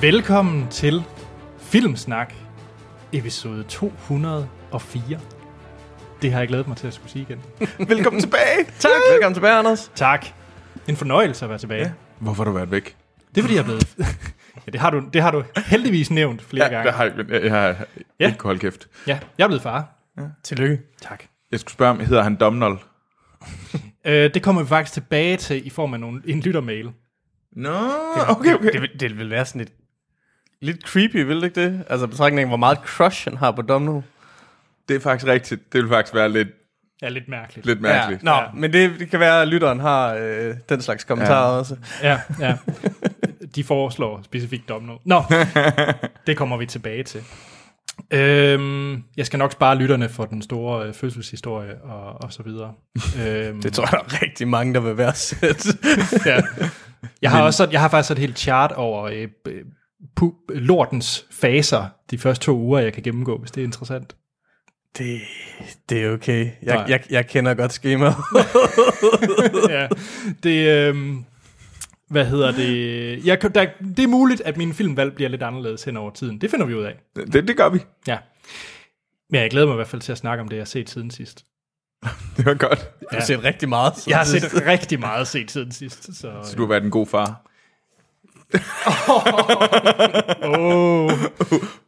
Velkommen til Filmsnak, episode 204. Det har jeg glædet mig til at skulle sige igen. Velkommen tilbage. Tak. Velkommen tilbage, Anders. Tak. En fornøjelse at være tilbage. Ja. Ja. Hvorfor har du været væk? Det er fordi, jeg er blevet... ja, det har, du, det har du heldigvis nævnt flere Ja, gange. der har jeg, jeg, jeg har Ja. ja. ikke holdt kæft. Ja, jeg er blevet far. Tillykke. Tak. Jeg skulle spørge, om hedder han Domnol? Øh, det kommer vi faktisk tilbage til i form af nogle, en lyttermail. Nå, Ah, okay, okay. Det, vil- det vil være sådan lidt, lidt creepy, vil det ikke det? Altså betragtning af, hvor meget crush han har på Domino. Det er faktisk rigtigt. Det vil faktisk være lidt, Ja, lidt mærkeligt. lidt mærkeligt. Nå, Ja. ja. men det, det kan være, at lytteren har øh, den slags kommentarer ja. også. Ja, ja. De foreslår specifikt domno. Nå, det kommer vi tilbage til. Øhm, jeg skal nok spare lytterne for den store øh, fødselshistorie og, og så videre. Øhm, Det tror jeg, der er rigtig mange, der vil være sæt. ja. Jeg har, også, jeg har faktisk et helt chart over øh, øh, pu- lortens faser de første to uger, jeg kan gennemgå, hvis det er interessant. det, det er okay. Jeg, Nej. jeg, jeg kender godt skemaet. ja, det, øhm, hvad hedder det? Jeg, kan- der, det er muligt, at min filmvalg bliver lidt anderledes hen over tiden. Det finder vi ud af. Det, det gør vi. Ja. Men jeg glæder mig i hvert fald til at snakke om det, jeg har set siden sidst. Det var godt. Du har set rigtig meget. så Jeg har det- set rigtig meget set siden sidst. Så, Så du har været en god far. oh,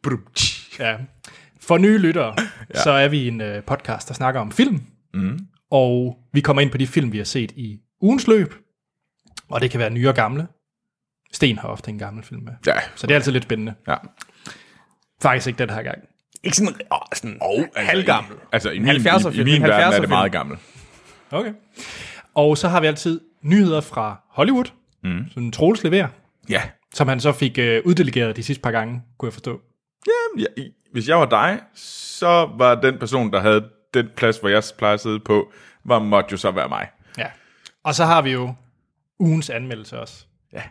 Brum, tji. ja. For nye lyttere, ja. så er vi en øh, podcast, der snakker om film. Mm. Og vi kommer ind på de film, vi har set i ugens løb. Og det kan være nye og gamle. Sten har ofte en gammel film med. Ja. Så det er altid lidt spændende. ja. Faktisk ikke den her gang. Ikke sådan, åh, sådan Og, halvgammel. I, altså, i min, i, i 70'er-film. min verden er det 70'er-film. meget gammel. Okay. Og så har vi altid nyheder fra Hollywood, mm. som Troels leverer, Ja. som han så fik øh, uddelegeret de sidste par gange, kunne jeg forstå. Jamen, jeg, i- hvis jeg var dig, så var den person, der havde den plads, hvor jeg plejer at sidde på, var, måtte jo så være mig. Ja. Og så har vi jo ugens anmeldelse også. Ja.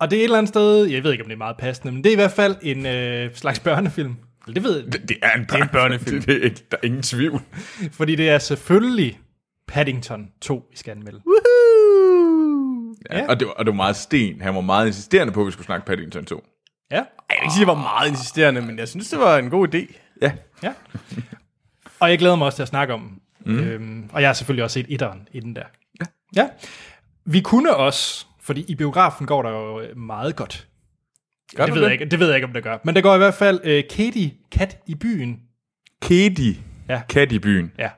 Og det er et eller andet sted, jeg ved ikke, om det er meget passende, men det er i hvert fald en øh, slags børnefilm. Eller Det ved jeg, Det, det er en, det er en børnefilm. Det, det er ikke, der er ingen tvivl. fordi det er selvfølgelig Paddington 2, vi skal anmelde. Uh. Ja. Ja. Og, det var, og det var meget sten. Han var meget insisterende på, at vi skulle snakke Paddington 2. Ja. Jeg vil ikke sige, at jeg var meget insisterende, men jeg synes, det var en god idé. Ja. ja. Og jeg glæder mig også til at snakke om den. Mm. Øhm, og jeg har selvfølgelig også set etteren inden der. Ja. ja. Vi kunne også, fordi i biografen går der jo øh, meget godt. Gør det, du ved jeg ikke, det ved jeg ikke, om det gør. Men det går i hvert fald øh, Katie Kat i byen. Kedi. Ja. Kat i byen. Ja.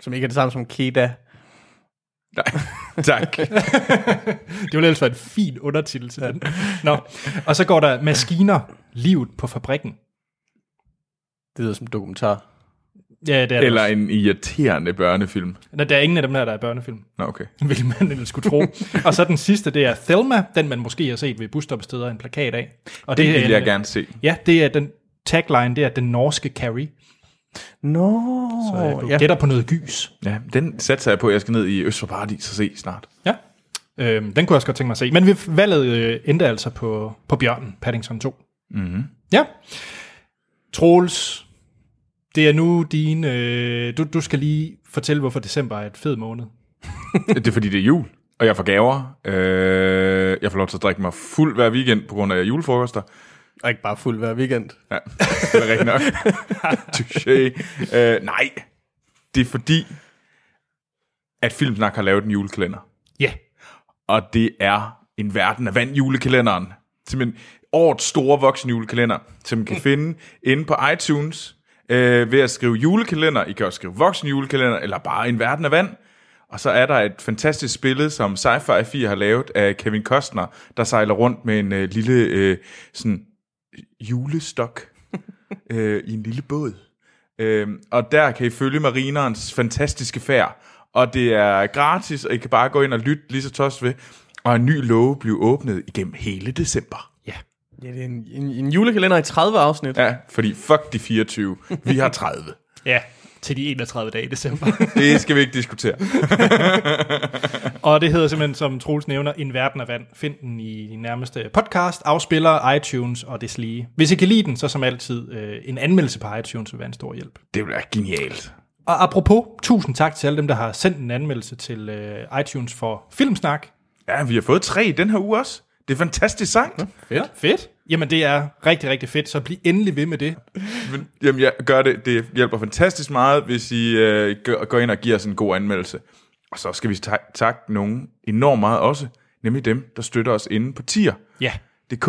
Som ikke er det samme som Keda. Nej. tak. Det ville ellers være en fin undertitel til den. Nå. Og så går der Maskiner, livet på fabrikken. Det lyder som dokumentar. Ja, det er Eller... Eller en irriterende børnefilm. Nå, der er ingen af dem der, der er børnefilm, Nå, okay. hvilket man ellers skulle tro. og så den sidste, det er Thelma, den man måske har set ved busstoppesteder en plakat af. Og det, Det er en, øh, vil jeg gerne se. Ja, det er den tagline, det er den norske Carrie. Nå, Oh, du ja. ja. gætter på noget gys. Ja, den satser jeg på, at jeg skal ned i Øst for Paradis og se snart. Ja. Øhm, den kunne jeg også godt tænke mig at se. Men vi valget øh, endte altså på, på Bjørnen, Paddington 2. Mm-hmm. Ja. Troels, det er nu din... Øh, du, du skal lige fortælle, hvorfor december er et fed måned. det er fordi, det er jul, og jeg får gaver. Øh, jeg får lov til at drikke mig fuld hver weekend på grund af julefrokoster. Og ikke bare fuld hver weekend. Ja, det er rigtigt nok. Touché. Øh, nej, det er fordi, at Filmsnak har lavet en julekalender. Ja. Yeah. og det er en verden af vand julekalenderen. Simpelthen årets store voksen julekalender, som man kan finde inde på iTunes øh, ved at skrive julekalender. I kan også skrive voksen julekalender, eller bare en verden af vand. Og så er der et fantastisk billede, som Sci-Fi 4 har lavet af Kevin Costner, der sejler rundt med en øh, lille øh, sådan, julestok øh, i en lille båd. Øh, og der kan I følge marinerens fantastiske færd. Og det er gratis, og I kan bare gå ind og lytte lige så tosset ved. Og en ny låge bliver åbnet igennem hele december. Ja. Ja, det er en, en, en julekalender i 30 afsnit. Ja. Ja, fordi fuck de 24. Vi har 30. Ja, til de 31 dage i december. Det skal vi ikke diskutere. og det hedder simpelthen, som Troels nævner, En Verden af Vand. Find den i din nærmeste podcast, afspiller, iTunes og deslige. Hvis I kan lide den, så som altid øh, en anmeldelse på iTunes vil være en stor hjælp. Det bliver genialt. Og apropos, tusind tak til alle dem, der har sendt en anmeldelse til øh, iTunes for Filmsnak. Mhm. Ja, vi har fået tre i den her uge også. Det er fantastisk sejt. Fedt. Fedt. Jamen, det er rigtig, rigtig fedt, så bliv endelig ved med det. Men, jamen, jeg gør det. Det hjælper fantastisk meget, hvis I øh, gør- går ind og giver os en god anmeldelse. Og så skal vi ta- takke nogen enormt meget også, nemlig dem, der støtter os inde på tier. Ja. DK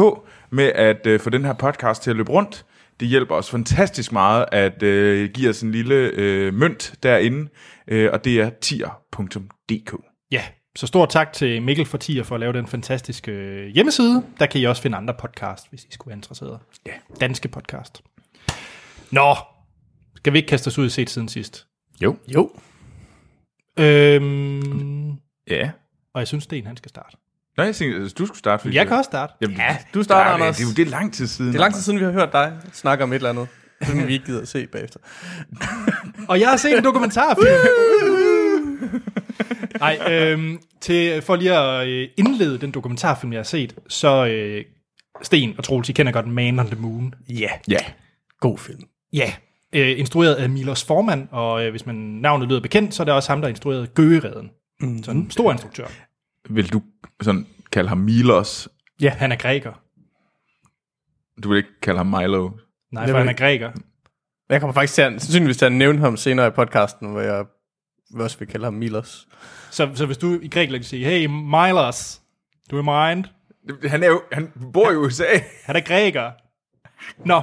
med at øh, få den her podcast til at løbe rundt. Det hjælper os fantastisk meget at øh, give os en lille øh, mønt derinde, øh, og det er tier.dk. Ja, så stor tak til Mikkel for Tier for at lave den fantastiske øh, hjemmeside. Der kan I også finde andre podcast, hvis I skulle være interesseret. Ja. Danske podcast. Nå, skal vi ikke kaste os ud i set siden sidst? Jo. Jo. Øhm, Ja. og jeg synes, Sten han skal starte. Nå, jeg tænkte, altså, du skulle starte. Fordi Jeg kan også starte. Jamen, Ja, du starter, nej, Anders. Det er jo det er lang tid siden. Det er lang tid siden, vi har hørt dig snakke om et eller andet, som vi ikke gider at se bagefter. Og jeg har set en dokumentarfilm. Nej, øhm, til, for lige at øh, indlede den dokumentarfilm, jeg har set, så øh, Sten og Troels, I kender godt Man on the Moon. Ja, Ja. god film. Ja, øh, instrueret af Milos Forman, og øh, hvis man navnet lyder bekendt, så er det også ham, der instruerede Gøgereden. Mm. Så en stor instruktør. Vil du sådan kalde ham Milos? Ja, han er græker. Du vil ikke kalde ham Milo? Nej, Det for var han er ikke- græker. Jeg kommer faktisk til at, sandsynligvis til at nævne ham senere i podcasten, hvor jeg også vil kalde ham Milos. Så, så hvis du i Grækenland siger, hey Milos, du er mind, Han, er jo, han bor jo i USA. han er græker. Nå,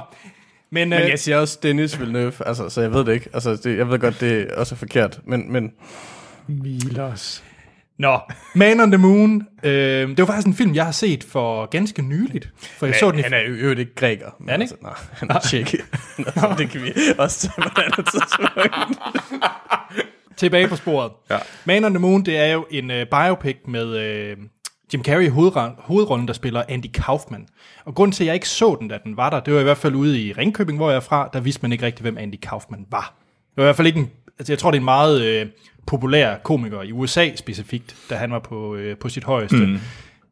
men, Men øh, jeg siger også Dennis Villeneuve, altså, så jeg ved det ikke. Altså, det, jeg ved godt, det også er forkert, men, men Milos. Nå, Man on the Moon, øh, det var faktisk en film, jeg har set for ganske nyligt. For jeg så den i... han er jo i øvrigt ikke græker. Men Er han ikke? Altså, nej, han er tjek. altså, det kan vi også tage på et andet tidspunkt. Tilbage på sporet. Ja. Man on the Moon, det er jo en øh, biopic med øh, Jim Carrey i hovedrollen, hovedrollen, der spiller Andy Kaufman. Og grunden til, at jeg ikke så den, da den var der, det var i hvert fald ude i Ringkøbing, hvor jeg er fra, der vidste man ikke rigtig, hvem Andy Kaufman var. Det var i hvert fald ikke en... Altså, jeg tror, det er en meget øh, populær komiker i USA specifikt, da han var på, øh, på sit højeste. Mm.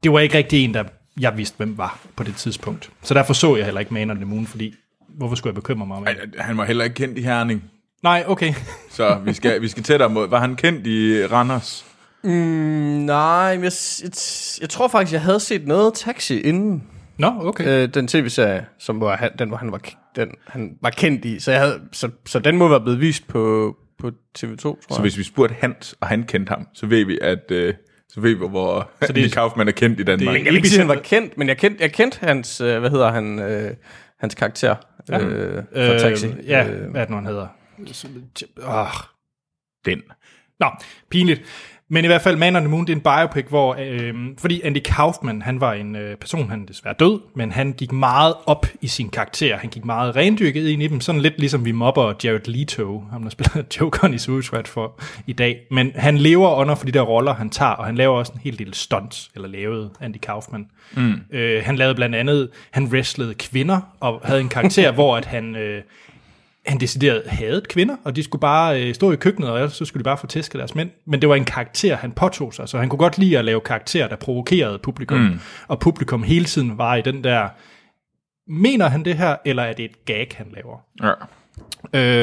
Det var ikke rigtig en, der jeg vidste, hvem var på det tidspunkt. Så derfor så jeg heller ikke Man on the Moon, fordi hvorfor skulle jeg bekymre mig om det? Han var heller ikke kendt i Herning. Nej, okay. Så vi skal, vi skal tættere mod. Var han kendt i Randers? Mm, nej, men jeg, jeg, jeg tror faktisk, jeg havde set noget Taxi inden. Nå, okay. øh, den tv-serie, som var han, den, hvor han var, k- den, han var kendt i. Så, jeg havde, så, så den må være blevet vist på, på TV2, tror jeg. Så hvis vi spurgte Hans, og han kendte ham, så ved vi, at øh, så ved vi, hvor så det, Kaufmann er kendt i Danmark. jeg vil ikke sige, at han var kendt, men jeg kendte, jeg kendte hans, øh, hvad hedder han, øh, hans karakter ja. øh, fra Taxi. Øh, ja, Øh, hvad er det nu, han hedder? Oh, den. nå, pinligt. Men i hvert fald Man on the Moon, det er en biopic, hvor, øh, fordi Andy Kaufman, han var en øh, person, han er desværre død, men han gik meget op i sin karakter. Han gik meget rendyrket ind i dem, sådan lidt ligesom vi mobber Jared Leto, ham der spiller Jokeren i Suicide Squad for i dag. Men han lever under for de der roller, han tager, og han laver også en hel del stunts, eller lavede Andy Kaufman. Mm. Øh, han lavede blandt andet, han wrestlede kvinder, og havde en karakter, hvor at han... Øh, han decideret hadede kvinder, og de skulle bare øh, stå i køkkenet, og ellers så skulle de bare få tæsket deres mænd. Men det var en karakter, han påtog sig, så han kunne godt lide at lave karakterer, der provokerede publikum. Mm. Og publikum hele tiden var i den der, mener han det her, eller er det et gag, han laver? Ja.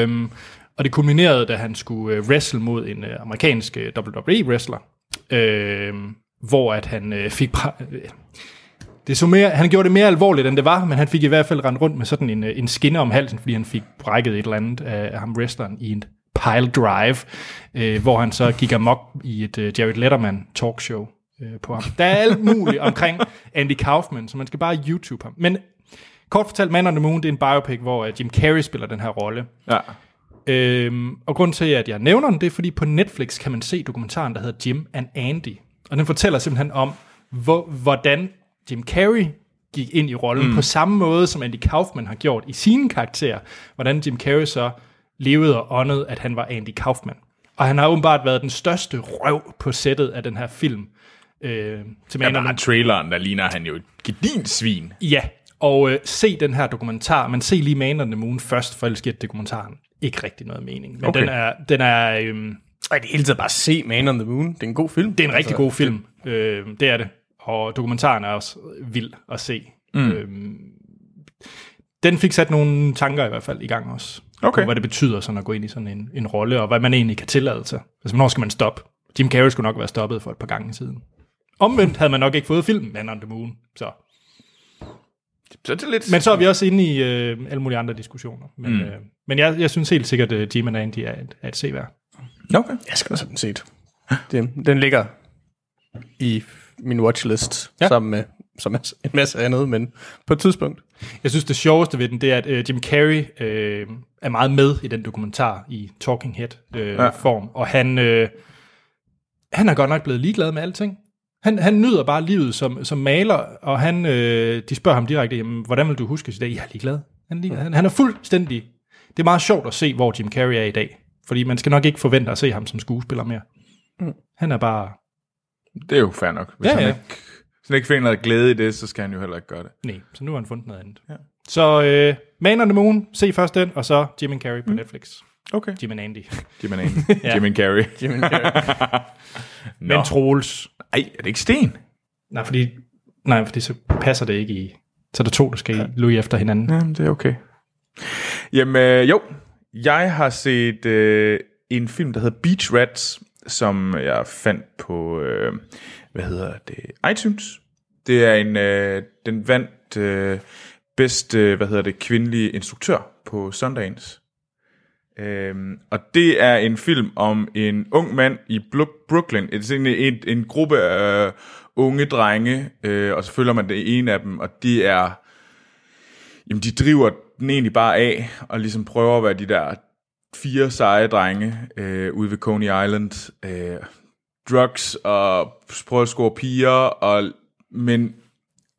Øhm, og det kulminerede, da han skulle øh, wrestle mod en øh, amerikansk øh, WWE-wrestler, øhm, hvor at han øh, fik bare... Øh, det så mere, han gjorde det mere alvorligt, end det var, men han fik i hvert fald rendt rundt med sådan en, øh, en skinne om halsen, fordi han fik brækket et eller andet af af ham wrestleren i en pile drive, øh, hvor han så gik amok i et øh, Jared Letterman talkshow øh, på ham. Der er alt muligt omkring Andy Kaufman, så man skal bare YouTube ham. Men kort fortalt, Man on the Moon, det er en biopic, hvor øh, Jim Carrey spiller den her rolle. ja. Øhm, og grunden til, at jeg nævner den, det er, fordi på Netflix kan man se dokumentaren, der hedder Jim and Andy. Og den fortæller simpelthen om, hvor, hvordan Jim Carrey gik ind i rollen mm. på samme måde, som Andy Kaufman har gjort i sine karakterer. Hvordan Jim Carrey så levede og åndede, at han var Andy Kaufman. Og han har åbenbart været den største røv på sættet af den her film. Øh, til Man Men on the bare traileren, der ligner han jo et gedint svin. Ja, og øh, se den her dokumentar, men se lige Man on the Moon først, for ellers giver dokumentaren ikke rigtig noget mening. Men okay. Okay. den er, den er, øhm, og i det hele taget bare se Man on the Moon. Det er en god film. Altså, Altså, det er en rigtig god film, øh, det er det. Og dokumentaren er også vild at se. Mm. Øhm, den fik sat nogle tanker i hvert fald i gang også. Okay. På, hvad det betyder sådan at gå ind i sådan en, en rolle, og hvad man egentlig kan tillade sig. Altså, hvornår skal man stoppe? Jim Carrey skulle nok være stoppet for et par gange siden. Omvendt havde man nok ikke fået filmen Man on the Moon, så Så er det lidt... Men så er vi også inde i øh, alle mulige andre diskussioner. Men, mm. øh, men jeg, jeg synes helt sikkert, at Jim and Andy er et, er et C-værd. Okay. Jeg skal sådan set. Den, den ligger i min watchlist, Ja. ja. sammen med som er en masse andet, men på et tidspunkt. Jeg synes, det sjoveste ved den, det er, at øh, Jim Carrey øh, er meget med i den dokumentar i Talking Ja. Head-form, og han, øh, han er godt nok blevet ligeglad med alting. Han, han nyder bare livet som, som maler, og han, øh, de spørger ham direkte, jamen, hvordan vil du huske i dag? Jeg er ligeglad. Han, er ligeglad. Han, han er fuldstændig... Det er meget sjovt at se, hvor Jim Carrey er i dag, fordi man skal nok ikke forvente at se ham som skuespiller mere. Han er bare... Det er jo fair nok. Hvis Ja, han ja. ikke, hvis han ikke finder noget glæde i det, så skal han jo heller ikke gøre det. Nej, så nu har han fundet noget andet. Ja. Så øh, Man on the Moon, se først den, og så Jim and Carrey på mm. Netflix. Okay. Jim and Andy. Jim and Andy. Ja. Jim and Carrey. Jim and Carrey. Nå. Men Troels. Ej, er det ikke Sten? Nej, fordi, nej, fordi så passer det ikke i... Så er der to, der skal ja. løbe efter hinanden. Ja. Jamen, det er okay. Jamen, øh, jo. Jeg har set øh, en film, der hedder Beach Rats, som jeg fandt på, øh, hvad hedder det, iTunes. Det er en, øh, den vandt øh, bedst, øh, hvad hedder det, kvindelige instruktør på søndagens. Øhm, og det er en film om en ung mand i Blu- Brooklyn. Det er sådan en, en, en gruppe af øh, unge drenge, øh, og så følger man det ene af dem, og de er... Jamen, de driver den egentlig bare af, og ligesom prøver at være de der fire seje drenge øh, ude ved Coney Island. Øh, drugs og prøver at score piger, og, men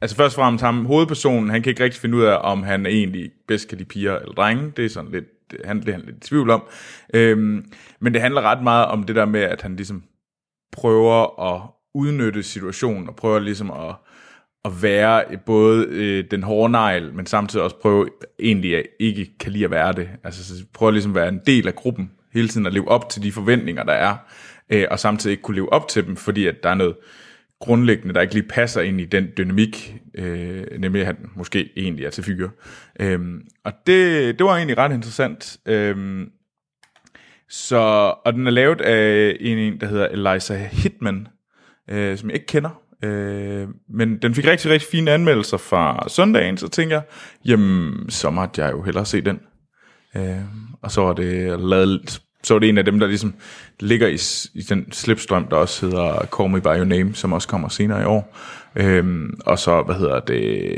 altså først og fremmest ham, hovedpersonen, han kan ikke rigtig finde ud af, om han egentlig bedst kan lide piger eller drenge. Det er sådan lidt, han, det er han lidt i tvivl om. Øhm, men det handler ret meget om det der med, at han ligesom prøver at udnytte situationen, og prøver ligesom at, at være både øh, den hårde negl, men samtidig også prøve egentlig at ikke kan lide at være det. Altså så prøve ligesom at være en del af gruppen, hele tiden at leve op til de forventninger, der er, øh, og samtidig ikke kunne leve op til dem, fordi at der er noget grundlæggende, der ikke lige passer ind i den dynamik, øh, nemlig at han måske egentlig er til fyre. Øhm, og det, det var egentlig ret interessant. Øhm, så, og den er lavet af en, en der hedder Eliza Hitman, øh, som jeg ikke kender. Øh, men den fik rigtig, rigtig fine anmeldelser fra søndagen, så tænker jeg, jamen, så måtte jeg jo hellere se den. Øh, og så var det lavet, så var det en af dem, der ligesom ligger i, s- i den slipstrøm, der også hedder Call Me By Your Name, som også kommer senere i år. Øh, og så, hvad hedder det,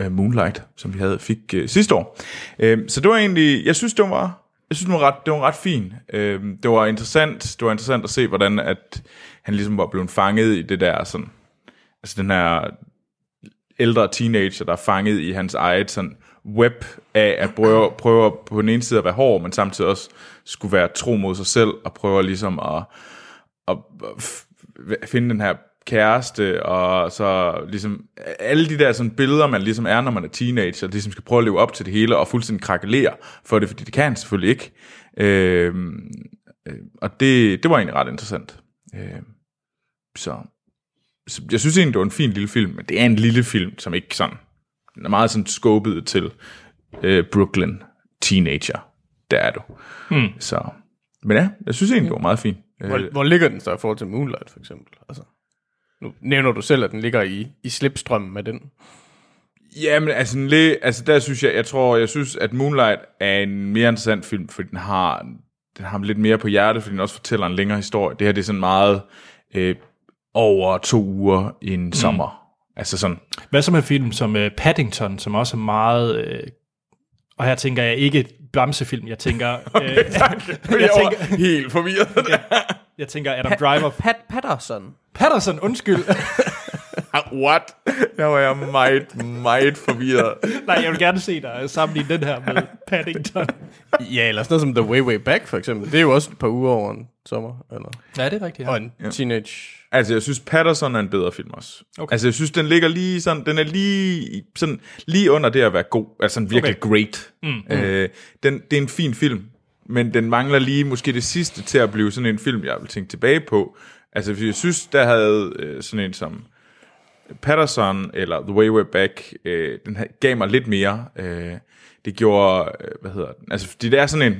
øh, Moonlight, som vi havde fik øh, sidste år. Øh, så det var egentlig, jeg synes, det var, jeg synes, det var ret, det var ret fint. Øh, det var interessant, det var interessant at se, hvordan at han ligesom var blevet fanget i det der sådan, altså den her ældre teenager, der er fanget i hans eget sådan web af at prøve, prøve på den ene side at være hård, men samtidig også skulle være tro mod sig selv, og prøver ligesom at, at f- finde den her kæreste, og så ligesom alle de der sådan billeder, man ligesom er, når man er teenager, ligesom skal prøve at leve op til det hele, og fuldstændig krakelere for det, fordi det kan han selvfølgelig ikke. Øhm, øh, og det, det var egentlig ret interessant. Øhm, så så jeg synes egentlig, det var en fin lille film, men det er en lille film, som ikke sådan, den er meget sådan skåbet til øh, Brooklyn Teenager. Der er du. Mm. Så, men ja, jeg synes egentlig, det var meget fint. Hvor, hvor ligger den så i forhold til Moonlight, for eksempel? Altså, nu nævner du selv, at den ligger i, i slipstrømmen med den. Jamen, altså, en læ- altså der synes jeg, jeg tror, jeg synes, at Moonlight er en mere interessant film, fordi den har, den har lidt mere på hjertet, fordi den også fortæller en længere historie. Det her, det er sådan meget øh, over to uger i en sommer. Altså sådan, Hvad så med film som uh, Paddington, som også er meget... Uh, og her tænker jeg ikke bamsefilm, jeg tænker... okay, øh, jeg, tænker helt forvirret. jeg tænker Adam Driver. Pat Patterson. Patterson, undskyld. Ah, What? Der var jeg meget, meget forvirret. Nej, jeg vil gerne se dig sammenligne den her med Paddington. Ja, eller sådan noget som The Way Way Back, for eksempel. Det er jo også et par uger over en sommer, eller... Ja, det er rigtigt. Og Ja. en ja. teenage... Altså, jeg synes, Patterson er en bedre film også. Okay. Okay. Altså, jeg synes, den ligger lige sådan, den er lige, i- sådan, lige under det at være god. Altså, sådan virkelig okay. great. Mm. Øh, den, det er en fin film, men den mangler lige måske det sidste til at blive sådan en film, jeg vil tænke tilbage på. Altså, hvis jeg synes, der havde øh, sådan en som Patterson eller The Way We're Back, øh, den ha- gav mig lidt mere. Øh, det gjorde, øh, hvad hedder den? Altså, fordi det er sådan en,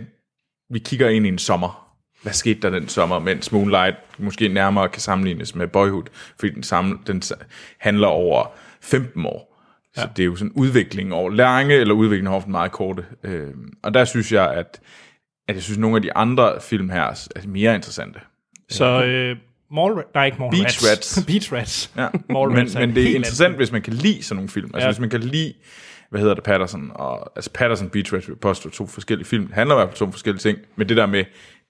vi kigger ind i en sommer. Hvad skete der den sommer, mens Moonlight måske nærmere kan sammenlignes med Boyhood, fordi den, sammen, den s- handler over 15 år. Så det er jo sådan udvikling over lange, eller udvikling over meget korte. Øh, og der synes jeg, at, at jeg synes, at nogle af de andre film her er mere interessante. Så øh, Mallrats, nej ikke Mallrats. Beach Rats. Beach Rats. Ja. men, Mallrats er men en det er helt interessant, anden- hvis man kan lide sådan nogle film. Altså Ja. hvis man kan lide, hvad hedder det, Patterson og... Altså Patterson Beach Rats Post to forskellige film. Det handler i hvert fald om to forskellige ting. Men det der med,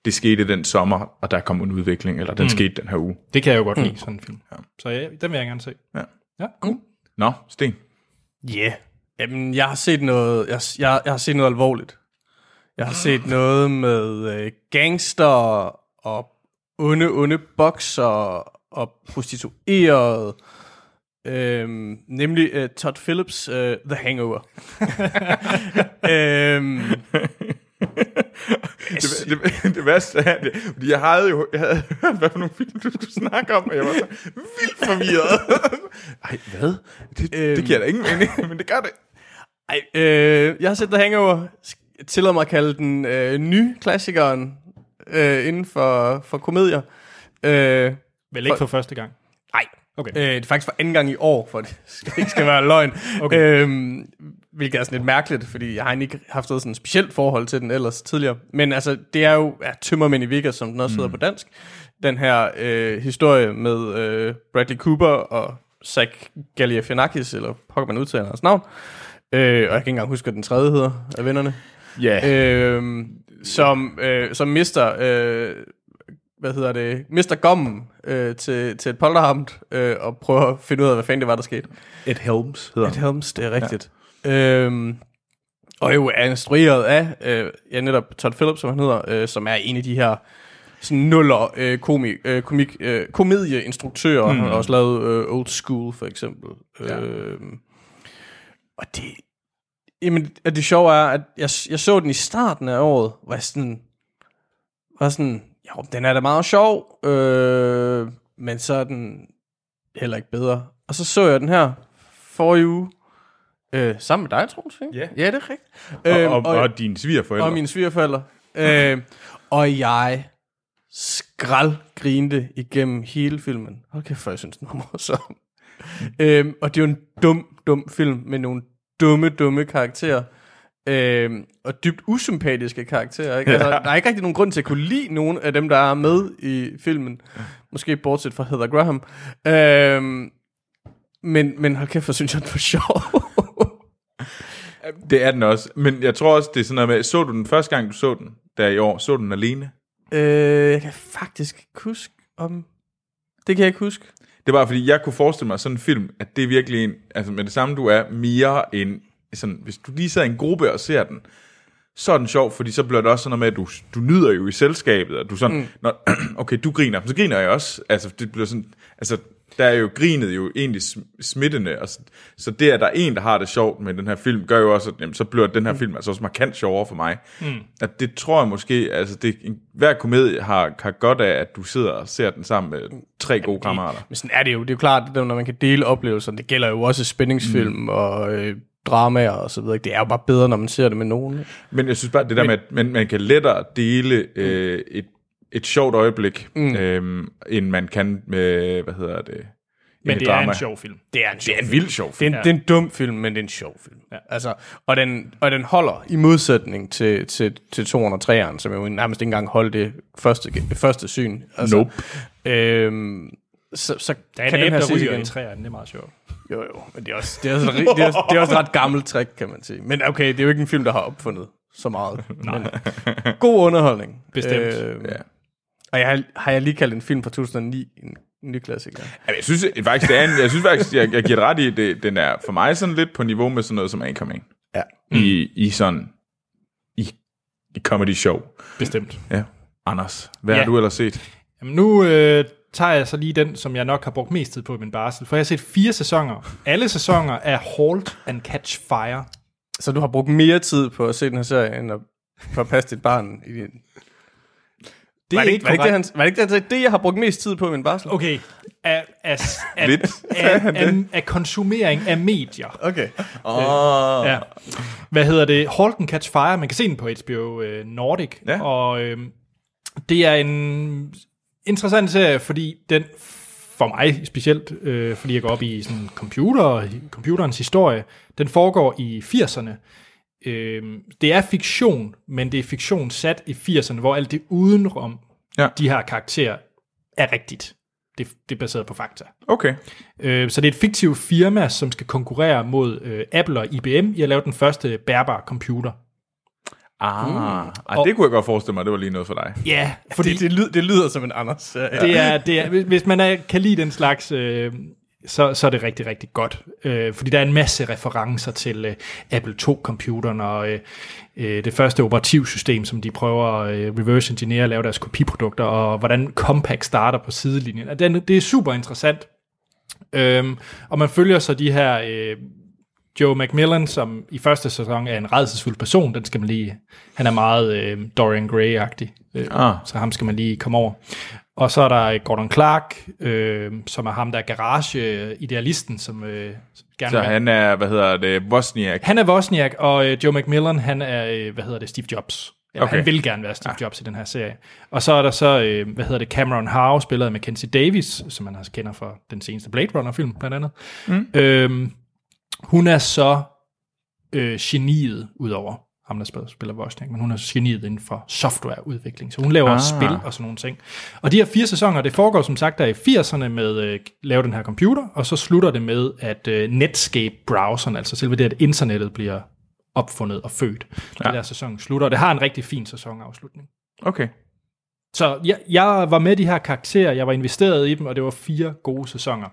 det skete den sommer, og der kom en udvikling, eller den mm. skete den her uge. Det kan jeg jo godt lide, sådan en film. Så ja, den vil jeg gerne se. Ja. Ja, cool. Nå, Sten. Ja. Yeah. Jamen, jeg har set noget, jeg, jeg, jeg har set noget alvorligt. Jeg har set noget med øh, gangster og onde, onde bokser og prostituerede. Øhm, nemlig øh, Todd Phillips' øh, The Hangover. øhm, Det, det, det værste er, det, fordi jeg havde jo jeg havde hørt, hvad for nogle film, du skulle snakke om, og jeg var så vildt forvirret. Ej, hvad? Det, øhm. det giver da ingen mening, men det gør det. ej, øh, jeg har set The Hangover. Sk- Tillad mig at kalde den øh, ny klassikeren øh, inden for, for komedier. Øh, Vel ikke for første gang. Nej. Okay. Øh, det er faktisk for anden gang i år, for det skal- ikke skal være løgn. okay. øhm, hvilket er sådan lidt mærkeligt, fordi jeg har egentlig ikke haft noget sådan specielt forhold til den ellers tidligere. Men altså, det er jo ja, Tømmermænd i Vigga, som den også mm. hedder på dansk. Den her øh, historie med øh, Bradley Cooper og Zach Galifianakis, eller pokker man udtaler hans navn. Øh, og jeg kan ikke engang huske, hvad den tredje hedder af vennerne Ja. Yeah. øh, som, øh, som mister, øh, hvad hedder det, mister gommen øh, til, til et polterhamt, øh, og prøver at finde ud af, hvad fanden det var, der skete. Ed Helms hedder Et Helms, det er rigtigt. Ja. Øhm, og jo er instrueret af, øh, ja, netop Todd Phillips, som han hedder, øh, som er en af de her sådan nuller øh, komi, øh, komik, øh, komedieinstruktører. Mm. Han har også lavet øh, Old School, for eksempel. Ja. Øhm, og det... Jamen, at det sjove er, at jeg, jeg så den i starten af året, hvor jeg sådan... Var sådan, jo, den er da meget sjov, øh, men så er den heller ikke bedre. Og så så jeg den her forrige uge, øh, sammen med dig, Troels, ikke? Ja. Ja, det er rigtigt. Og, Øhm, og, og, og dine svigerforældre. og mine svigerforældre. Øh, og jeg skraldgrinte igennem hele filmen. Hold kæft, for jeg synes, den var morsom. øh, og det er jo en dum, dum film med nogle dumme, dumme karakterer. Øh, og dybt usympatiske karakterer. Ikke? Altså, der er ikke rigtig nogen grund til at kunne lide nogen af dem, der er med i filmen. Måske bortset fra Heather Graham. Øh, men, men hold kæft, for synes jeg, den var sjov. Det er den også. Men jeg tror også, det er sådan noget med, så du den første gang, du så den, der i år, så du den alene? Øh, jeg kan faktisk ikke huske om... Det kan jeg ikke huske. Det var, fordi jeg kunne forestille mig sådan en film, at det er virkelig en, altså med det samme, du er mere end, sådan, hvis du lige sidder i en gruppe og ser den, så er den sjov, fordi så bliver det også sådan noget med, at du, du nyder jo i selskabet, og du er sådan, mm. Nå, okay, du griner, så griner jeg også. Altså, det bliver sådan, altså, der er jo grinet jo egentlig sm- smittende, og så, så det, at der er en, der har det sjovt med den her film, gør jo også, at jamen, så bliver den her film altså også markant sjovere for mig. Mm. At det tror jeg måske, altså det, en, hver komedie har, har godt af, at du sidder og ser den sammen med tre gode kammerater. Men sådan er det jo. Det er jo klart, at når man kan dele oplevelser, det gælder jo også spændingsfilm mm. og øh, dramaer og så videre. Det er jo bare bedre, når man ser det med nogen. ikke? Men jeg synes bare, det der med, at man, man kan lettere dele øh, et, et sjovt øjeblik, mm. øh, end man kan med, hvad hedder det, Men et det er en sjov film. Det er en sjov Det er en vild sjov Det er film. en, ja. det er en dum film, men det er en sjov film. Ja. Altså, og, den, og den holder i modsætning til, til, til 203'eren, som jo nærmest ikke engang holdt det første, det første syn. Altså, Nope. Øhm, så, så Der er kan en den æb, her der ses ryger igen. i træerne, det er meget sjovt. Jo, jo, men det er også, det er også, det er også, det er også et ret gammelt trick, kan man sige. Men okay, det er jo ikke en film, der har opfundet så meget. Men god underholdning. Bestemt. Øh, Ja. Og jeg har, har jeg lige kaldt en film fra 2009 en en ny klassiker. Jamen, jeg synes jeg, faktisk, det er en, jeg synes faktisk, jeg, jeg giver det ret i, det, den er for mig sådan lidt på niveau med sådan noget som Anchorman. Ja. I, i sådan, i, i comedy show. Bestemt. Ja. Anders, hvad ja. Ja. har du ellers set? Jamen, nu øh, tager jeg så lige den, som jeg nok har brugt mest tid på i min barsel, for jeg har set fire sæsoner. Alle sæsoner er Halt and Catch Fire. Så du har brugt mere tid på at se den her serie, end at på at passe dit barn. I din... Det Var er det, ikke ikke, var det, ikke det, korrekt. han, var det ikke det, han sagde? Det, jeg har brugt mest tid på i min barsel? Okay. Af, af, af, Lidt. af, af, af konsumering af medier. Okay. Oh. Ja. Hvad hedder det? Halt and Catch Fire. Man kan se den på HBO øh, Nordic. øhm, Ja. Og øh, det er en interessant serie, fordi den for mig specielt, øh, fordi jeg går op i sådan computer, computerens historie, den foregår i 80'erne. Øh, det er fiktion, men det er fiktion sat i 80'erne, hvor alt det udenom Ja. ja. de her karakterer er rigtigt. Det, det er baseret på fakta. Okay. Øh, så det er et fiktivt firma, som skal konkurrere mod øh, Apple og IBM i at lave den første bærbare computer. Ah, mm. ah, det kunne jeg godt forestille mig, det var lige noget for dig. Ja, yeah, fordi Det, det, lyder, det lyder som en Anders. Ja, det er, det er, hvis- hvis man er, kan lide den slags, øh, så, så er det rigtig, rigtig godt. Øh, fordi der er en masse referencer til øh, Apple II-computeren og øh, øh, det første operativsystem, som de prøver at øh, reverse engineer og lave deres kopiprodukter, og hvordan Compaq starter på sidelinjen. Og Den, det er super interessant. Øhm, og man følger så de her øh, Joe McMillan, som i første sæson er en redselsfuld person. Den skal man lige... Han er meget øh, Dorian Gray-agtig. Øh, Ah. så ham skal man lige komme over. Og så er der Gordon Clark, øh, som er ham, der er garage-idealisten, som øh, gerne Så vil... Han... han er, hvad hedder det, Bosniak. han er Wozniak, og øh, Joe McMillan, han er, øh, hvad hedder det, Steve Jobs. Eller, Okay. Han vil gerne være Steve Jobs i den her serie. Og så er der så, øh, hvad hedder det, Cameron Howe, spillet af Mackenzie Davis, som man også kender fra den seneste Blade Runner-film, blandt andet. Mm. Øhm, hun er så øh, geniet udover ham, der spiller, spiller Wozniak, men hun er geniet inden for softwareudvikling, så hun laver Ah. ah. spil og sådan nogle ting. Og de her fire sæsoner, det foregår som sagt der i 80'erne med at øh, lave den her computer, og så slutter det med, at øh, Netscape-browseren, altså selve det, at internettet bliver opfundet og født, ja. den der sæson slutter, og det har en rigtig fin sæsonafslutning. Okay. Så jeg, jeg var med i de her karakterer, jeg var investeret i dem, og det var fire gode sæsoner.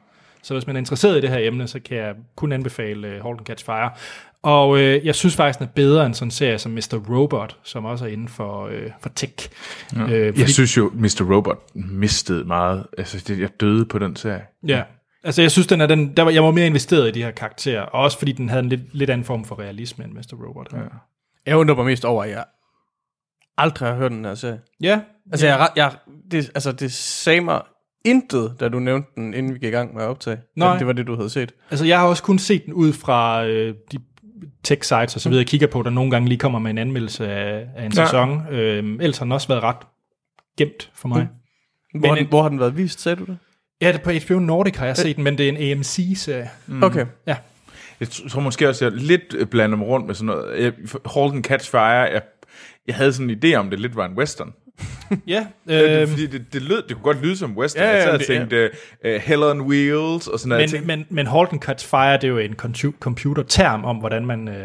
Så hvis man er interesseret i det her emne, så kan jeg kun anbefale uh, Halt and Catch Fire. Og øh, jeg synes faktisk, den er bedre end sådan en serie som Mr. Robot, som også er inden for, øh, for tech. Ja. Øh, Jeg synes jo, Mr. Robot mistede meget. Altså, det, jeg døde på den serie. ja. Altså jeg synes, den er den, der var, jeg var mere investeret i de her karakterer, og også fordi den havde en lidt, lidt anden form for realisme end Mr. Robot. Ja, Jeg undrer mig mest over, at jeg aldrig har hørt den her serie. ja. Altså, jeg, er ret- jeg, det, altså, det sagde mig intet, da du nævnte den, inden vi gik i gang med at optage. Nej. At Det var det, du havde set. Altså, jeg har også kun set den ud fra øh, de tech-sites og så videre, jeg kigger på, der nogle gange lige kommer med en anmeldelse af, af en Ja. ja. sæson. Øh, ellers har den også været ret gemt for mig. Mm. Hvor, har en- den, hvor har den været vist, sagde du det? Ja, det på HBO Nordic har jeg set den, men det er en AMC-serie. Mm. Okay. Ja. Jeg tr- tror måske også, jeg lidt øh, blander mig rundt med sådan noget. Jeg, Holden Catch Fire, jeg, jeg havde sådan en idé om, det lidt var en western. Ja, Øhm. øh, Fordi det, det, lød, det kunne godt lyde som western. Ja, Ja, ja, jeg sad og det- ja. tænkte, ja. uh, Hell on Wheels og sådan noget. men, men, men Halt and Catch Fire, det er jo en contu- computerterm om, hvordan man... Øh,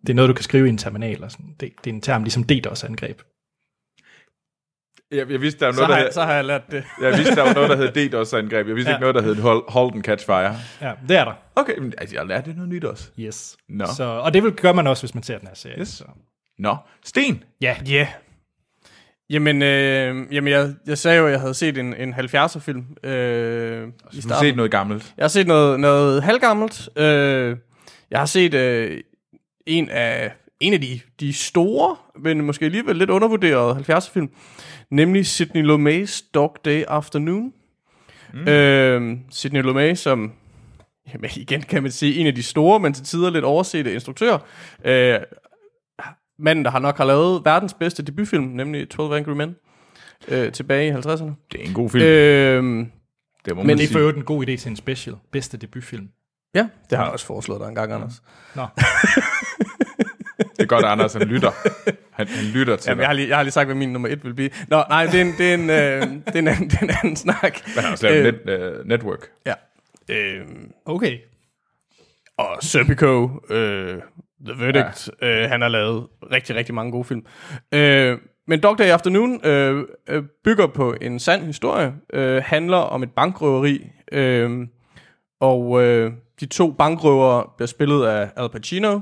det er noget, du kan skrive i en terminal. Og sådan. Det, det er en term, ligesom DDoS-angreb. Jeg, jeg vidste, der var Så noget, har, der jeg, hed, så har jeg lært det. jeg vidste, der var noget, der hed DDoS-angreb. Jeg vidste ja. Ja. ikke noget, der hed Hol- Holden Catch Fire. Ja, det er der. Okay, men altså, jeg lærte noget nyt også. Yes. Nå. Så, og det vil gør man også, hvis man ser den her serie. Yes. Så. Nå, Sten. Ja, Ja. Yeah. Jamen, øh, jamen jeg, jeg sagde jo, at jeg havde set en, en 70'er-film øh, i Du har set starten. noget gammelt. Jeg har set noget, noget halvgammelt. Øh, jeg har set øh, en af, en af de, de store, men måske alligevel lidt undervurderede 70'er-film, nemlig Sidney Lumet's Dog Day Afternoon. Mm. Øh, Sidney Lumet, som jamen, igen kan man sige, en af de store, men til tider lidt oversete instruktører. Øh, manden, der har nok har lavet verdens bedste debutfilm, nemlig 12 Angry Men, øh, tilbage i 50'erne. Det er en god film. Øh, Øh, det må men man det er for sige. øvrigt en god idé til en special. Bedste debutfilm. ja, det har jeg også foreslået dig en gang, Anders. Nå. Det er godt, at Anders han lytter. Han, han lytter til Jamen, jeg, har lige, jeg har lige sagt, hvad min nummer et vil blive. Nå, nej, det er en, det er en, øh, det er en, anden, det er en anden snak. dig. Han har også lavet net, øh, Network. ja. Øh, Okay. og Serpico, øh, The Verdict, ja. øh, han har lavet rigtig, rigtig mange gode film. Øh, men Dog Day Afternoon øh, øh, bygger på en sand historie, øh, handler om et bankrøveri, øh, og øh, de to bankrøvere bliver spillet af Al Pacino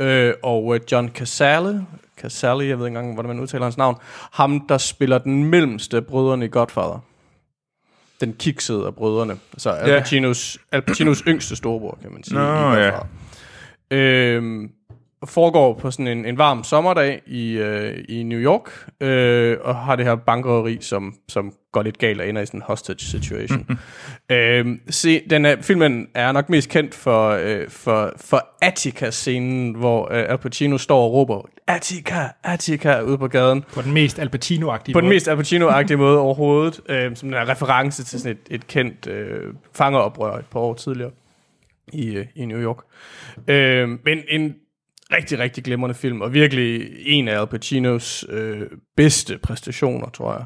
øh, og øh, John Casale. Casale, jeg ved ikke engang, hvordan man udtaler hans navn. Ham, der spiller den mellemste af brødrene i Godfather. Den kiksede af brødrene. Så Al Ja. Pacinos, Al Pacinos yngste storebror, kan man sige. Nå, i ja. Godfather. Øhm, foregår på sådan en, en varm sommerdag i, øh, i New York, øh, og har det her bankrøveri, som, som går lidt galt og ender i sådan en hostage situation. øh, se, den er, filmen er nok mest kendt for, øh, for, for Attica-scenen, hvor øh, Al Pacino står og råber, Attica, Attica, ude på gaden. På den mest Al Pacino-agtige På måde. den mest Al Pacino-agtige måde overhovedet, øh, som en reference til sådan et, et kendt øh, fangeoprør et par år tidligere i, øh, i New York. Øh, men en rigtig, rigtig glimrende film, og virkelig en af Al Pacinos øh, bedste præstationer, tror jeg.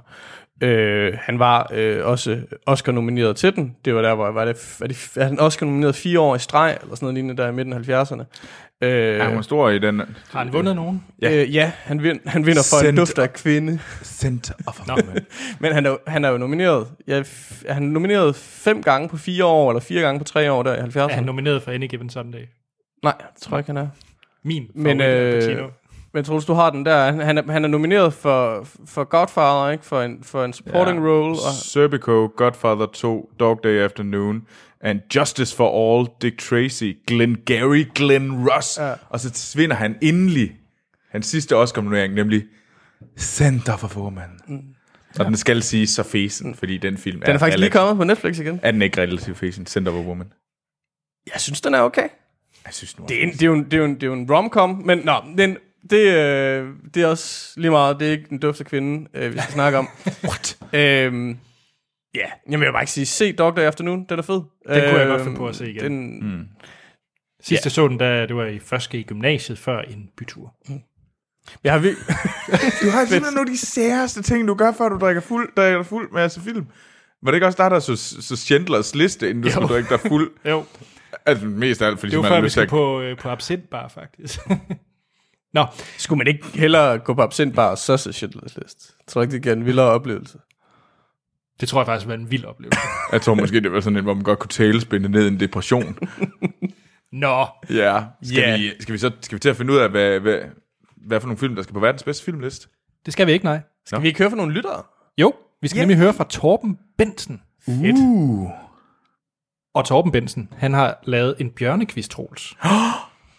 Øh, han var øh, også Oscar-nomineret til den. Det var der, hvor var det, var det, er han Oscar-nomineret fire år i streg, eller sådan noget lignende der i midten af 70'erne. Øh, Ja, hun var stor i den. Har han vundet nogen? ja. ja. Øh, ja, han, vind, han vinder for en Send- duft af kvinde. Center of a Men han er, jo- han er jo nomineret. Ja, f- er han nomineret fem gange på fire år, eller fire gange på tre år der i 70'erne? Er han nomineret for Any Given Sunday? Nej, jeg tror ikke, han er. Min Men, Men, øh, øh, men Troels, du har den der. Han, han, er, han er nomineret for, for Godfather, ikke? For en, for en supporting Ja. ja. role. Og, Serpico, Godfather 2, Dog Day Afternoon, and Justice for All, Dick Tracy, Glenn Gary, Glenn Ross. Ja. Og så svinder han endelig hans sidste Oscar-nominering, nemlig Center for Woman. Mm. Og den skal sige så fesen, fordi den film den er faktisk lige kommet på Netflix igen. Er den ikke relativt fesen? Center for Woman. Jeg synes, den er okay. Jeg synes nu, Det er, en, det, er jo en, det, er jo en, det er jo en rom-com, men nå, den, det, øh, det er også lige meget, det er ikke den døfte kvinde, øh, vi skal snakke om. What? Øhm, ja, yeah. jamen jeg vil bare ikke sige, se Dog Day Afternoon, den er fed. Den jeg godt finde på at se igen. Den, mm. Sidst jeg så den, da det var i første G i gymnasiet før en bytur. Jeg har vi... Du har simpelthen nogle af de særeste ting, du gør, før du drikker fuld, drikker dig fuld med altså film. Var det ikke også der, der så, så Schindlers liste, inden du skulle drikke dig fuld? Jo, Altså mest af alt, fordi det var man har før vi lyst til skulle at på, øh, på absint bare faktisk. Nå, Skulle man ikke hellere gå på absintbar og sausage shitless list? Jeg tror ikke, det giver en vildere oplevelse. det tror jeg faktisk var en vild oplevelse. Jeg tror måske, det var sådan en, hvor man godt kunne talespinde ned i en depression. Nå, Ja. Skal, Ja. vi, skal, vi, så, skal vi til at finde ud af, hvad, hvad, hvad for nogle film, der skal på verdens bedste filmliste? det skal vi ikke, nej. Skal vi ikke høre for nogle lyttere? Jo, vi skal yeah. nemlig høre fra Torben Bensen. Uh. Og Torben Bensen, han har lavet en bjørnekvist, Troels.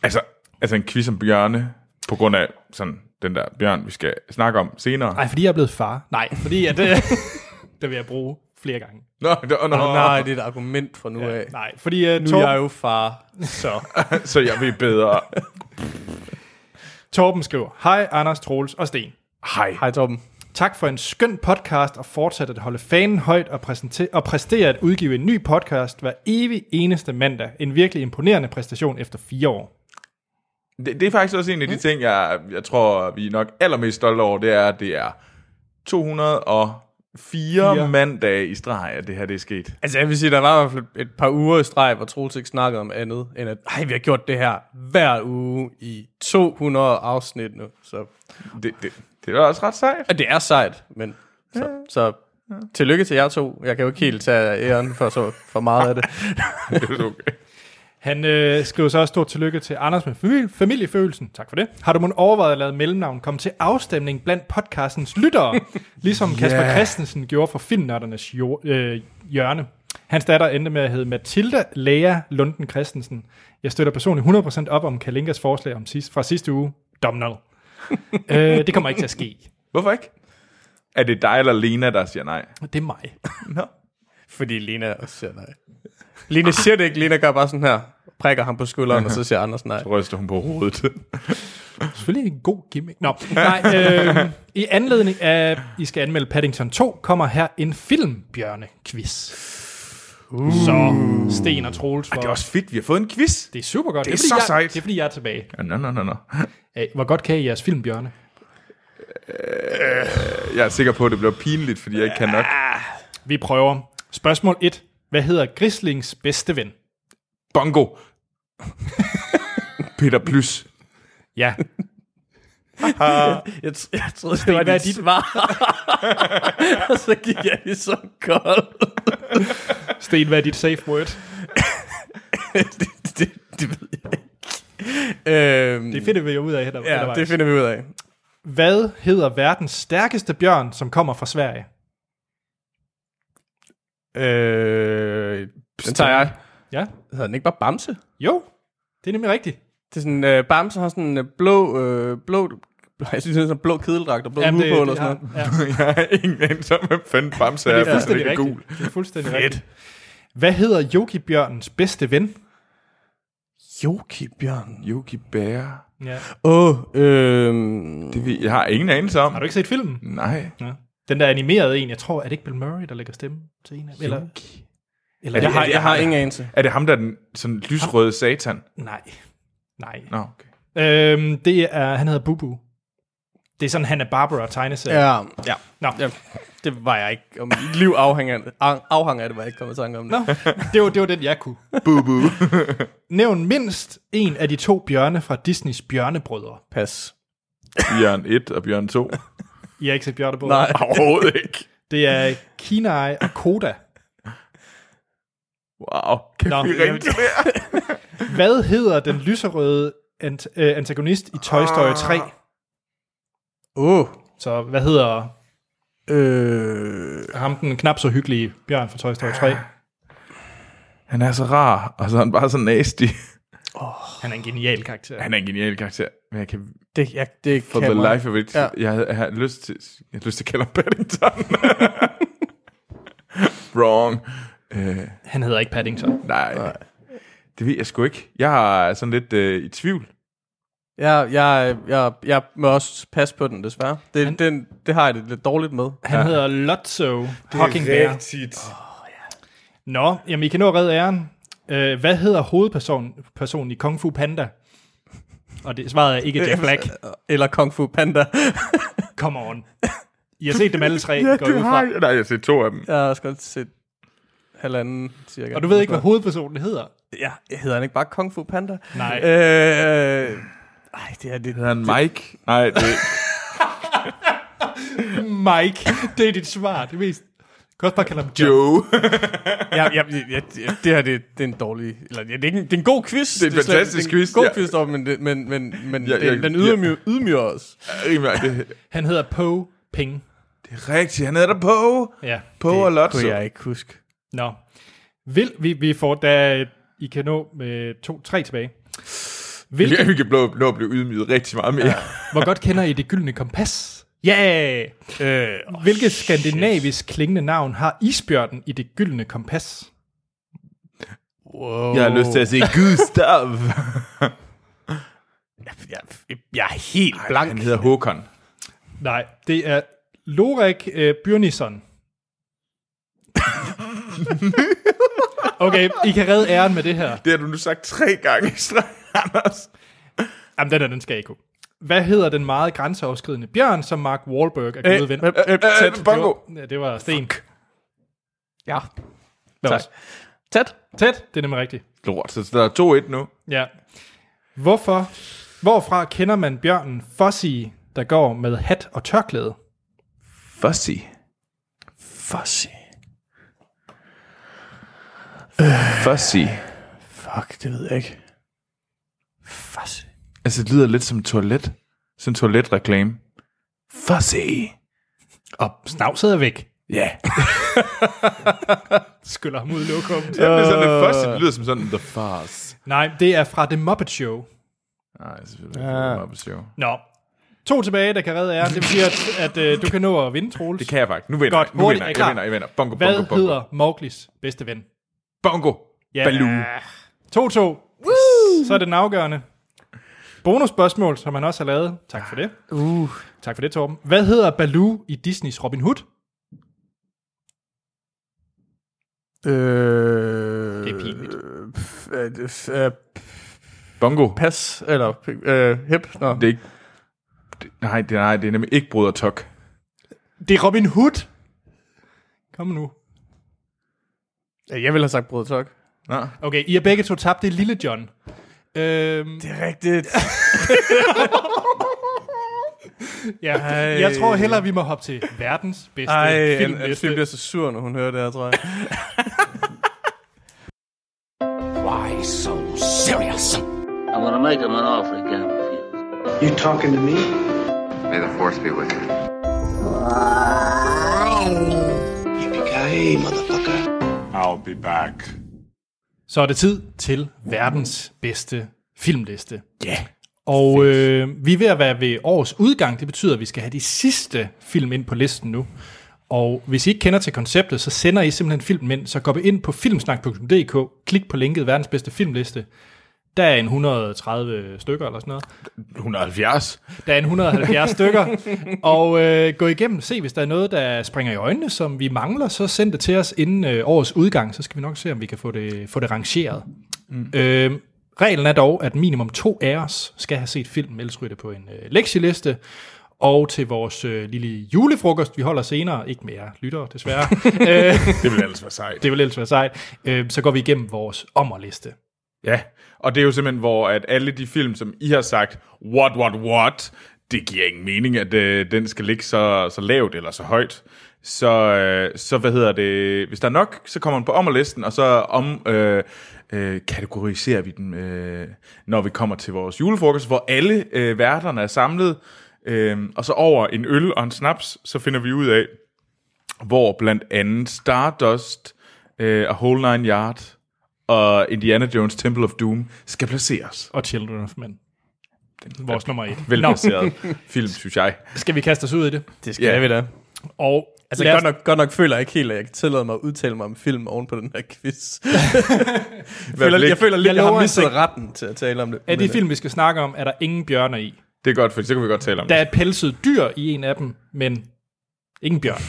Altså, altså en quiz om bjørne, på grund af sådan den der bjørn, vi skal snakke om senere. Nej, fordi jeg er blevet far. Nej, fordi at... øh, det vil jeg bruge flere gange. Nå, nå, nå, Oh. nå. Nej, det er et argument fra nu af. Ja, Nej, fordi uh, nu er jeg Torben, jo far. Så. Så jeg ved bedre. Torben skriver, Hej Anders, Troels og Sten. Hej. Hej Torben. Tak for en skøn podcast og fortsat at holde fanen højt og, præsente- og præstere at udgive en ny podcast hver evig eneste mandag. En virkelig imponerende præstation efter fire år. Det, det er faktisk også en af de ting, jeg, jeg tror, vi er nok allermest stolte over, det er, at det er 204 Fire. mandage i streg, at det her det er sket. Altså jeg vil sige, der var i hvert fald et par uger i streg, hvor Troels ikke snakkede om andet, end at ej, vi har gjort det her hver uge i 200 afsnit nu. Så. Det, det, det var også ret sejt. Og det er sejt, men så, så tillykke til jer to. Jeg kan jo ikke helt tage æren for så for meget af det. Det var okay. Han øh, skriver så også stort tillykke til Anders med familie- familiefølelsen. Tak for det. Har du måske overvejet at lade mellemnavn komme til afstemning blandt podcastens lyttere? ligesom Kasper Ja. Christensen gjorde for filmnørdernes jo- øh, hjørne. Hans datter endte med at hedde Mathilda Lea Lunden Christensen. Jeg støtter personligt 100% op om Kalinkas forslag om sidst, fra sidste uge. Domnall. øh, det kommer ikke til at ske. Hvorfor ikke? Er det dig eller Lena, der siger nej? Det er mig. Nå. Fordi Lina også siger nej. Lina siger det ikke. Lina gør bare sådan her. Prikker ham på skulderen, og så siger Anders nej. Ryster hun på hovedet. Selvfølgelig en god gimmick. Nå, nej. Øh, I anledning af, I skal anmelde Paddington 2, kommer her en filmbjørne-quiz. Uh. Så Sten og Troels, for, Det er også fedt, vi har fået en quiz. det er super godt. Det er fordi så jeg, sejt. Det er fordi, jeg er tilbage. Ja, Nå, nå, nå, nå. Æh, hvor godt kan I jeres filmbjørne? Jeg er sikker på, at det bliver pinligt, fordi jeg ikke kan nok. Vi prøver. Spørgsmål 1. Hvad hedder Grislings bedste ven? Bongo. Peter Plys. Ja, Jeg, t- jeg troede, det var hvad er dit dit? svar. og så gik jeg ligesom kold. Sten, hvad er dit safe word? det, det, det ved jeg ikke. Øhm, Det finder vi jo ud af hen ad- ja, undervejs. det finder vi ud af. Hvad hedder verdens stærkeste bjørn, som kommer fra Sverige? Øh, den tager jeg. Ja, Øh, Hedder den ikke bare Bamse? jo. Det er nemlig rigtigt. Det er sådan, øh, Bamse har sådan en øh, blå, øh, blå, jeg synes, det er sådan en blå kedeldragt og blå hue på, eller sådan noget. ja, ja. jeg har ingen anelse om, hvem fanden Bamse er, Det er for det fuldstændig er gul. rigtigt. Det er fuldstændig Fedt. rigtigt. Hvad hedder Yogi Bjørnens bedste ven? Joki Bjørn. Yogi Bear. Ja. Åh, oh, øh, Det ved, jeg har ingen anelse om. Har du ikke set filmen? Nej. Ja. Den der animerede en, jeg tror, er det ikke Bill Murray, der lægger stemme til en af Eller, eller jeg jeg, Er det- har, har, jeg har ingen anelse. Er det ham, der er den sådan lysrøde satan? nej. Nej. Nå, okay. Øhm, det er, han hedder Bubu. Det er sådan Hanna-Barbera tegneserie. Ja, ja. Nå, ja. Det var jeg ikke. Om mit liv afhænger af det, af- afhang af det var jeg ikke kommet i tanke om det. Nå, det var, det var den, jeg kunne. Bubu. Nævn mindst en af de to bjørne fra Disneys bjørnebrødre. Pas. Bjørn 1 og Bjørn 2. I har ikke set bjørnebrødre? Nej. Overhovedet ikke. Det er Kinai og Koda. Wow. Kan Nå, Nå, vi ringe jamen- til det? Hvad hedder den lyserøde ant- øh, antagonist i Toy Story 3? Åh. Oh. Så hvad hedder Øh, ham den knap så hyggelige bjørn fra Toy Story 3? Han er så rar, og så er han bare så nasty. Han er en genial karakter. Han er en genial karakter, men jeg kan det, jeg, det for kan the mig. life of it. Ja. Ja. Jeg, havde- jeg, har lyst til, jeg har lyst til at kalde ham Paddington. Wrong. Uh, Han hedder ikke Paddington. nej. nej. Det ved jeg sgu ikke. Jeg er sådan lidt øh, i tvivl. Jeg, jeg, jeg, jeg må også passe på den, desværre. Det, Han- den, det har jeg det lidt dårligt med. Han ja. hedder Lotso Hockingbær. rigtigt. Nå, jamen I kan nå at redde æren. Øh, hvad hedder hovedpersonen personen i Kung Fu Panda? Og det svaret er ikke Jack Black. Eller Kung Fu Panda. Come on. I har set dem alle tre, Ja, går jeg ud det har fra. jeg. Nej, jeg har set to af dem. Jeg har også godt set halvanden, cirka. Og du ved ikke, hvad hovedpersonen hedder? Ja, hedder han ikke bare Kung Fu Panda? Nej. Øh, øh, ej, det er det. Hedder han Mike? Nej, det, Mike, det er dit svar. Det mest... Du kan også bare kalde ham Joe. Joe. Ja, ja, ja, ja, det her det, det er en dårlig... Eller, ja, det, er ikke, en- det er en god quiz. en slet- fantastisk det er en quiz, god ja. quiz, dog, men, det, men, men, men Ja, ja, den, ja, den ja. ydmyger, ydmyger os. Rimelig, det, Han hedder Po Ping. det er rigtigt. Han hedder da Poe. Ja. Poe og Lotso. ikke huske. Nå. Vil vi, vi får, da I kan nå med to, tre tilbage. Hvilke, Ja, vi kan blå, nå at blive ydmyget rigtig meget mere. hvor godt kender I det gyldne kompas? Ja! Yeah! Øh, Hvilket skandinavisk klingende navn har isbjørnen i det gyldne kompas? wow. Jeg har lyst til at se Gustav. Jeg, jeg er helt blank. Han hedder Håkon. Nej, det er Lorik øh, Byrnison. Okay, I kan redde æren med det her. Det har du nu sagt tre gange i streg, Anders. Jamen, den er den skal jeg ikke kunne. Hvad hedder den meget grænseoverskridende bjørn, som Mark Wahlberg er Øh, gode ven? øh, øh, Øh, tæt. Bongo. Det var, ja, det var Sten. Ja. Hvad var Tak. Tæt. Tæt, det er nemlig rigtigt. Lort, så der er 2-1 nu. Ja. Hvorfor? Hvorfra kender man bjørnen Fossi, der går med hat og tørklæde? Fuzzy. Fuzzy. Fuzzy. Fuck, det ved jeg ikke. Fuzzy. Altså, det lyder lidt som toilet. Sådan en toiletreklame. Fuzzy. Og snavset er væk. Ja. Skyller ham ud i lokummet. Yeah. Uh. sådan Øh. lidt fuzzy. Det lyder som sådan, the fuzz. Nej, det er fra The Muppet Show. Nej, selvfølgelig. ikke. Det er bare på show. Nå. To tilbage, der kan redde jer. Det betyder, at, at øh, du kan nå at vinde, Troels. Det kan jeg faktisk. Nu vinder Godt, jeg. Nu hurtigt, vinder er I jeg. klar? Jeg vinder, jeg vinder. Bongo, bongo, Hvad bongo. hedder Mowglis bedste ven? Bongo. Ja. Baloo. 2-2. Så er det den afgørende. Bonusspørgsmål, som han også har lavet. Tak for det. Uh. Tak for det, Torben. Hvad hedder Baloo i Disneys Robin Hood? Øh, Det er pinligt. øh, f- øh, f- øh, Bongo. pas, eller øh, hip. Nå. Det er ikke... Det, nej, det, nej, det er nemlig ikke Broder Tok. Det er Robin Hood. Kom nu. Ja, Jeg ville have sagt brød tok. Nå. Okay, I er begge to tabt. Det er Lille John. Øhm, Det er rigtigt. ja. Ej. Jeg tror hellere, vi må hoppe til verdens bedste Ej, film. Anne- Anne Fie bliver så sur, når hun hører det her, tror jeg. Why so serious? I'm gonna make him an offer he can't refuse. You talking to me? May the force be with you. Yippee-ki-yay, motherfucker. Så er det tid til verdens bedste filmliste. Ja. Yeah. Og øh, vi er ved at være ved årets udgang. Det betyder, at vi skal have de sidste film ind på listen nu. Og hvis I ikke kender til konceptet, så sender I simpelthen filmen ind. Så går vi ind på filmsnak.dk, klik på linket verdens bedste filmliste. Der er en 130 stykker eller sådan noget. 170. Der er en 170 stykker. Og øh, gå igennem, se hvis der er noget, der springer i øjnene, som vi mangler, så send det til os inden øh, årets udgang, så skal vi nok se, om vi kan få det, få det rangeret. Mm. Øh, reglen er dog, at minimum to af os skal have set filmen, ellers ryger det på en øh, lektieliste. Og til vores øh, lille julefrokost, vi holder senere, ikke mere lyttere desværre, øh, Det ville ellers være sejt. det vil ellers være sejt, øh, så går vi igennem vores ommerliste. Ja, og det er jo simpelthen, hvor at alle de film, som I har sagt, what, what, what, det giver ingen mening, at øh, den skal ligge så, så lavt eller så højt. Så, øh, så hvad hedder det, hvis der er nok, så kommer den på ommerlisten, og så om, øh, øh, kategoriserer vi den, øh, når vi kommer til vores julefrokost, hvor alle øh, værterne er samlet, øh, og så over en øl og en snaps, så finder vi ud af, hvor blandt andet Stardust øh, og Whole Nine Yard og Indiana Jones Temple of Doom skal placeres. Og Children of Men. Vores nummer et. Velplaceret film, synes jeg. Skal vi kaste os ud i det? Det skal yeah. vi da. Og Altså, lad os- godt nok, godt nok føler jeg ikke helt, at jeg kan tillade mig at udtale mig om film oven på den her quiz. jeg, føler, jeg føler lidt, Jeg jeg, jeg har lover, mistet at- retten til at tale om det. Af de Men, øh, øh, film, vi skal snakke om, er der ingen bjørner i. Det er godt, for så kan vi godt tale om Der det. er et pelset dyr i en af dem, men ingen bjørn.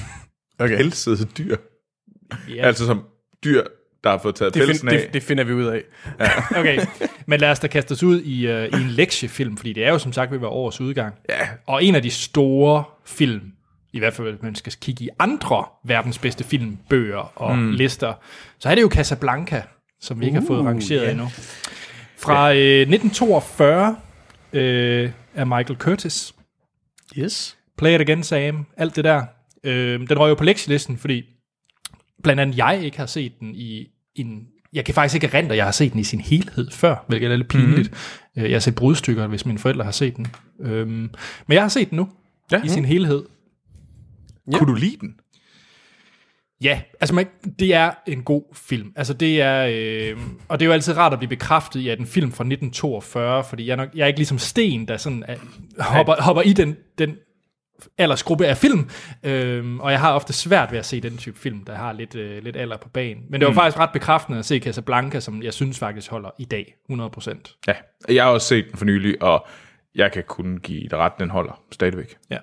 Okay. Pelsede dyr. Ja. Ja. Altså som dyr, der har fået taget øh, det, pelsen find, af. det, det finder vi ud af. Okay, men lad os da kaste os ud i, øh, i en lektiefilm, fordi det er jo som sagt ved at være årets udgang. Ja. Og en af de store film, i hvert fald hvis man skal kigge i andre verdens bedste filmbøger og mm. lister, så er det jo Casablanca, som vi ikke har fået Uh, rangeret yeah. endnu. Fra øh, 1942 øh, af Michael Curtis. Yes. Play It Again, Sam, alt det der. Øh, den røg jo på lektielisten, fordi blandt andet jeg ikke har set den i en... Jeg kan faktisk ikke erindre, at jeg har set den i sin helhed før, hvilket er lidt pinligt. Mm. Jeg har set brudstykker, hvis mine forældre har set den. Øhm, men jeg har set den nu, ja. i sin helhed. Ja. Kunne du lide den? Ja, altså man, det er en god film. Altså det er, øh, og det er jo altid rart at blive bekræftet i, at en film fra 1942, fordi jeg er, nok, jeg er ikke ligesom Sten, der sådan er, hopper, hopper i den, den aldersgruppe af film, øhm, og jeg har ofte svært ved at se den type film, der har lidt, øh, lidt alder på banen. Men det var mm. faktisk ret bekræftende at se Casablanca, som jeg synes faktisk holder i dag 100%. Ja. Jeg har også set den for nylig, og jeg kan kun give dig ret, den holder stadigvæk. Ja.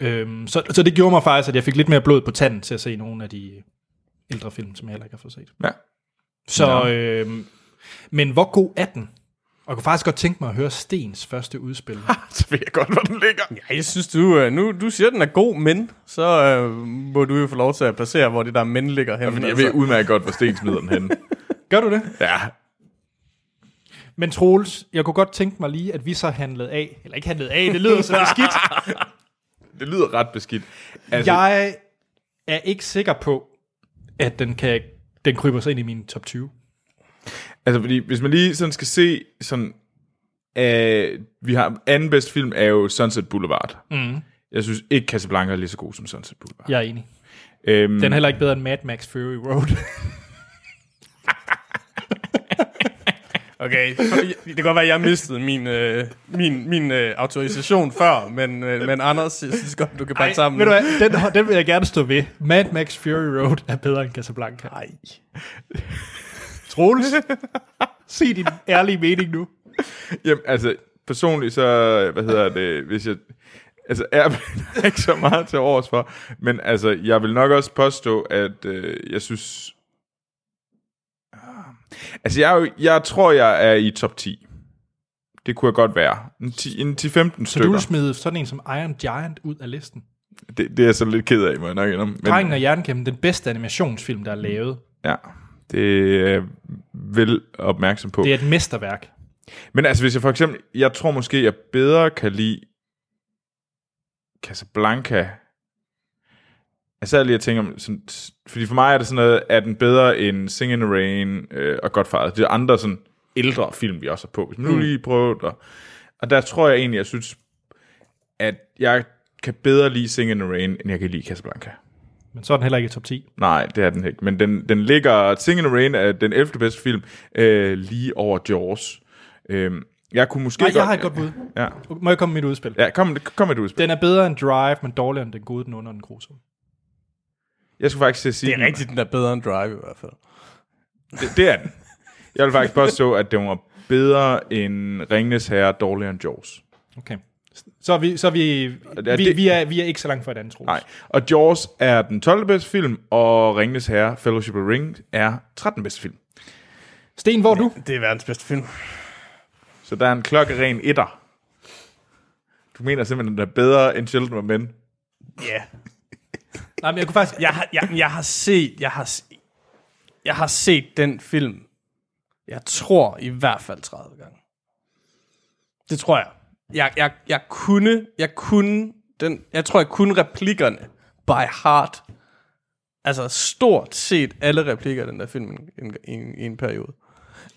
Øhm, så, så det gjorde mig faktisk, at jeg fik lidt mere blod på tanden til at se nogle af de øh, ældre film, som jeg heller ikke har fået set. Ja. Så, øh, men hvor god er den? Og jeg kunne faktisk godt tænke mig at høre Stens første udspil. Så ved jeg godt, hvor den ligger. Ja, jeg synes, du, øh, nu, du siger, at den er god, men så øh, må du jo få lov til at placere, hvor det der men ligger henne. Men jeg ved udmærket godt, hvor Sten smider den hen. Gør du det? Ja. Men Troels, jeg kunne godt tænke mig lige, at vi så handlede af. Eller ikke handlede af, det lyder så beskidt. Det lyder ret beskidt. Altså, Jeg er ikke sikker på, at den kan den kryber sig ind i min top 20. Altså, fordi hvis man lige sådan skal se sådan... Øh, vi har anden bedste film er jo Sunset Boulevard. Mm. Jeg synes ikke Casablanca er lige så god som Sunset Boulevard. Jeg er enig. Øhm, Den er heller ikke bedre end Mad Max Fury Road. Okay, det kan godt være, at jeg mistede min, øh, min, min øh, autorisation før, men, øh, men Anders, jeg synes godt, du kan pakke sammen. Ved du hvad, den, den vil jeg gerne stå ved. Mad Max Fury Road er bedre end Casablanca. Nej. Troels, se din ærlige mening nu. Jamen, altså, personligt så, hvad hedder det, hvis jeg... Altså, er der ikke så meget til års for, men altså, jeg vil nok også påstå, at øh, jeg synes... Ah. Altså, jeg, er jo- jeg tror, jeg er i top 10. Det kunne jeg godt være. En 10 en 10-15 stykker. Så du vil smide sådan en som Iron Giant ud af listen. Det, det er jeg så lidt ked af, må jeg nok indrømme. Men- Drengen og Jernkæmpen, den bedste animationsfilm, der er lavet. Ja, det er vel opmærksom på. Det er et mesterværk. Men altså, hvis jeg for eksempel... Jeg tror måske, jeg bedre kan lide Casablanca. Altså, Jeg sad lige og tænkte om... Sådan, fordi for mig er det sådan noget, er den bedre end Sing in the Rain øh, og Godfather? Det er andre sådan ældre film, vi også er på. Hvis man nu lige prøver det. Og der tror jeg egentlig, jeg synes, at jeg kan bedre lide Sing in the Rain, end jeg kan lide Casablanca. Men så er den heller ikke i top 10. Nej, det er den ikke. Men den, den ligger... Sing in the Rain er den 11. bedste film, øh, lige over Jaws. Øhm, Jeg kunne måske Nej, jeg har et godt... godt bud. Ja, Må jeg komme med mit udspil? ja kom, kom med et udspil. Den er bedre end Drive, men dårligere end den gode, den under den gode sol. Jeg skulle faktisk til at sige... Det er rigtigt, den er bedre end Drive i hvert fald. Det, det er den. Jeg vil faktisk påstå, at den var bedre end Ringnes Herre, dårligere end Jaws. Okay. Så er vi, så er vi, er vi, det- vi, er, vi er ikke så langt fra et andet, Troels. Nej, og Jaws er den 12. bedste film, og Ringnes Herre, Fellowship of the Ring, er 13. bedste film. Sten, hvor er du? Det er verdens bedste film. Så der er en klokkeren etter. Du mener simpelthen, at den er bedre end Children of Men. Ja. Nej, men jeg kunne faktisk... Jeg har, jeg, jeg har set, jeg har, se- jeg har set den film, jeg tror i hvert fald 30 gange. Det tror jeg. Jeg, jeg, jeg kunne, jeg kunne, den, jeg tror jeg kunne replikkerne by heart. Altså stort set alle replikker i den der film i en, i en, i en periode.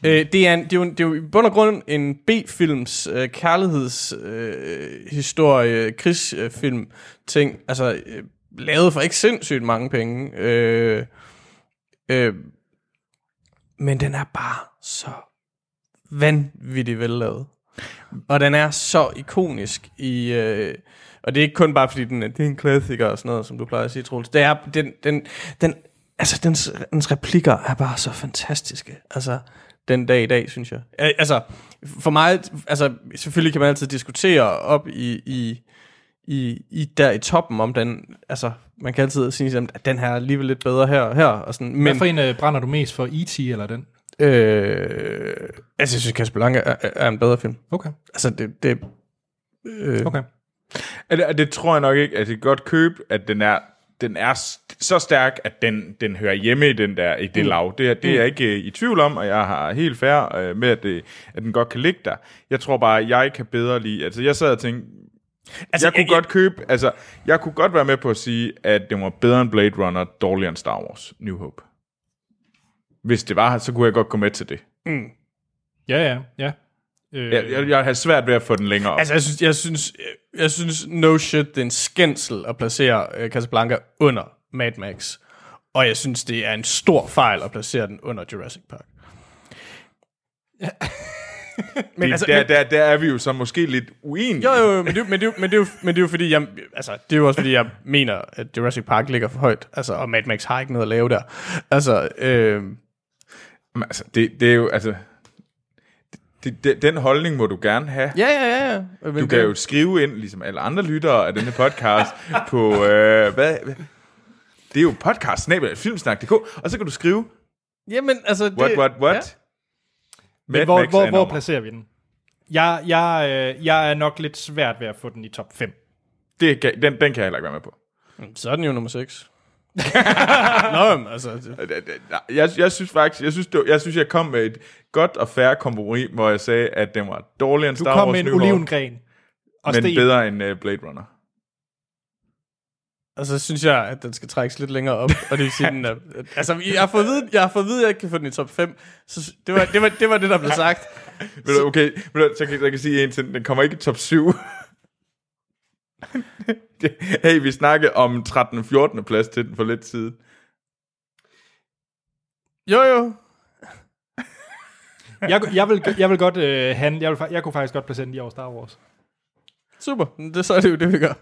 Øh, det, er en, det, er jo en, det er jo i bund og grund en B-films øh, kærlighedshistorie, øh, historie, krigsfilm ting, altså øh, lavet for ikke sindssygt mange penge. Øh, øh, men den er bare så vanvittigt vellavet. Og den er så ikonisk i... Øh, og det er ikke kun bare fordi den er, det er en klassiker og sådan noget, som du plejer at sige, Troels. Det er, den, den, den, altså, dens, dens replikker er bare så fantastiske. Altså, den dag i dag, synes jeg. Al- Altså, for mig... Altså, selvfølgelig kan man altid diskutere op i, i, i, i der i toppen, om den... Altså, man kan altid sige, at den her er alligevel lidt bedre her og her. Og sådan, men, Hvad for en øh, brænder du mest for? E.T. eller den? Øh, altså, jeg synes, Casablanca er, er- er en bedre film. Okay, Altså, det... det øh, okay. Og det, og det tror jeg nok ikke, at det er et godt køb, at den er, den er st- så stærk, at den, den hører hjemme i den der, i Mm. det lav. Det, er- det er jeg ikke øh, i tvivl om, og jeg har helt fair øh, med, at, det, at den godt kan ligge der. Jeg tror bare, at jeg kan bedre lide... Altså, jeg sad og tænkte, altså, jeg kunne jeg, godt købe... Altså, jeg kunne godt være med på at sige, at den var bedre end Blade Runner, dårligere end Star Wars New Hope. Hvis det var, så kunne jeg godt gå med til det. Ja, ja, ja. Øh, Jeg, jeg, jeg har svært ved at få den længere op. Altså, jeg synes, jeg, synes, øh, jeg synes, no shit, det er en skændsel at placere øh, Casablanca under Mad Max. Og jeg synes, det er en stor fejl at placere den under Jurassic Park. men, altså, der, men- der, der er vi jo så måske lidt uenige. Jo, jo, jo, men det, er jo- men, det, er jo- men, det, er jo- men det er jo fordi, jeg, altså, det er jo også fordi, jeg mener, at Jurassic Park ligger for højt, altså, og Mad Max har ikke noget at lave der. Altså, øh, Men altså, det, det er jo, altså... Det, det, den holdning må du gerne have. ja, ja, ja, ja. Men Du det- kan jo skrive ind, ligesom alle andre lyttere af denne podcast, på... Øh, hvad, hvad? Det er jo podcast filmsnak.dk, og så kan du skrive, Jamen, altså... Det, what, what, Ja. what? Men Mad hvor, Max er hvor, hvor nummer. placerer vi den? Jeg, jeg, øh, jeg er nok lidt svært ved at få den i top 5. Det kan, den, den kan jeg heller ikke være med på. Så er den jo nummer 6. Nå, men altså... Øh, det- Jeg, jeg synes faktisk, jeg synes, det, var- jeg synes, jeg kom med et godt og færre kompromis, hvor jeg sagde, at den var dårligere end Du Star kom Wars med en New Hope, olivengren. Og men Sten, bedre end øh, Blade Runner. Og så synes jeg, at den skal trækkes lidt længere op, og det vil sige, den er, altså, jeg har fået at vide, jeg har fået at vide, at jeg ikke kan få den i top 5, så det var det, var, det, var det der blev sagt. Ved du, okay, ved du, så kan så kan jeg sige en ting. Den kommer ikke i top 7. hey, vi snakkede om 13. 14. plads til den for lidt siden. Jo, jo. jeg, jeg, vil, jeg vil godt øh, handle. Jeg, vil, fa- jeg kunne faktisk godt placere den i over Star Wars. Super. Det, så er det jo det, vi gør.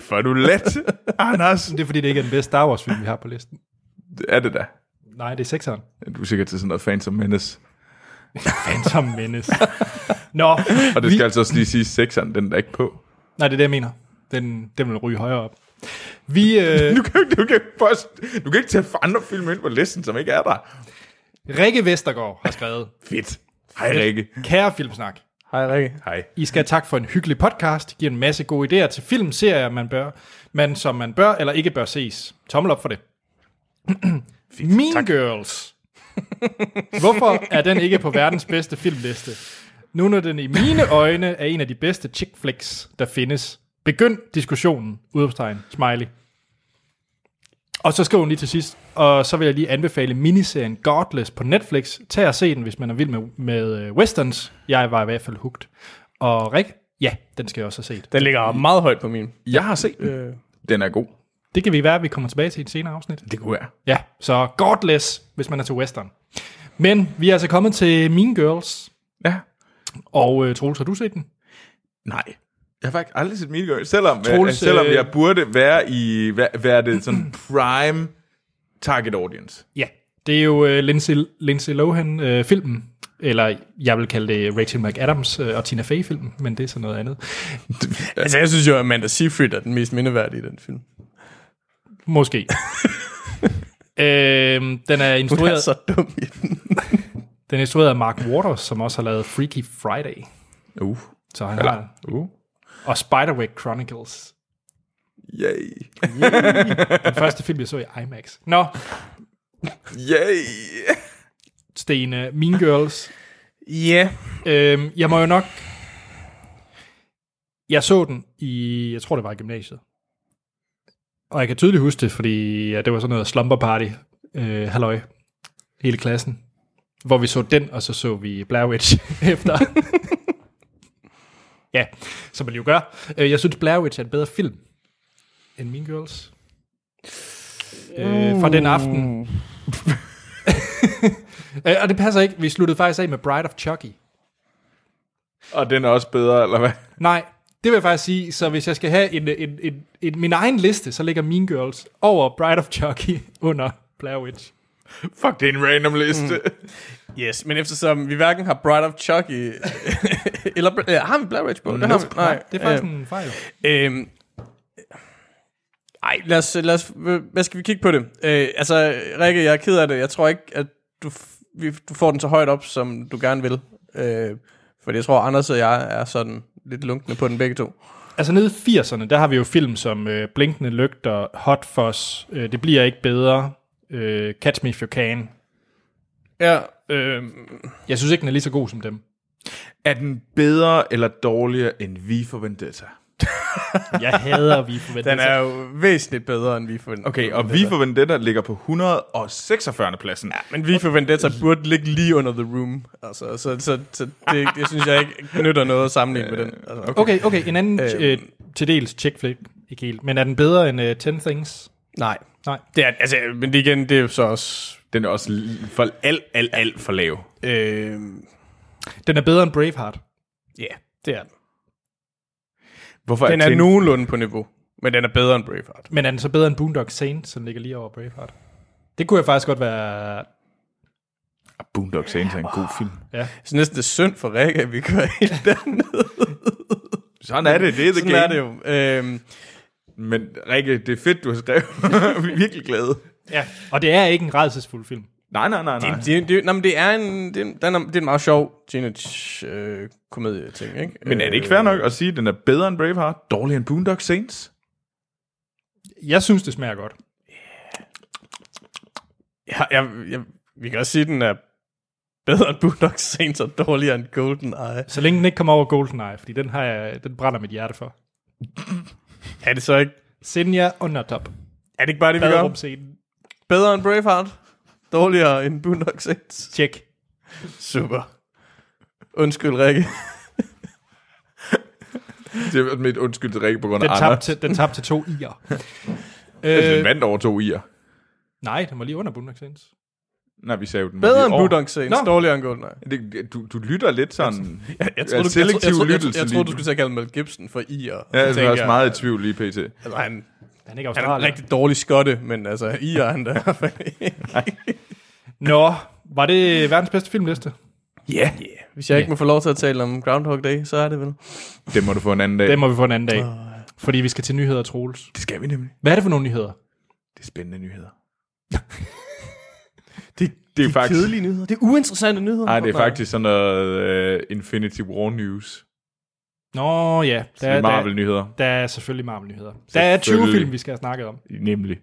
For du let, Anders. Men Det er fordi, det ikke er den bedste Star Wars-film, vi har på listen. Det er det da. Nej, det er 6'eren. Du er sikkert til sådan noget fan som Menace. Phantom Menace. Nå, Og det skal altså også lige sige, at 6'eren, den er ikke på. nej, det er det, jeg mener. Den, den vil ryge højere op. Vi, øh, Du kan, ikke- du, kan, ikke post, du kan ikke tage andre film ind på listen, som ikke er der. Rikke Vestergaard har skrevet, Fedt. Hej, Rikke. kære filmsnak, Hej, Rikke. Hej. I skal have tak for en hyggelig podcast. Giver en masse gode idéer til film, serier, man bør, man, som man bør eller ikke bør ses. Tommel op for det. mean Girls. Hvorfor er den ikke på verdens bedste filmliste? Nu når den i mine øjne er en af de bedste chick flicks, der findes. Begynd diskussionen. Udopstegn. Smiley. Og så skriver hun lige til sidst, og så vil jeg lige anbefale miniserien Godless på Netflix. Tag og se den, hvis man er vild med, med øh, westerns. Jeg var i hvert fald hugt. Og Rik, ja, den skal jeg også have set. Den ligger meget højt på min. Jeg har set den. Øh, Den er god. Det kan vi være, at vi kommer tilbage til i et senere afsnit. Det kunne være. Ja, så Godless, hvis man er til western. Men vi er altså kommet til Mean Girls. Ja. Og øh, Troels, har du set den? Nej. Jeg har faktisk aldrig set Mean Girls, selvom, Troels, Troels, jeg, selvom øh, jeg burde være i væ- være det sådan prime target audience. Ja. Det er jo øh, Lindsay, Lindsay Lohan-filmen, øh, filmen. eller jeg vil kalde det Rachel McAdams øh, og Tina Fey-filmen, men det er så noget andet. Altså, jeg synes jo, at Amanda Seyfried er den mest mindeværdige i den film. Måske. øhm, den er Hun er instrueret, så dum i den. den er instrueret af Mark Waters, som også har lavet Freaky Friday. Uh. Så han Eller- har, Uh. og Spiderwick Chronicles. Yay. Den første film, jeg så i IMAX. Nå, Yay. Stene, Mean Girls. Ja. Øhm, jeg må jo nok... Jeg så den i... Jeg tror, det var i gymnasiet. Og jeg kan tydeligt huske det, fordi ja, det var sådan noget slumber party. Øh, halløj. Hele klassen. Hvor vi så den, og så så vi Blair Witch efter. ja, som man jo gør. Øh, Jeg synes, Blair Witch er en bedre film end Mean Girls. Øh, fra den aften. Øh, og det passer ikke. Vi sluttede faktisk af med Bride of Chucky. Og den er også bedre, eller hvad? Nej, det vil jeg faktisk sige. Så hvis jeg skal have en, en, en, en, min egen liste, så ligger Mean Girls over Bride of Chucky under Blair Witch. Fuck, det er en random liste. Mm. Yes, men eftersom vi hverken har Bride of Chucky, eller ja, har vi Blair Witch på? Det har vi, nej. Det er faktisk en fejl. Øhm, ej, lad os, lad os, hvad skal vi kigge på det? Øh, altså, Rikke, jeg er ked af det. Jeg tror ikke, at du, f- vi- du får den så højt op, som du gerne vil. Øh, for jeg tror, Anders og jeg er sådan lidt lunkne på den begge to. Altså nede i 80'erne, der har vi jo film som øh, Blinkende Lygter, Hot Fuzz, øh, Det bliver ikke bedre, øh, Catch Me If You Can. Ja, Øh, jeg synes ikke, den er lige så god som dem. Er den bedre eller dårligere end Vi for Vendetta? Jeg hader vi forventer. den er jo væsentligt bedre, end vi for Okay, og Vi for Vendetta ligger på 146. pladsen. Ja, Men vi for Vendetta burde ligge lige under The Room. Altså, så, så, så det, det synes jeg ikke nytter noget at sammenligne med den. Altså, okay. Okay, okay, en anden øh, til dels chick flick, ikke helt, men er den bedre end øh, 10 Things? Nej. Nej. Det er, altså, men det igen, det er jo så også... Den er også l- for alt, alt, alt for lav. Øh, Øhm, Den er bedre end Braveheart. Ja, det er den. Hvorfor Den er Tin- nogenlunde på niveau, men den er bedre end Braveheart. Men er den så bedre end Boondock Saints, som ligger lige over Braveheart? Det kunne jeg faktisk godt være... Boondock Saints er en god film. Så næsten det er synd for Rikke, at vi kører helt dernede. Sådan er det, det er the Sådan game. er det jo. Øhm, Men Rikke, det er fedt, du har skrevet. Vi er virkelig glade. Ja. Og det er ikke en redselsfuld film. Nej, nej, nej, nej. det, det, det, nej, men det er en, det, er en- den er, det er en meget sjov teenage-komedie-ting, ikke? Øh, Men er det ikke fair nok at sige, at den er bedre end Braveheart, dårligere end Boondock Saints? Jeg synes, det smager godt. Jeg, jeg, jeg, vi kan også sige, at den er bedre end Boondock Saints og dårligere end GoldenEye. Så længe den ikke kommer over GoldenEye, fordi den, har jeg, den brænder mit hjerte for. Er det så ikke... Senja og Nutop. Er det ikke bare det, vi gør? Baderumscenen. Bedre end Braveheart. Dårligere end Boondock Saints. Tjek. Super. Undskyld, Rikke. Det er mit undskyld til Rikke på grund af Den tabte, Anders. til- den tabte til to i'er. Den øh, vandt over to i'er. nej, den var lige under Boondock Saints. Nej, vi sagde jo den. var lige Bedre end over. Boondock Saints. Nå. Dårligere end GoldenEye. Det, du, du lytter lidt sådan... Jeg, jeg, troede, du, jeg, jeg, selektiv jeg, jeg, jeg, lyttelse jeg, jeg troede, du lige. skulle til at kalde Mel Gibson for I. Og, Ja, jeg er også meget i tvivl lige pt. Altså, han, Den er ikke han er en Australien. rigtig dårlig skotte, men altså, I er han der. Nå, var det verdens bedste filmliste? Ja. yeah. Hvis jeg ikke må få lov til at tale om Groundhog Day, så er det vel. Det må du få en anden dag. Den må vi få en anden dag. Fordi vi skal til nyheder, Troels. Det skal vi nemlig. Hvad er det for nogle nyheder? Det er spændende nyheder. Det, Det er faktisk... kedelige nyheder. Det er uinteressante nyheder. Nej, det er faktisk sådan noget uh, Infinity War news. Nå ja, Det er Marvel-nyheder. Der er selvfølgelig Marvel-nyheder. Der er 20 Selvfølgelig. film, vi skal have snakket om. Nemlig.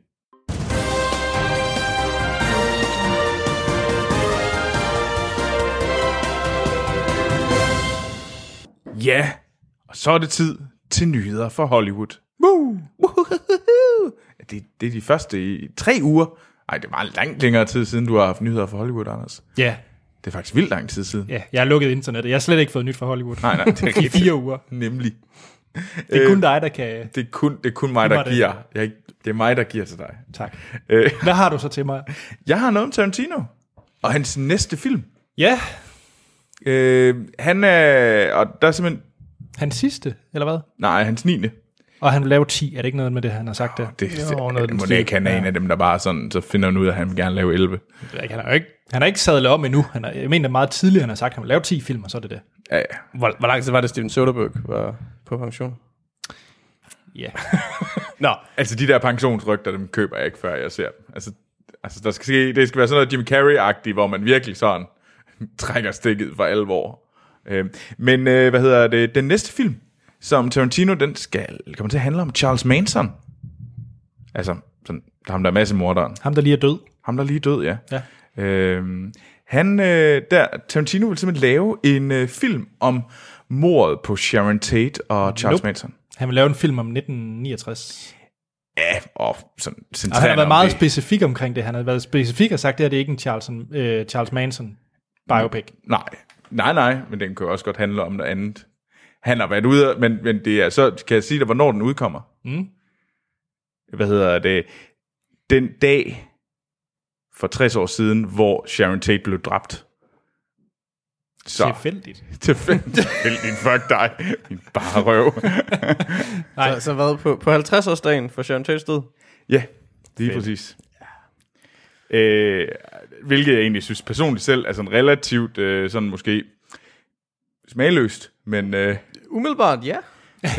Ja, og så er det tid til nyheder fra Hollywood. Woo! Ja, Det, det er de første i tre uger. Ej, det er meget langt længere tid siden, du har haft nyheder fra Hollywood, Anders. Ja, Det er faktisk vildt lang tid siden. ja, jeg har lukket internettet. Jeg har slet ikke fået nyt fra Hollywood. Nej, nej, det er I fire uger. Nemlig. Det er Øh, kun dig, der kan... Det er kun, det er kun mig, der var det. giver. Jeg, er ikke- det er mig, der giver til dig. Tak. Øh, Hvad har du så til mig? Jeg har noget om Tarantino. Og hans næste film. Ja, Øh, han er... Og der er simpelthen... Hans sidste, eller hvad? Nej, hans 9. Og han vil lave 10. Er det ikke noget med det, han har sagt der? Det, det, Jo, jo, noget af det, den må stil. ikke, han er en af dem, der bare sådan, så finder han ud af, at han vil gerne lave 11. Jeg ved ikke, Han har jo ikke, han har ikke sadlet om endnu. Han er, jeg mener meget tidligere, han har sagt, at han vil lave 10 film, og så er det det. Ja, ja. Hvor, hvor lang tid var det, Steven Soderbergh var på pension? Ja. Nå, Altså, de der pensionsrygter, dem køber jeg ikke, før jeg ser dem. Altså, altså der skal ske, det skal være sådan noget Jim Carrey-agtigt, hvor man virkelig sådan trækker stikket for alvor. Øh, men øh, hvad hedder det? Den næste film, som Tarantino, den skal komme til at handle om Charles Manson. Altså, sådan, der er ham, der er masse morderen. Ham, der lige er død. Ham, der lige er død, ja. Ja. Øhm, han, øh, der, Tarantino ville simpelthen lave en øh, film om mordet på Sharon Tate og Charles nope. Nope. Manson. Han vil lave en film om 1969. Ja, og sådan Og Altså, han har centralt om været meget det. specifik omkring det. Han har været specifik og sagt, at det her det er ikke en Charles, øh, Charles Manson biopic. Nej, nej, nej, men den kan jo også godt handle om noget andet. Han har været ude, af- men, men det er, så kan jeg sige dig, hvornår den udkommer. Mm. Hvad hedder det? Den dag for 60 år siden, hvor Sharon Tate blev dræbt. Så Tilfældigt. tilfældigt. Tilfældigt, fuck dig. Min bare røv. så, så hvad på, på 50-årsdagen for Sharon Tates død? Ja, lige Fedt. præcis. Øh, hvilket jeg egentlig synes personligt selv er sådan relativt øh, sådan måske smagløst, men øh, Umiddelbart, ja.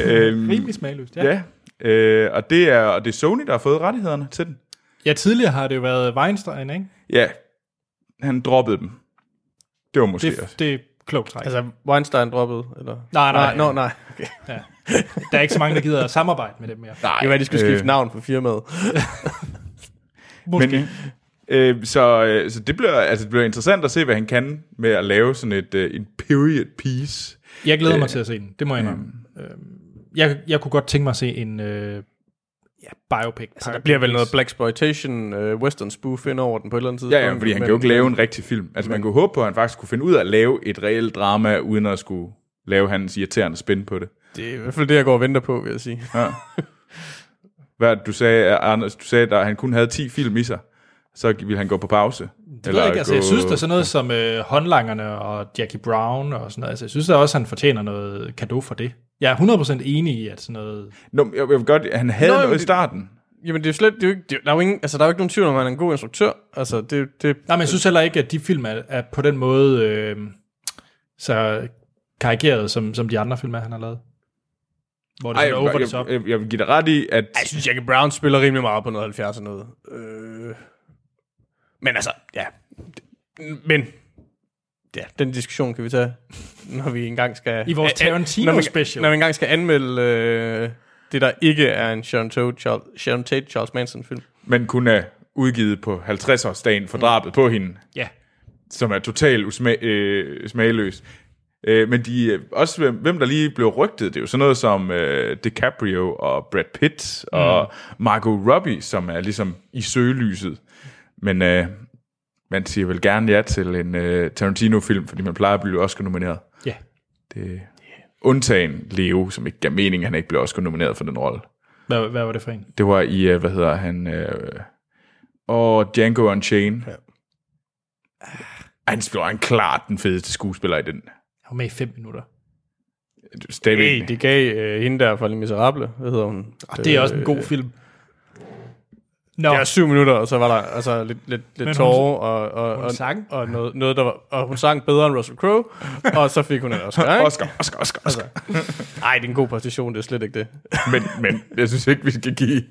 øh, Rimelig smagløst, ja. ja. Øh, og det er og det er Sony der har fået rettighederne til den. Ja, tidligere har det jo været Weinstein, ikke? Ja. Han droppede dem. Det var måske det, også. Det, det er klogt træk. Altså, Altså, Weinstein droppede, eller? Nej, nej. Nå, nej. Okay. der er ikke så mange, der gider at samarbejde med dem mere. Nej, Det var, at de skulle skifte øh. navn på firmaet. Måske. Men, øh, så, øh, så det bliver altså det bliver interessant at se hvad han kan med at lave sådan et øh, en period piece. Jeg glæder mig til at se den. Det må jeg indrømme. Øhm, Jeg, jeg kunne godt tænke mig at se en øh, ja, biopic. Altså, Der bliver vel noget Blaxploitation, uh, Western spoof ind over den på et eller andet tidspunkt. Ja, ja, fordi han men- kan jo ikke lave en rigtig film. Altså, man kunne håbe på, at han faktisk kunne finde ud af at lave et reelt drama, uden at skulle lave hans irriterende spin på det. Det er i hvert fald det, jeg går og venter på, vil jeg sige. Ja. Hvad er det, du sagde, Anders? Du sagde, at han kun havde 10 film i sig. Så ville han gå på pause. Det ved jeg, ikke. Altså, jeg synes, der er sådan noget som øh, håndlangerne og Jackie Brown og sådan noget. Altså, jeg synes da også, han fortjener noget kado for det. Jeg er 100% enig i, at sådan noget... Nå, jeg, jeg vil godt, han havde Nå, Nå, men noget i det- starten. Jamen, det er jo slet... Det er jo ikke, det, er- der, er jo ingen, altså, der er jo ikke nogen tvivl om, at han er en god instruktør. Altså, det, det, Nej, men jeg synes heller ikke, at de film er, er på den måde øh, så karikeret, som, som de andre film er, han har lavet. Hvor det Ej, Ej, jeg, er over the jeg, top. jeg, jeg vil give dig ret i, at... Jeg synes, Jackie Brown spiller rimelig meget på noget 70'er noget. Øh, men altså, ja. Men, ja, den diskussion kan vi tage, når vi engang skal... I vores Øh, øh, Tarantino når vi, special. Når vi engang skal anmelde øh, det, der ikke er en Sharon Tate, Charles, Sharon Tate, Charles Manson-film. Man kunne have udgivet på 50-årsdagen for drabet på hende. Ja. som er totalt usma- øh, smagløs. Øh, men de, øh, også hvem, hvem der lige blev rygtet, det er jo sådan noget som øh, DiCaprio og Brad Pitt og Margot Robbie, som er ligesom i søgelyset. Men øh, man siger vel gerne ja til en øh, Tarantino-film, fordi man plejer at blive Oscar-nomineret. ja. Det undtagen Leo, som ikke gav mening, at han ikke blev Oscar-nomineret for den rolle. Hvad, hvad var det for en? Det var i, øh, hvad hedder han, øh, og Django Unchained. Ja. Han spiller han klart den fedeste skuespiller i den. Jeg var med i fem minutter. Stadigvæk. Hey, det gav øh, hende der fra Les Miserable, hvad hedder hun? Og Ah, det er også en god film. Nå, Det er syv minutter, og Øh, så var der altså, lidt, lidt, lidt hun- tårer og, og, hun og, sang. og noget, noget, der var, og hun sang bedre end Russell Crowe, og så fik hun en Oscar, ikke? Oscar, Oscar, Oscar, Oscar. Ej, det er en god præstation, det er slet ikke det. Men, men jeg synes ikke, vi skal give...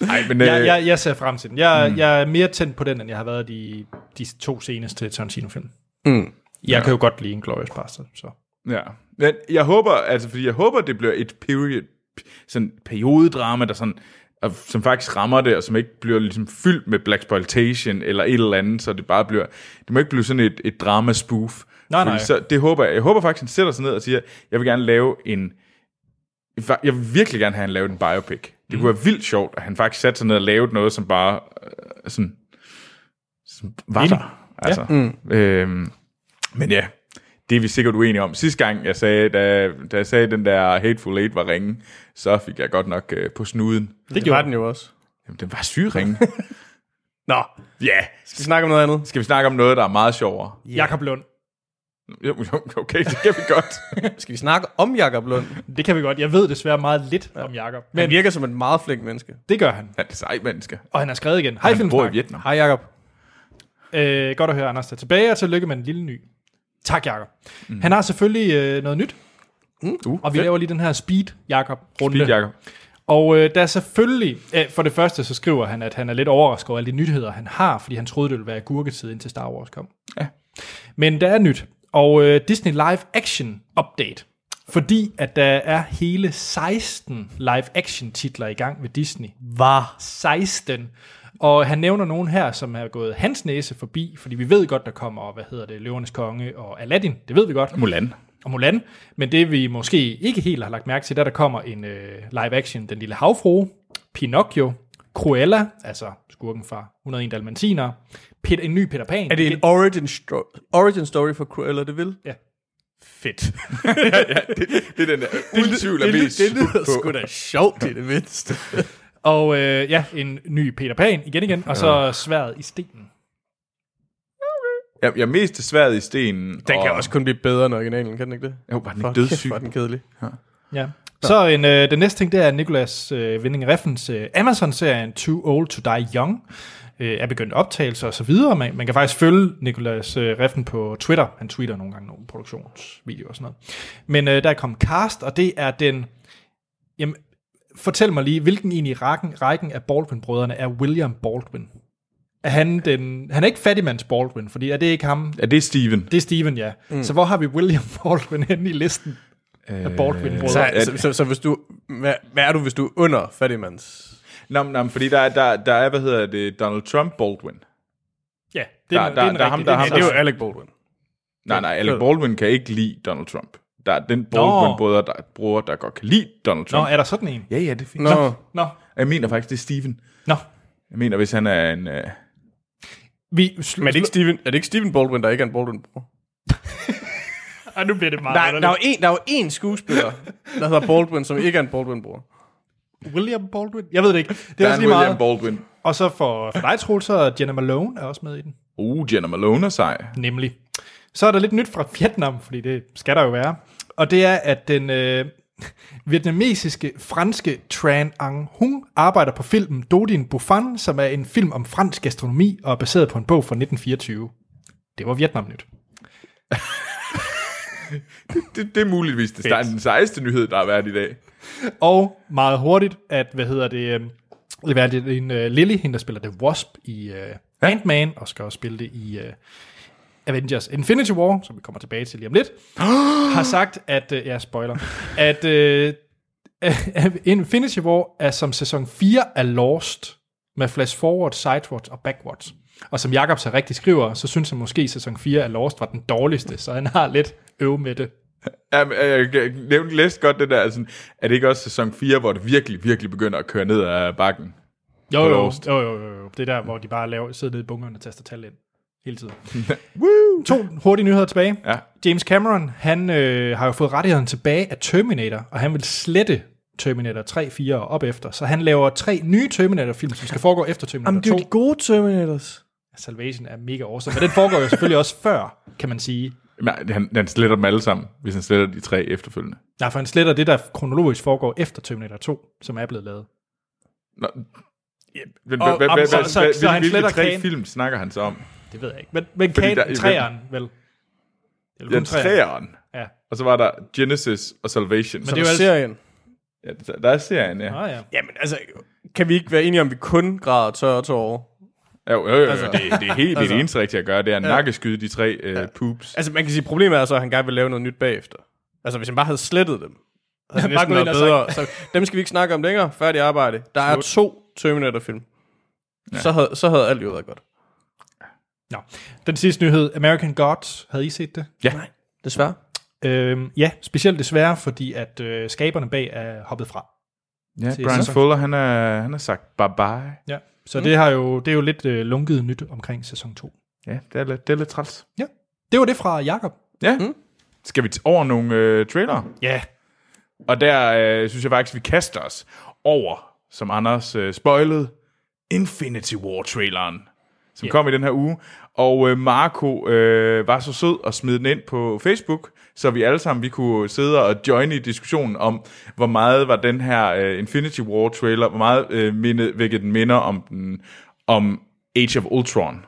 Ej, men øh, jeg, jeg, jeg ser frem til den. Jeg, mm. jeg er mere tændt på den, end jeg har været de, de to seneste Tarantino-film. Mm. Jeg kan jo godt lide en Glorious Bastard, så... Ja. Men jeg håber, altså, fordi jeg håber, det bliver et period, sådan periodedrama, der sådan, og som faktisk rammer det, og som ikke bliver ligesom fyldt med Black Exploitation eller et eller andet, så det bare bliver, det må ikke blive sådan et, et drama spoof. Nej, nej. Så det håber jeg. Jeg håber faktisk, han sætter sig ned og siger, jeg vil gerne lave en, jeg vil virkelig gerne have, at han lavede en biopic. Det kunne være vildt sjovt, at han faktisk satte sig ned og lavede noget, som bare øh, sådan, som var Enig. der. Altså, mm. øhm, men ja, det er vi sikkert uenige om. Sidste gang, jeg sagde, da, da jeg sagde, at den der Hateful Eight var ringe, så fik jeg godt nok øh, på snuden. Det gjorde den jo også. Jamen, den var syg ringe. Nå, ja, skal vi snakke om noget andet? skal vi snakke om noget, der er meget sjovere? Yeah. Jakob Lund. Jo, jo, okay, det kan vi godt. Skal vi snakke om Jakob Lund? Det kan vi godt. Jeg ved desværre meget lidt ja. om Jakob. Men Men han virker som et meget flink menneske. det gør han. Han er sej menneske. Og han er skrevet igen. Hej, Han bor i Filmsnak. Vietnam. Hej Jakob. Øh, godt at høre, Anders er tilbage, og tillykke med en lille ny. Tak, Jakob. Mm. Han har selvfølgelig øh, noget nyt, Uh, og vi laver lige den her speed Jakob runde. Speed, Jacob. Og øh, der er selvfølgelig, øh, for det første så skriver han, at han er lidt overrasket over alle de nyheder, han har, fordi han troede, det ville være gurketid, indtil Star Wars kom. Ja. Men der er nyt, og øh, Disney Live Action Update, fordi at der er hele 16 live action titler i gang ved Disney. Var. 16. Og han nævner nogen her, som er gået hans næse forbi, fordi vi ved godt, der kommer, hvad hedder det, Løvernes Konge og Aladdin, det ved vi godt, Mulan. og Mulan. Men det vi måske ikke helt har lagt mærke til, der der kommer en øh, live-action, Den Lille Havfrue, Pinocchio, Cruella, altså skurken fra 101 Dalmatiner, Pet, en ny Peter Pan. Er det en origin, stro- origin story for Cruella de Vil? Ja. Fedt. Det er den der, uden tvivl er det, mest det, det lyder sut på. sgu da sjovt, det er det mindste. Og øh, ja, en ny Peter Pan, igen igen, og så sværet i stenen. Jeg, jeg er mest til sværet i stenen. Den og- kan også kun blive bedre end originalen, kan den ikke det? Jo, var den Fuck, ikke kæft, dødssyg? var den kedelig. Ja. Så en, øh, den næste ting, det er Nicolas øh, Winding Reffens øh, Amazon-serien Too Old to Die Young. Øh, er begyndt optagelser og så videre. Man, man kan faktisk følge Nicolas øh, Reffen på Twitter. Han tweeter nogle gange nogle produktionsvideoer og sådan noget. Men øh, der kom Cast, og det er den... Jamen, fortæl mig lige, hvilken en i rækken, rækken af Baldwin-brødrene er William Baldwin? Er han, den, han er ikke fattigmands Baldwin, fordi er det ikke ham? Er det Steven? Det er Steven, ja. Mm. Så hvor har vi William Baldwin henne i listen af Baldwin-brødrene? Så, så, så, så hvis du, hvad, hvad er du, hvis du er under fattigmands? Nå, men- nå, men fordi der er, der, der er, hvad hedder det, Donald Trump Baldwin. Ja, det er, Der- der, det der- er en der rigtig, er ham, det der er er ham, en- der- det er jo Alec Baldwin. Nej, nej, Alec Baldwin kan ikke lide Donald Trump. Der er den Baldwin-bror, der, bror, der godt kan lide Donald jo- Nå, Trump. er der sådan en? Ja, ja, det er fint. Nå, Nå. Nå, Jeg mener faktisk, det er Steven. nå. Jeg mener, hvis han er en... Øh, Vi sl- Men er det, ikke Steven, er det ikke Steven Baldwin, der ikke er en Baldwin-bror? sl- ah, nu bliver det meget Nej, der er, underligt. jo en, der er jo en skuespiller, der hedder Baldwin, som ikke er en Baldwin-bror. William Baldwin? Jeg ved det ikke. Det er Dan også lige William meget. Baldwin. Og så for, for dig, Troel, så er Jenna Malone er også med i den. Uh, Jenna Malone er sej. Nemlig. Så er der lidt nyt fra Vietnam, fordi det skal der jo være. Og det er, at den øh, vietnamesiske franske Tran Ang Hung arbejder på filmen Dodin Buffon, som er en film om fransk gastronomi og er baseret på en bog fra 1924. Det var Vietnam nyt. Det, det er muligvis det, der er den sejeste nyhed, der har været i dag. Og meget hurtigt, at, hvad hedder det, øhm, det er det en uh, Lily, hende der spiller The Wasp i uh, Ant-Man, og skal også spille det i uh, Avengers Infinity War, som vi kommer tilbage til lige om lidt, har sagt, at, uh, ja, spoiler, at uh, Infinity War er som sæson 4 af Lost, med flash forward, sidewards og backwards. Og som Jakob så rigtig skriver, så synes han måske, at sæson 4 af Lost var den dårligste, så han har lidt øve med det. Jeg, øh, jeg, jeg nævnte læst godt det der, sådan, er det ikke også sæson 4, hvor det virkelig, virkelig begynder at køre ned ad bakken? Jo, på jo, Lost. jo, jo, jo, jo. Det er der, hvor de bare laver, sidder nede i bunkeren og taster tal ind. Hele tiden. Woo! To hurtige nyheder tilbage. Ja. James Cameron, han øh, har jo fået rettigheden tilbage af Terminator, og han vil slette Terminator 3, 4 og op efter. Så han laver tre nye Terminator-film, som skal foregå efter Terminator 2. gode Terminators. Salvation er mega awesome, men den foregår jo selvfølgelig også før, kan man sige. Men han, han sletter dem alle sammen, hvis han sletter de tre efterfølgende. Nej, for han sletter det, der kronologisk foregår efter Terminator 2, som er blevet lavet. Nå. Men Og- hvad- hvad- om- hvad- så- så- hvad- så han Hvilke sletter tre Kane. film snakker han så om? Det ved jeg ikke. Men, men Fordi der- kan træeren, vel? Eller Ja, kun træeren. træeren. Ja. Og så var der Genesis og Salvation. Men det Det er er jo altså- serien. ja, der- der er serien, ja. Ah, ja. Jamen altså, kan vi ikke være enige om, at vi kun græder tørre tårer? Jo, jo, jo, jo. Altså, det, det er helt altså, det eneste rigtige at gøre, det er at nakkeskyde de tre øh, poops. Altså man kan sige, problemet er så, at han gerne vil lave noget nyt bagefter. Altså hvis han bare havde slettet dem. bare Altså, næsten gået ind været og bedre. Så, dem skal vi ikke snakke om længere. Færdig arbejde. Der er to Terminator-film. Ja. Så, havde, så havde alt jo været godt. Nå. Den sidste nyhed, American Gods, havde I set det? Ja. Desværre. Øhm, ja, specielt desværre, fordi at øh, skaberne bag er hoppet fra. Ja, til Brian sæson- Fuller, han er, han har sagt bye-bye. Ja. Så mm. det, har jo, det er jo lidt øh, lunket nyt omkring sæson 2. Ja, det er lidt, det er lidt træls. Ja, det var det fra Jakob. Ja. Mm. Skal vi t- over nogle øh, trailer? Ja. Og der øh, synes jeg faktisk, vi kaster os over, som Anders øh, spoilede, Infinity War-traileren, som kom i den her uge. Og øh, Marco øh, var så sød og smide den ind på Facebook, så vi alle sammen vi kunne sidde og joine i diskussionen om, hvor meget var den her øh, Infinity War trailer, hvor meget øh, minde, hvilket den minder om, den, om Age of Ultron.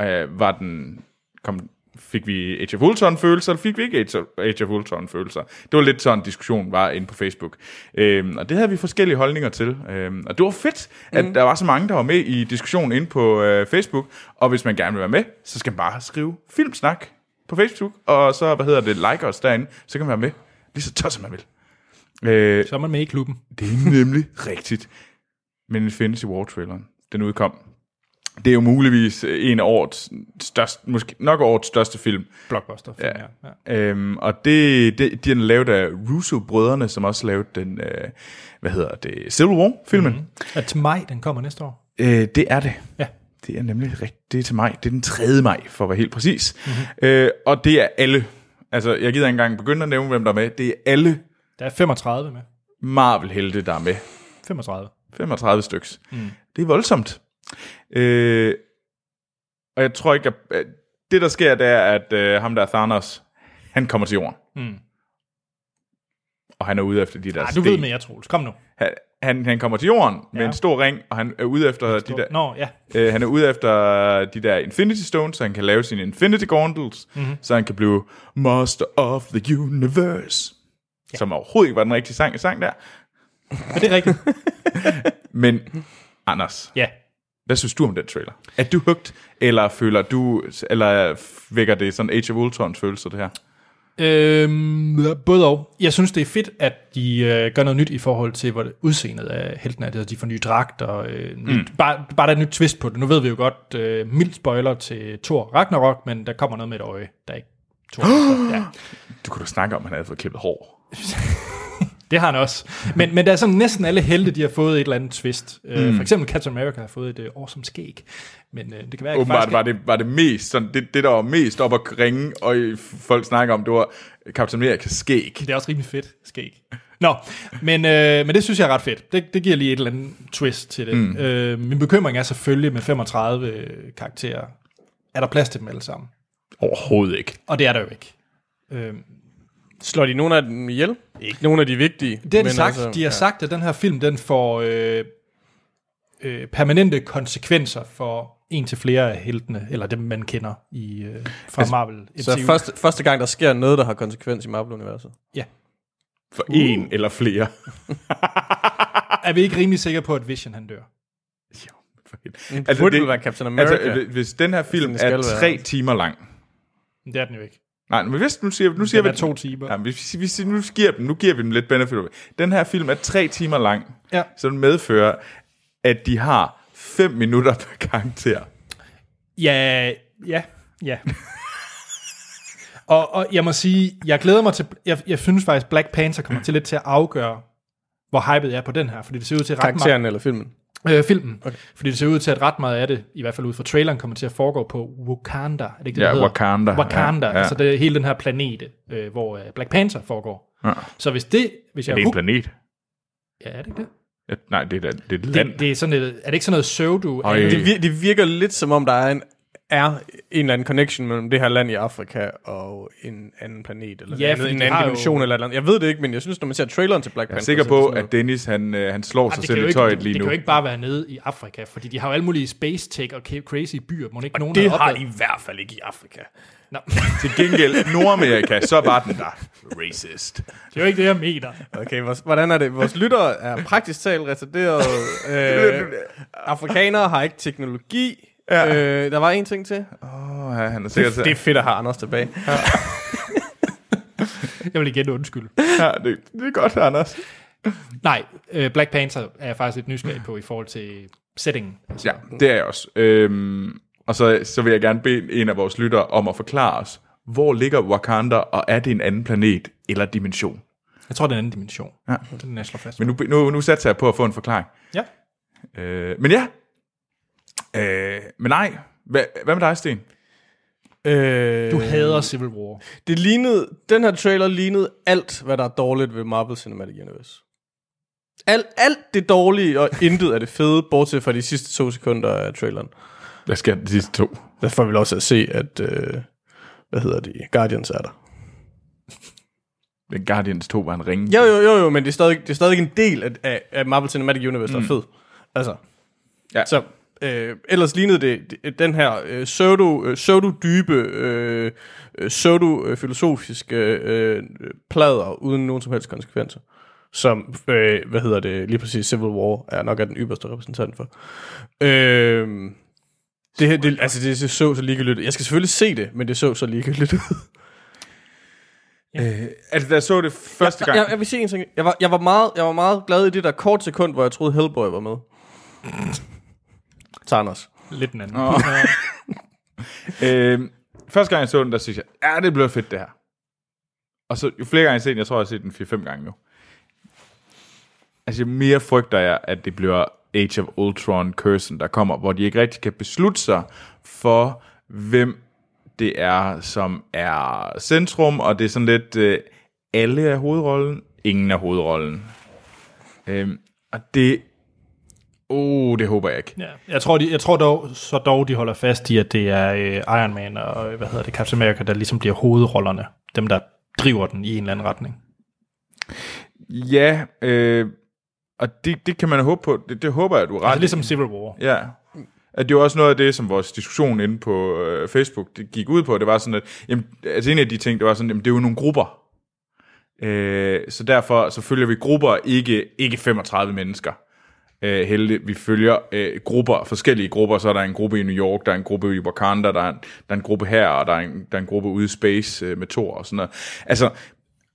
Øh, var den, kom, fik vi Age of Ultron-følelser, eller fik vi ikke Age of, Age of Ultron-følelser? Det var lidt sådan, diskussionen var inde på Facebook. Øhm, og det havde vi forskellige holdninger til. Øhm, og det var fedt, at der var så mange, der var med i diskussionen inde på øh, Facebook. Og hvis man gerne vil være med, så skal man bare skrive Filmsnak på Facebook, og så, hvad hedder det, like os derinde, så kan man være med lige så tør, som man vil. Øh, Så er man med i klubben. det er nemlig rigtigt. Men Infinity War-traileren, den udkom. Det er jo muligvis øh, en af årets største, måske nok årets største film. Blockbuster. Ja. Ja. ja. Øhm, og det, det, de er lavet af Russo-brødrene, som også lavede den, øh, hvad hedder det, Civil War-filmen. Mm-hmm. Og til maj, den kommer næste år. Øh, det er det. Ja. Det er nemlig rigtigt. Det er til maj. Det er den 3. maj, for at være helt præcis. Mm-hmm. Øh, og det er alle. Altså, jeg gider ikke engang begynde at nævne, hvem der er med. Det er alle Der er 35 med. Marvel-helte, der er med. 35. 35 styks. Mm. Det er voldsomt. Øh, og jeg tror ikke, at at det der sker, det er, at øh, ham der er Thanos, han kommer til jorden. Mm. Og han er ude efter de der Ah, du sten. ved mere, Troels. Kom nu. Han- Han, han kommer til jorden med Ja. en stor ring, og han er ude efter de der... Nå, ja. Øh, han er ude efter de der Infinity Stones, så han kan lave sine Infinity Gauntlets, Mhm. mm-hmm. så han kan blive Master of the Universe. Ja. Som overhovedet ikke var den rigtige sang, sang der. Men det er rigtigt. Men Anders, Ja. hvad synes du om den trailer? Er du hugt, eller føler du, eller vækker det sådan Age of Ultrons følelser, det her? Øhm, både og. Jeg synes, det er fedt, at de øh, gør noget nyt i forhold til, hvor det udseendet af helten er. Det er, at De får nye dragter. Øh, Mm. nyt, bare, bare der er et nyt twist på det. Nu ved vi jo godt, øh, mild spoiler til Thor Ragnarok, men der kommer noget med et øje, der ikke Thor. ja. Du kunne da snakke om, at han havde fået klippet hår. Det har han også. Men, men der er sådan næsten alle helte, de har fået et eller andet twist. Mm. For eksempel Captain America har fået et øh, awesome skæg. Men øh, det kan være, at jeg Åbenbart faktisk... var det, var det mest, sådan, det, det, der var mest op at ringe, og i- folk snakker om, det var Captain America skæg. Det er også rimelig fedt skæg. Nå, men, øh, men det synes jeg er ret fedt. Det, det giver lige et eller andet twist til det. Mm. Øh, min bekymring er selvfølgelig med 35 karakterer. Er der plads til dem alle sammen? Overhovedet ikke. Og det er der jo ikke. Øh, Slår de nogen af dem ihjel? Ikke nogen af de vigtige. det har de sagt. Altså, de har ja. sagt, at den her film den får øh, øh, permanente konsekvenser for en til flere af heltene, eller dem, man kender i, øh, fra altså, Marvel. MCU. Så første, første gang, der sker noget, der har konsekvens i Marvel-universet. Ja. For en eller flere. Er vi ikke rimelig sikre på, at Vision han dør? Jo, for Men helvede. det burde vel være Captain America. Altså, øh, hvis den her film den skal er være, tre altså. timer lang. Men det er den jo ikke. Nej, men hvis nu siger, nu siger Den vi... er to timer. Ja, men hvis, hvis, nu, giver dem, nu giver vi dem lidt benefit. of it. Den her film er tre timer lang, Ja. så den medfører, at de har fem minutter per karakter. Ja, ja, ja. og, og jeg må sige, jeg glæder mig til, jeg, jeg synes faktisk, Black Panther kommer til lidt til at afgøre, hvor hyped jeg er på den her, fordi det ser ud til at ret meget, Karakteren eller filmen. øh, filmen, okay. fordi det ser ud til at ret meget af det, i hvert fald ud fra traileren, kommer til at foregå på Wakanda, er det ikke det, Ja, det hedder? Wakanda. Wakanda, Ja, ja, ja. ja. altså det er hele den her planet, øh, hvor øh, Black Panther foregår. Ja. Så hvis det, hvis jeg Det er en planet. ja, er det ikke det? Ja, nej, det er, da- det er et land. Det, det er sådan et, er det ikke sådan noget pseudo? Øj. Det, Det, vir- det virker lidt som om, der er en, er en eller anden connection mellem det her land i Afrika og en anden planet, eller Ja, ja, andet, fordi en de anden har jo- dimension, eller, et eller andet. Jeg ved det ikke, men jeg synes, når man ser traileren til Black jeg er Panther... sikker så på, sådan at Dennis han, øh, han slår sig det kan, selv jo i ikke, tøjet det, lige det nu. kan jo ikke bare være nede i Afrika, fordi de har jo alle mulige space tech og ca- crazy byer. Må ikke noget- nogen det have har de opdaget- i hvert fald ikke i Afrika. Nå, Til gengæld Nordamerika, så var den der. Racist. det er jo ikke det, jeg mener. Okay, vores, hvordan er det? Vores lyttere er praktisk talt retarderet. øh, afrikanere har ikke teknologi. Ja. Øh, der var en ting til. Åh, ja, han er sikkert... Det, det er fedt at have Anders tilbage. Jeg vil igen undskylde. ja, det, det er godt, Anders. Nej, øh, Black Panther er jeg faktisk lidt nysgerrig på i forhold til settingen. Altså, Ja, det er jeg også. Øhm, og så, så vil jeg gerne bede en af vores lyttere om at forklare os, hvor ligger Wakanda, og er det en anden planet eller dimension? Jeg tror, det er en anden dimension. Ja. Den er jeg slår fast. Men nu, nu, nu satser jeg på at få en forklaring. Ja. Øh, men ja. Øh, men nej. Hva, hvad med dig, Sten? Øh, Du hader Civil War. Det lignede, den her trailer lignede alt, hvad der er dårligt ved Marvel Cinematic Universe. Alt, alt det dårlige, og intet af det fede, bortset fra de sidste to sekunder af traileren. Der skal de sidste to. Der får vi lov til at se, at... Øh, hvad hedder det? Guardians er der. Men Guardians 2 var en ring. Jo, jo, jo, jo, men det er stadig, det er stadig en del af, af, af Marvel Cinematic Universe, der mm. er fed. Altså. Ja. Så øh, ellers lignede det, det den her øh, pseudo, øh, pseudo-dybe, øh, øh, pseudo-filosofiske øh, øh, plader uden nogen som helst konsekvenser. Som, øh, hvad hedder det, lige præcis Civil War er nok er den ypperste repræsentant for. Øh, det, her, det, altså, det, det så så ligegyldigt ud. Jeg skal selvfølgelig se det, men det så så ligegyldigt ud. Altså, da jeg så det første gang... Jeg, jeg vil sige en ting. Jeg var, jeg, var meget, jeg var meget glad i det der kort sekund, hvor jeg troede Hellboy var med. Thanos. Lidt en anden. Øh, første gang jeg så den, der synes jeg, ja, det blev fedt det her. Og så jo flere gange jeg ser den, jeg tror, jeg har set den 4-5 gange nu. Altså, jo mere frygter jeg, at det bliver Age of Ultron cursen, der kommer, hvor de ikke rigtig kan beslutte sig for, hvem det er, som er centrum, og det er sådan lidt, øh, alle er hovedrollen, ingen er hovedrollen. Øh, og det, oh, det håber jeg ikke. Ja, jeg tror, de, jeg tror dog, så dog, de holder fast i, at det er øh, Iron Man og øh, hvad hedder det, Captain America, der ligesom bliver hovedrollerne. Dem, der driver den i en eller anden retning. Altså, Ja, øh, og det, det kan man håbe på. Det, det håber jeg, du er ret. Altså ligesom Civil War. Ja. At det var også noget af det, som vores diskussion inde på øh, Facebook det gik ud på. Det var sådan, at jamen, altså en af de ting, det var sådan, jamen, det er jo nogle grupper. Øh, så derfor så følger vi grupper, ikke, ikke 35 mennesker. Øh, heldig, vi følger øh, grupper, forskellige grupper. Så er der en gruppe i New York, der er en gruppe i Wakanda, der er en, der er en gruppe her, og der er en, der er en gruppe ude i space øh, med Thor og sådan noget. Altså,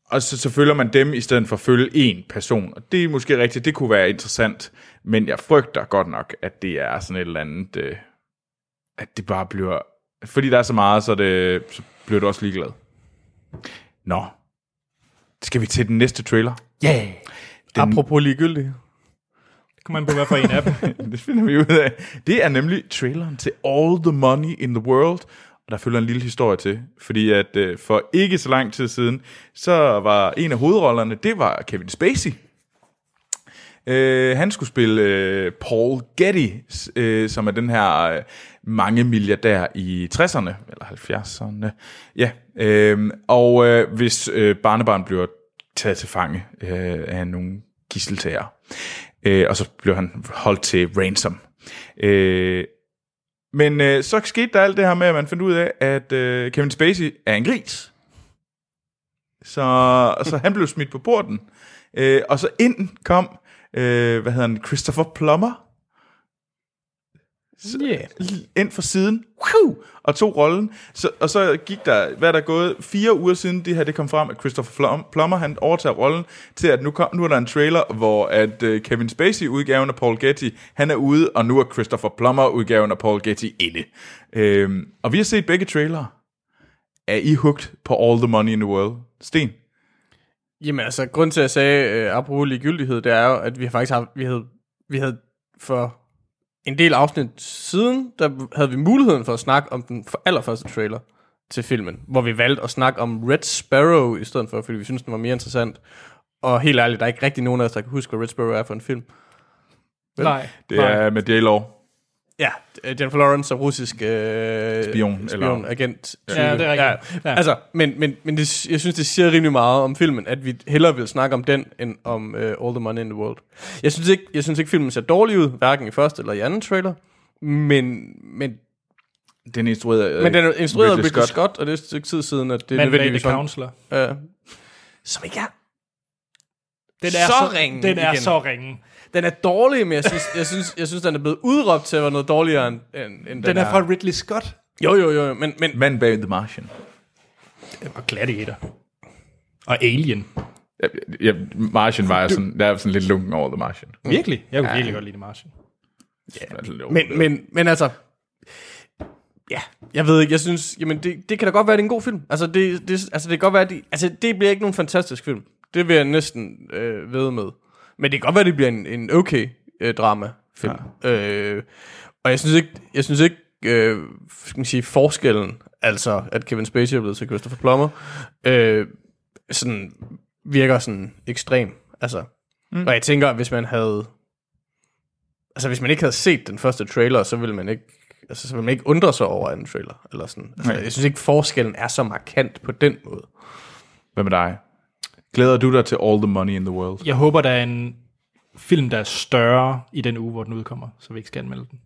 og så, så følger man dem, i stedet for at følge én person. Og det er måske rigtigt, det kunne være interessant, men jeg frygter godt nok, at det er sådan et eller andet, øh, at det bare bliver... Fordi der er så meget, så, er det, så bliver du også ligeglad. Nå. Skal vi til den næste trailer? Den... Apropos ligegyldigt. Det kan man på hvad for en af dem. det finder vi ud af. Det er nemlig traileren til All the Money in the World, og der følger en lille historie til, fordi at øh, for ikke så lang tid siden, så var en af hovedrollerne, det var Kevin Spacey. Øh, han skulle spille øh, Paul Getty, s- øh, som er den her øh, mange milliardær i 60'erne, eller 70'erne. Ja, øh, og øh, hvis øh, barnebarn bliver taget til fange øh, af nogle gisseltager, øh, og så bliver han holdt til ransom. Øh, men øh, så skete der alt det her med, at man fandt ud af, at øh, Kevin Spacey er en gris. Så, så han blev smidt på borden. Øh, og så ind kom, øh, hvad hedder han, Christopher Plummer. Yeah. Ind fra siden. Whew, og tog rollen. Så, og så gik der, hvad er der gået, fire uger siden det her det kom frem, at Christopher Plum, Plummer han overtager rollen, til at nu, kom, nu er der en trailer, hvor at øh, Kevin Spacey-udgaven af Paul Getty, han er ude, og nu er Christopher Plummer-udgaven af Paul Getty inde. Øhm, og vi har set begge trailere. Er I hugt på All the Money in the World? Sten? Jamen altså, grund til at jeg sagde øh, apropos ligegyldighed, det er jo, at vi har faktisk haft, vi havde, vi havde for en del afsnit siden, der havde vi muligheden for at snakke om den for allerførste trailer til filmen, hvor vi valgte at snakke om Red Sparrow i stedet for, fordi vi synes den var mere interessant. Og helt ærligt, der er ikke rigtig nogen af os, der kan huske, hvad Red Sparrow er for en film. Nej. Det er med J-Law. Ja, øh, Jennifer Lawrence er russisk øh, Spion, spion eller- agent. Ja, det er rigtigt. Ja. Altså, men, men, men det, jeg synes, det siger rimelig meget om filmen, at vi hellere vil snakke om den, end om uh, All the Money in the World. Jeg synes, ikke, jeg synes ikke, filmen ser dårlig ud, hverken i første eller i anden trailer, men, men, Den er instrueret øh, af men den er instrueret af Ridley Scott. Scott, og det er et stykke tid siden, at det er Men Lady nødvendigvis... sådan- Counselor. Øh, som ikke er... Den er Så Altså, så, ringe Den er igen. så ringe. Den er dårlig, men jeg synes, jeg synes, jeg synes den er blevet udråbt til at være noget dårligere, end, end, end den, Den er fra Ridley Scott. Jo, jo, jo, jo, men, men Mand bag The Martian. Og Gladiator. Og Alien. Ja, ja, Martian var jeg sådan, der er sådan lidt lunken over The Martian. Virkelig? Jeg kunne ja. virkelig godt lide Martian. Men, men, men altså... Ja, jeg ved ikke, jeg synes... Jamen, det, det kan da godt være, at det er en god film. Altså, det, det, altså, det kan godt være, at det, altså, det bliver ikke nogen fantastisk film. Det vil jeg næsten øh, ved med. Men det kan godt være, at det bliver en, en okay øh, drama-film. Ja. Øh, og jeg synes ikke, jeg synes ikke øh, skal man sige, forskellen, altså at Kevin Spacey er blevet til Christopher Plummer, øh, sådan virker sådan ekstrem. Altså, mm. Og jeg tænker, at hvis man havde Altså, hvis man ikke havde set den første trailer, så ville man ikke altså, så vil man ikke undre sig over en trailer. Eller sådan. Altså, jeg synes ikke, forskellen er så markant på den måde. Hvad med dig? Glæder du dig til All the Money in the World? Jeg håber, der er en film, der er større i den uge, hvor den udkommer, så vi ikke skal anmelde den.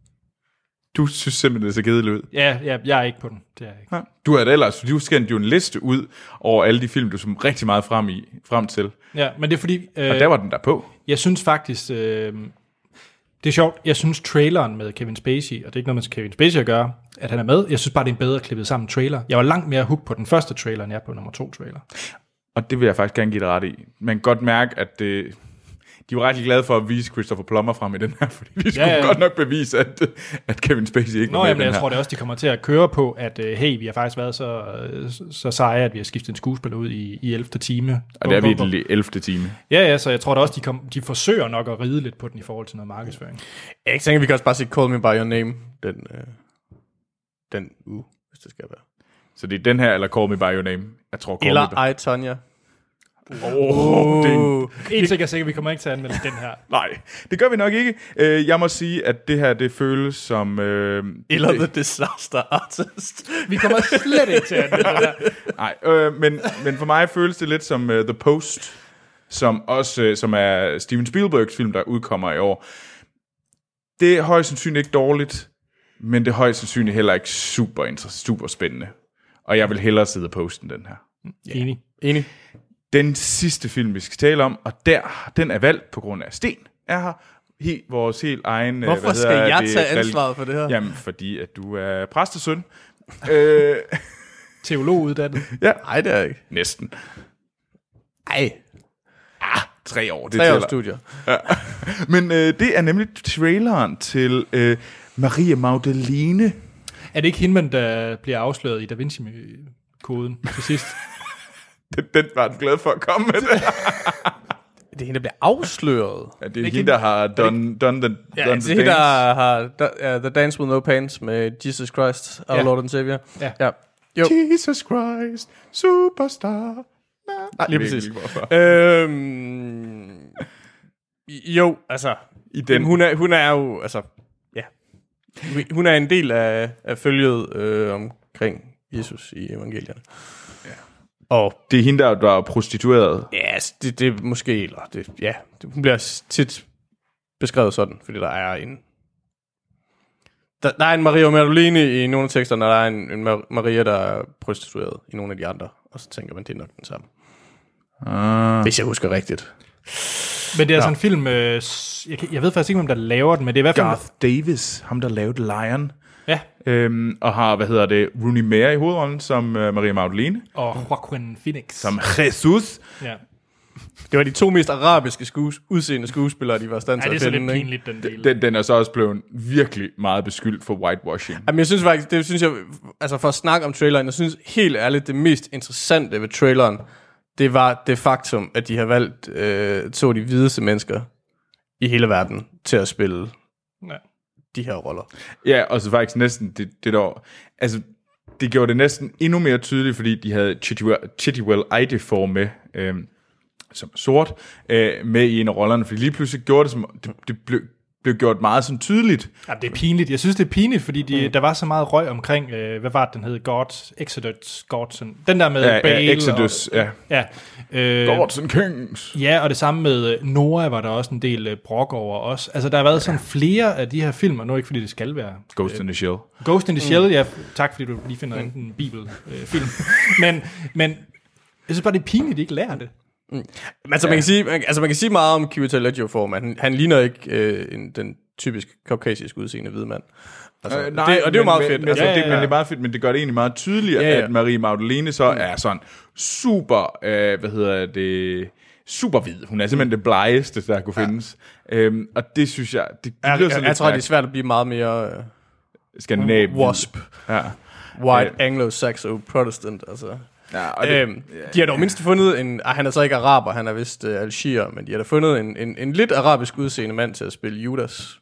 Du synes simpelthen, det ser kedeligt ud. Ja, ja jeg er ikke på den. Det er jeg ikke. Nej. Du har ellers, du skændte jo en liste ud over alle de film, du som rigtig meget frem, i, frem til. Ja, men det er fordi, øh, Og der var den der på. jeg synes faktisk, øh, det er sjovt, jeg synes traileren med Kevin Spacey, og det er ikke noget med Kevin Spacey at gøre, at han er med. Jeg synes bare, det er en bedre klippet sammen trailer. Jeg var langt mere hooked på den første trailer, end jeg er på nummer to trailer. Og det vil jeg faktisk gerne give dig ret i. Man kan godt mærke, at det, de var ret glade for at vise Christopher Plummer frem i den her, fordi de skulle ja, ja. ja. godt nok bevise, at, at Kevin Spacey ikke var Nå, med i jamen, den jeg her. tror det også, de kommer til at køre på, at øh, hey, vi har faktisk været så, øh, så seje, at vi har skiftet en skuespiller ud i, i 11. time. Og det er vi i Bum, bum, den 11. time. bum. Ja, ja, så jeg tror da også, de, kom, de forsøger nok at ride lidt på den i forhold til noget markedsføring. Jeg tænker, vi kan også bare se Call Me By Your Name den, øh, den uge, hvis det skal være. Så det er den her, eller Call Me By Your Name. Jeg tror, Call Me By... Eller I, Tonya. Oh, det er en En ting er sikkert, vi kommer ikke til at anmelde den her. Nej, det gør vi nok ikke. Øh, Jeg må sige, at det her, det føles som... Øh, Eller The Disaster Artist. Vi kommer slet ikke til at anmelde den her. Nej, øh, men, men for mig føles det lidt som uh, The Post, som også øh, som er Steven Spielbergs film, der udkommer i år. Det er højst sandsynligt ikke dårligt, men det er højst sandsynligt heller ikke super, inter- super spændende. Og jeg vil hellere sidde posten den her. Enig. Enig. Den sidste film, vi skal tale om, og der, den er valgt på grund af Sten, er her. He, vores helt egen... øh, Hvorfor hvad skal hedder jeg det, tage relig- ansvaret for det her? Jamen, fordi at du er præstesøn. øh, Teolog uddannet. Nej, det er jeg ikke. næsten. Ah, Nej. Tre år, det Tre års tæller. studier. Men øh, det er nemlig traileren til øh, Maria Magdalene. Er det ikke hende, man, der bliver afsløret i Da Vinci-koden til sidst? Den, den var den glad for at komme med. Det. Det er hende, der bliver afsløret. Ja, det er hende, der har done, done the, Ja, done det the er hende, dance. der har der- uh, The Dance With No Pants med Jesus Christ, Our Ja. Lord and Savior. Ja. ja. Jo, Jesus Christ, superstar. Nej, lige jeg ved præcis. ikke, hvorfor. Øhm, jo, altså, I den, den. Hun, er, hun er jo, altså, ja. Hun er en del af, af følget øh, omkring Jesus i evangelierne. Ja. Og det er hende, der, der er prostitueret. ja, altså, det, det er måske, eller det, ja, det, hun bliver s- tit beskrevet sådan, fordi der er en... Der, der er en Maria Magdalene i nogle af teksterne, og der er en, en Mar- Maria, der er prostitueret i nogle af de andre. Og så tænker man, det er nok den samme. Ah. Hvis jeg husker rigtigt. Men det er altså en film, øh, s- jeg, kan- jeg ved faktisk ikke, hvem der laver den, men det er i hvert fald... Garth Davis, ham der lavede Lion. Ja, Øhm, og har, hvad hedder det, Rooney Mara i hovedrollen som øh, Maria Magdalene. og Joaquin Phoenix. Som Altså Jesus. Ja. Det var de to mest arabiske skues, udseende skuespillere, de var i stand Ja, til det er at så finde. lidt ikke? pinligt, den del. Den, den er så også blevet virkelig meget beskyldt for whitewashing. Jamen, jeg synes faktisk, det synes jeg, altså for at snakke om traileren, jeg synes helt ærligt, det mest interessante ved traileren, det var det faktum, at de har valgt øh, to af de hvideste mennesker i hele verden til at spille Ja. de her roller. Ja, og så faktisk næsten det, det der... Altså, det gjorde det næsten endnu mere tydeligt, fordi de havde Chitwell- Chitwell Ejdefor med, øh, som er sort, øh, med i en af rollerne, fordi lige pludselig gjorde det, som, det, det blev, blev gjort meget sådan tydeligt. Jamen, det er pinligt. Jeg synes, det er pinligt, fordi de, mm. der var så meget røg omkring, øh, hvad var det, den hed? God, Exodus, Godson. Den der med Ja, Bale. ja, Exodus, Og, ja. ja. Øh, Gordon Kings. Ja, og det samme med øh, Nora var der også en del øh, brok over os. Altså, der har været sådan flere af de her film, og nu ikke fordi det skal være. Ghost in the Shell. Ghost in the Shell, ja, tak fordi du lige finder mm. en bibelfilm. Øh, film. men, men jeg synes bare, det er pinligt, at de ikke lærer det. Men altså, ja. man, kan sige, man, altså man kan sige meget om Kivita Ledger for, men han, han ligner ikke øh, en, den typisk kaukasisk udseende hvide mand. Altså, Øh, det, og det er jo men- meget men, fedt. Men, altså, ja, ja, det, ja. men det er meget fedt, men det gør det egentlig meget tydeligt, ja, Ja, ja. Mm. ja. at Marie Magdalene så er sådan super, øh, hvad hedder det, super hvid. Hun er simpelthen det blegeste, der kunne findes. Øhm, og det synes jeg, det jeg, lyder jeg, sådan jeg, lidt tror, det er mærkeligt. svært at blive meget mere øh, Skandinav. wasp, Ja. white, anglo-saxo, protestant. Altså. ja og det, Øhm, de har dog mindst fundet en... Ej, han er så ikke araber, han er vist øh, algier, men de har da fundet en, en, en lidt arabisk udseende mand til at spille Judas.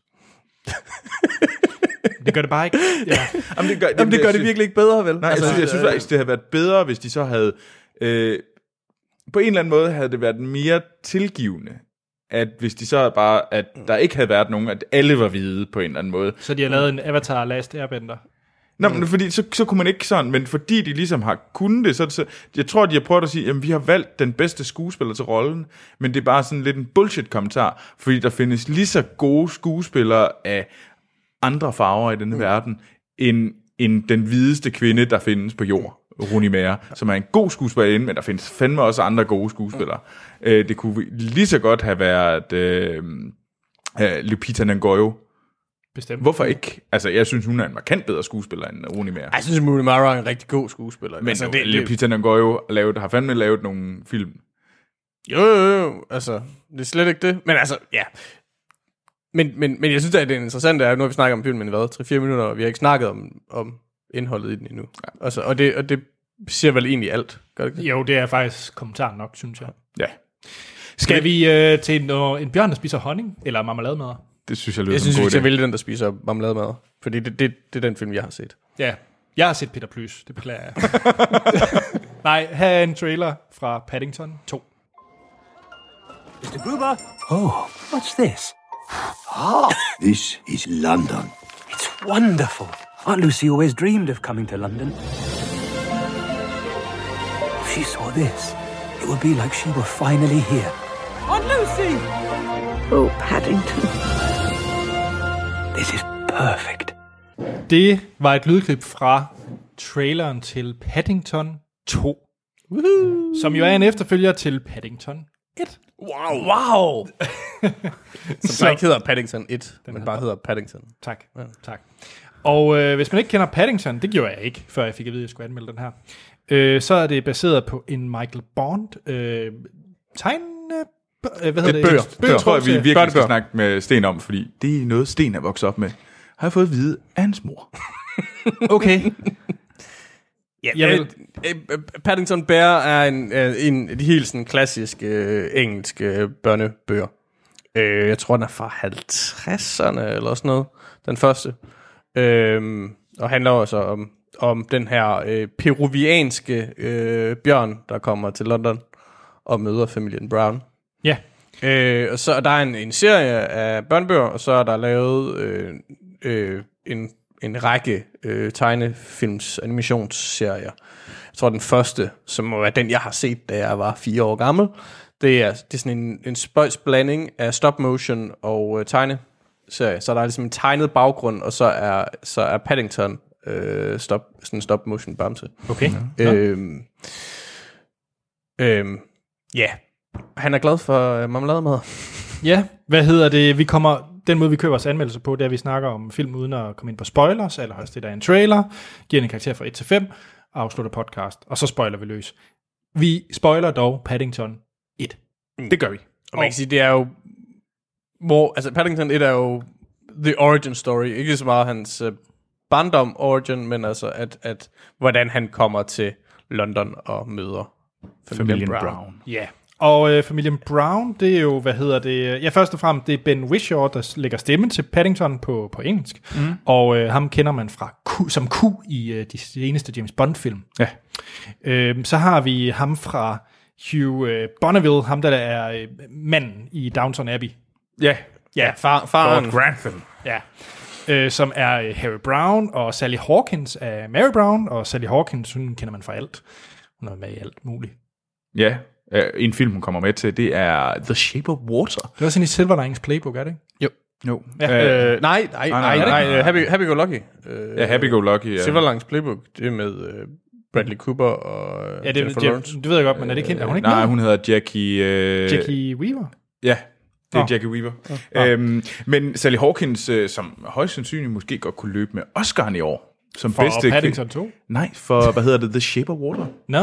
Det gør det bare ikke. Ja. jamen, det gør, Jamen, det gør det virkelig ikke bedre, vel? Nej, altså, jeg synes, jeg synes faktisk, det havde været bedre, hvis de så havde... Øh, på en eller anden måde havde det været mere tilgivende, at hvis de så bare, at der ikke havde været nogen, at alle var hvide på en eller anden måde. Så de har lavet en Avatar Last Airbender. Nå, men fordi så, så kunne man ikke sådan, men fordi de ligesom har kunnet det, så, er det så jeg tror, de har prøvet at sige, jamen vi har valgt den bedste skuespiller til rollen, men det er bare sådan lidt en bullshit-kommentar, fordi der findes lige så gode skuespillere af andre farver i denne mm. verden, end, end den hvideste kvinde, der findes på jord, Rooney Mara, som er en god skuespillerinde, men der findes fandme også andre gode skuespillere. Mm. Øh, det kunne lige så godt have været øh, øh, Lupita Nyong'o, Bestemt. Hvorfor ikke? Altså, jeg synes, hun er en markant bedre skuespiller end Rooney Mara. Jeg synes, Mooney Mara er en rigtig god skuespiller. Men altså, det, Lupita Nyong'o lavet, har fandme lavet nogle film. Jo, jo, jo, altså, det er slet ikke det. Men altså, ja. Men, men, men jeg synes, at det interessante er, at nu har vi snakket om filmen i hvad, 3-4 minutter, og vi har ikke snakket om, om indholdet i den endnu. Ja. Altså, og, det, og det siger vel egentlig alt, gør det ikke? det? Jo, det er faktisk kommentar nok, synes jeg. Ja, Skal vi øh, til når en bjørn, der spiser honning? Eller marmelademader? det synes jeg lyder Jeg som synes, en vi god skal idé. vælge den, der spiser marmelademad. Fordi det, det, det er den film, jeg har set. Ja. Jeg har set Peter Plys, det beklager jeg. Nej, her er en trailer fra Paddington 2. Oh, What's this? Ah, This is London. It's wonderful. Aunt Lucy always dreamed of coming to London. If she saw this, it would be like she were finally here. Oh, Paddington. This is perfect. Det var et lydklip fra traileren til Paddington 2. Woohoo! Som jo er en efterfølger til Paddington 1. Wow! Wow! Som så Så- ikke hedder Paddington 1, men bare hedder Paddington. Tak, ja. tak. Og øh, hvis man ikke kender Paddington, det gjorde jeg ikke, før jeg fik at vide, at jeg skulle anmelde den her, øh, så er det baseret på en Michael Bond øh, tegne... øh, Hvad hedder det? Bøger. bøger Det tror jeg, vi til- virkelig skal snakke med Sten om, fordi det er noget, Sten er vokset op med. Har jeg fået at vide af hans mor. Okay. Ja, Jeg øh, vil- øh, øh, Paddington Bear er en, øh, en af de helt sådan klassiske øh, engelske øh, børnebøger. Øh, jeg tror, den er fra 50'erne eller sådan noget, den første. Øh, og handler også om, om den her øh, peruvianske øh, bjørn, der kommer til London og møder familien Brown. Ja, Øh, og så og der er en, en serie af børnebøger, og så er der lavet øh, øh, en, en række øh, tegnefilms animationsserier. Jeg tror, den første, som må være den, jeg har set, da jeg var fire år gammel, det er, det er sådan en, en spøjs blanding af stop motion og øh, tegneserie. Så der er ligesom en tegnet baggrund, og så er, så er Paddington øh, stop, sådan en stop motion bamse. okay. Øhm, øhm, ja, han er glad for øh, marmelademad. Ja, hvad hedder det? Vi kommer, den måde, vi køber vores anmeldelser på, det er, at vi snakker om film uden at komme ind på spoilers, eller også det, der er en trailer, giver den en karakter fra 1 til 5, afslutter podcast, og så spoiler vi løs. Vi spoiler dog Paddington 1. Det gør vi. Og man kan sige, det er jo... Hvor, altså, Paddington 1 er jo the origin story. Ikke så meget hans øh, barndom origin, men altså, at, at hvordan han kommer til London og møder familien, Familien Brown. Brown. Ja. Og øh, familien Brown, det er jo, hvad hedder det? Ja, først og fremmest, det er Ben Whishaw, der s- lægger stemmen til Paddington på, på engelsk. Mm. Og øh, ham kender man fra Q, som Q i øh, de seneste James Bond-film. Ja. Øh, så har vi ham fra Hugh øh, Bonneville, ham der er øh, manden i Downton Abbey. Ja. Ja, Far, faren, Grantham. ja. Øh, som er øh, Harry Brown, og Sally Hawkins er Mary Brown, og Sally Hawkins, hun kender man fra alt. Hun er med i alt muligt. Ja. Øh, En film, hun kommer med til, det er The Shape of Water. Det er også en i Silver Linings Playbook, er det ikke? jo. Jo. Ja, Øh, nej, nej, nej, nej, nej, nej, nej, nej. øh, Happy, happy Go Lucky. Øh, ja Happy Go Lucky. Ja. Silver Langs Playbook, det er med øh, Bradley Cooper og øh, Ja, det, Jennifer det, Lawrence. det ved jeg godt, men er det ikke hende? Er hun ikke Øh, Nej, med? hun hedder Jackie... Øh, Jackie Weaver? Ja, det er Nå. Jackie Weaver. Øhm, men Sally Hawkins, øh, som højst sandsynligt måske godt kunne løbe med Oscar'en i år. Som For bedste kvi- Paddington 2? Nej, for, hvad hedder det, The Shape of Water. Nå,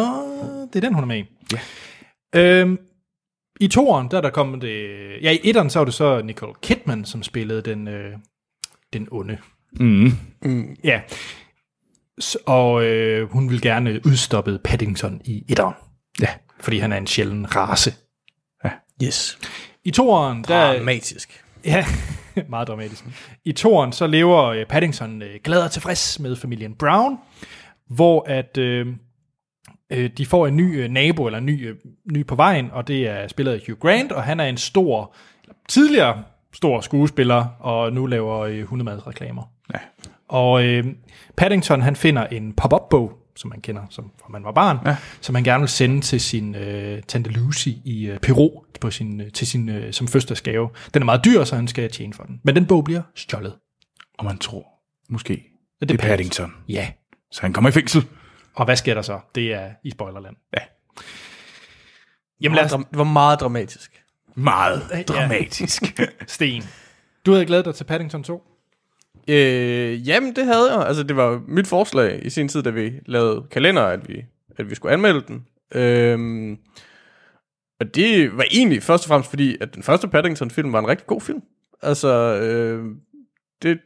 det er den, hun er med i. Ja. Øhm, I toeren, der er der kommet det... Ja, i etteren, så var det så Nicole Kidman, som spillede den, øh, den onde. Mm. Ja. S- Og øh, hun vil gerne udstoppe Paddington i etteren. Ja. Fordi han er en sjælden race. Yes. I toeren, der... Dramatisk. Ja, meget dramatisk. I toren så lever øh, Paddington øh, glad og tilfreds med familien Brown, hvor at øh, øh, de får en ny øh, nabo eller en ny, øh, ny på vejen, og det er spillet af Hugh Grant, og han er en stor tidligere stor skuespiller, og nu laver øh, hundemadsreklamer. Ja. Og øh, Paddington, han finder en pop-up-bog, som man kender, som fra man var barn, ja. som han gerne vil sende til sin øh, tante Lucy i øh, Peru på sin, øh, til sin, øh, som fødselsdagsgave. Den er meget dyr, så han skal tjene for den. Men den bog bliver stjålet. Og man tror, måske, Det er det, det er Paddington. Paddington. Ja, Så han kommer i fængsel. og hvad sker der så? Det er i spoilerland. Ja. Jamen lad os Meget dram- det var meget dramatisk. Meget dramatisk. Sten. Du havde glædet dig til Paddington 2. Øh, jamen, det havde jeg. Altså, det var jo mit forslag i sin tid, da vi lavede kalender, at vi, at vi skulle anmelde den. Øhm, og det var egentlig først og fremmest fordi, at den første Paddington-film var en rigtig god film. Altså, øh, det,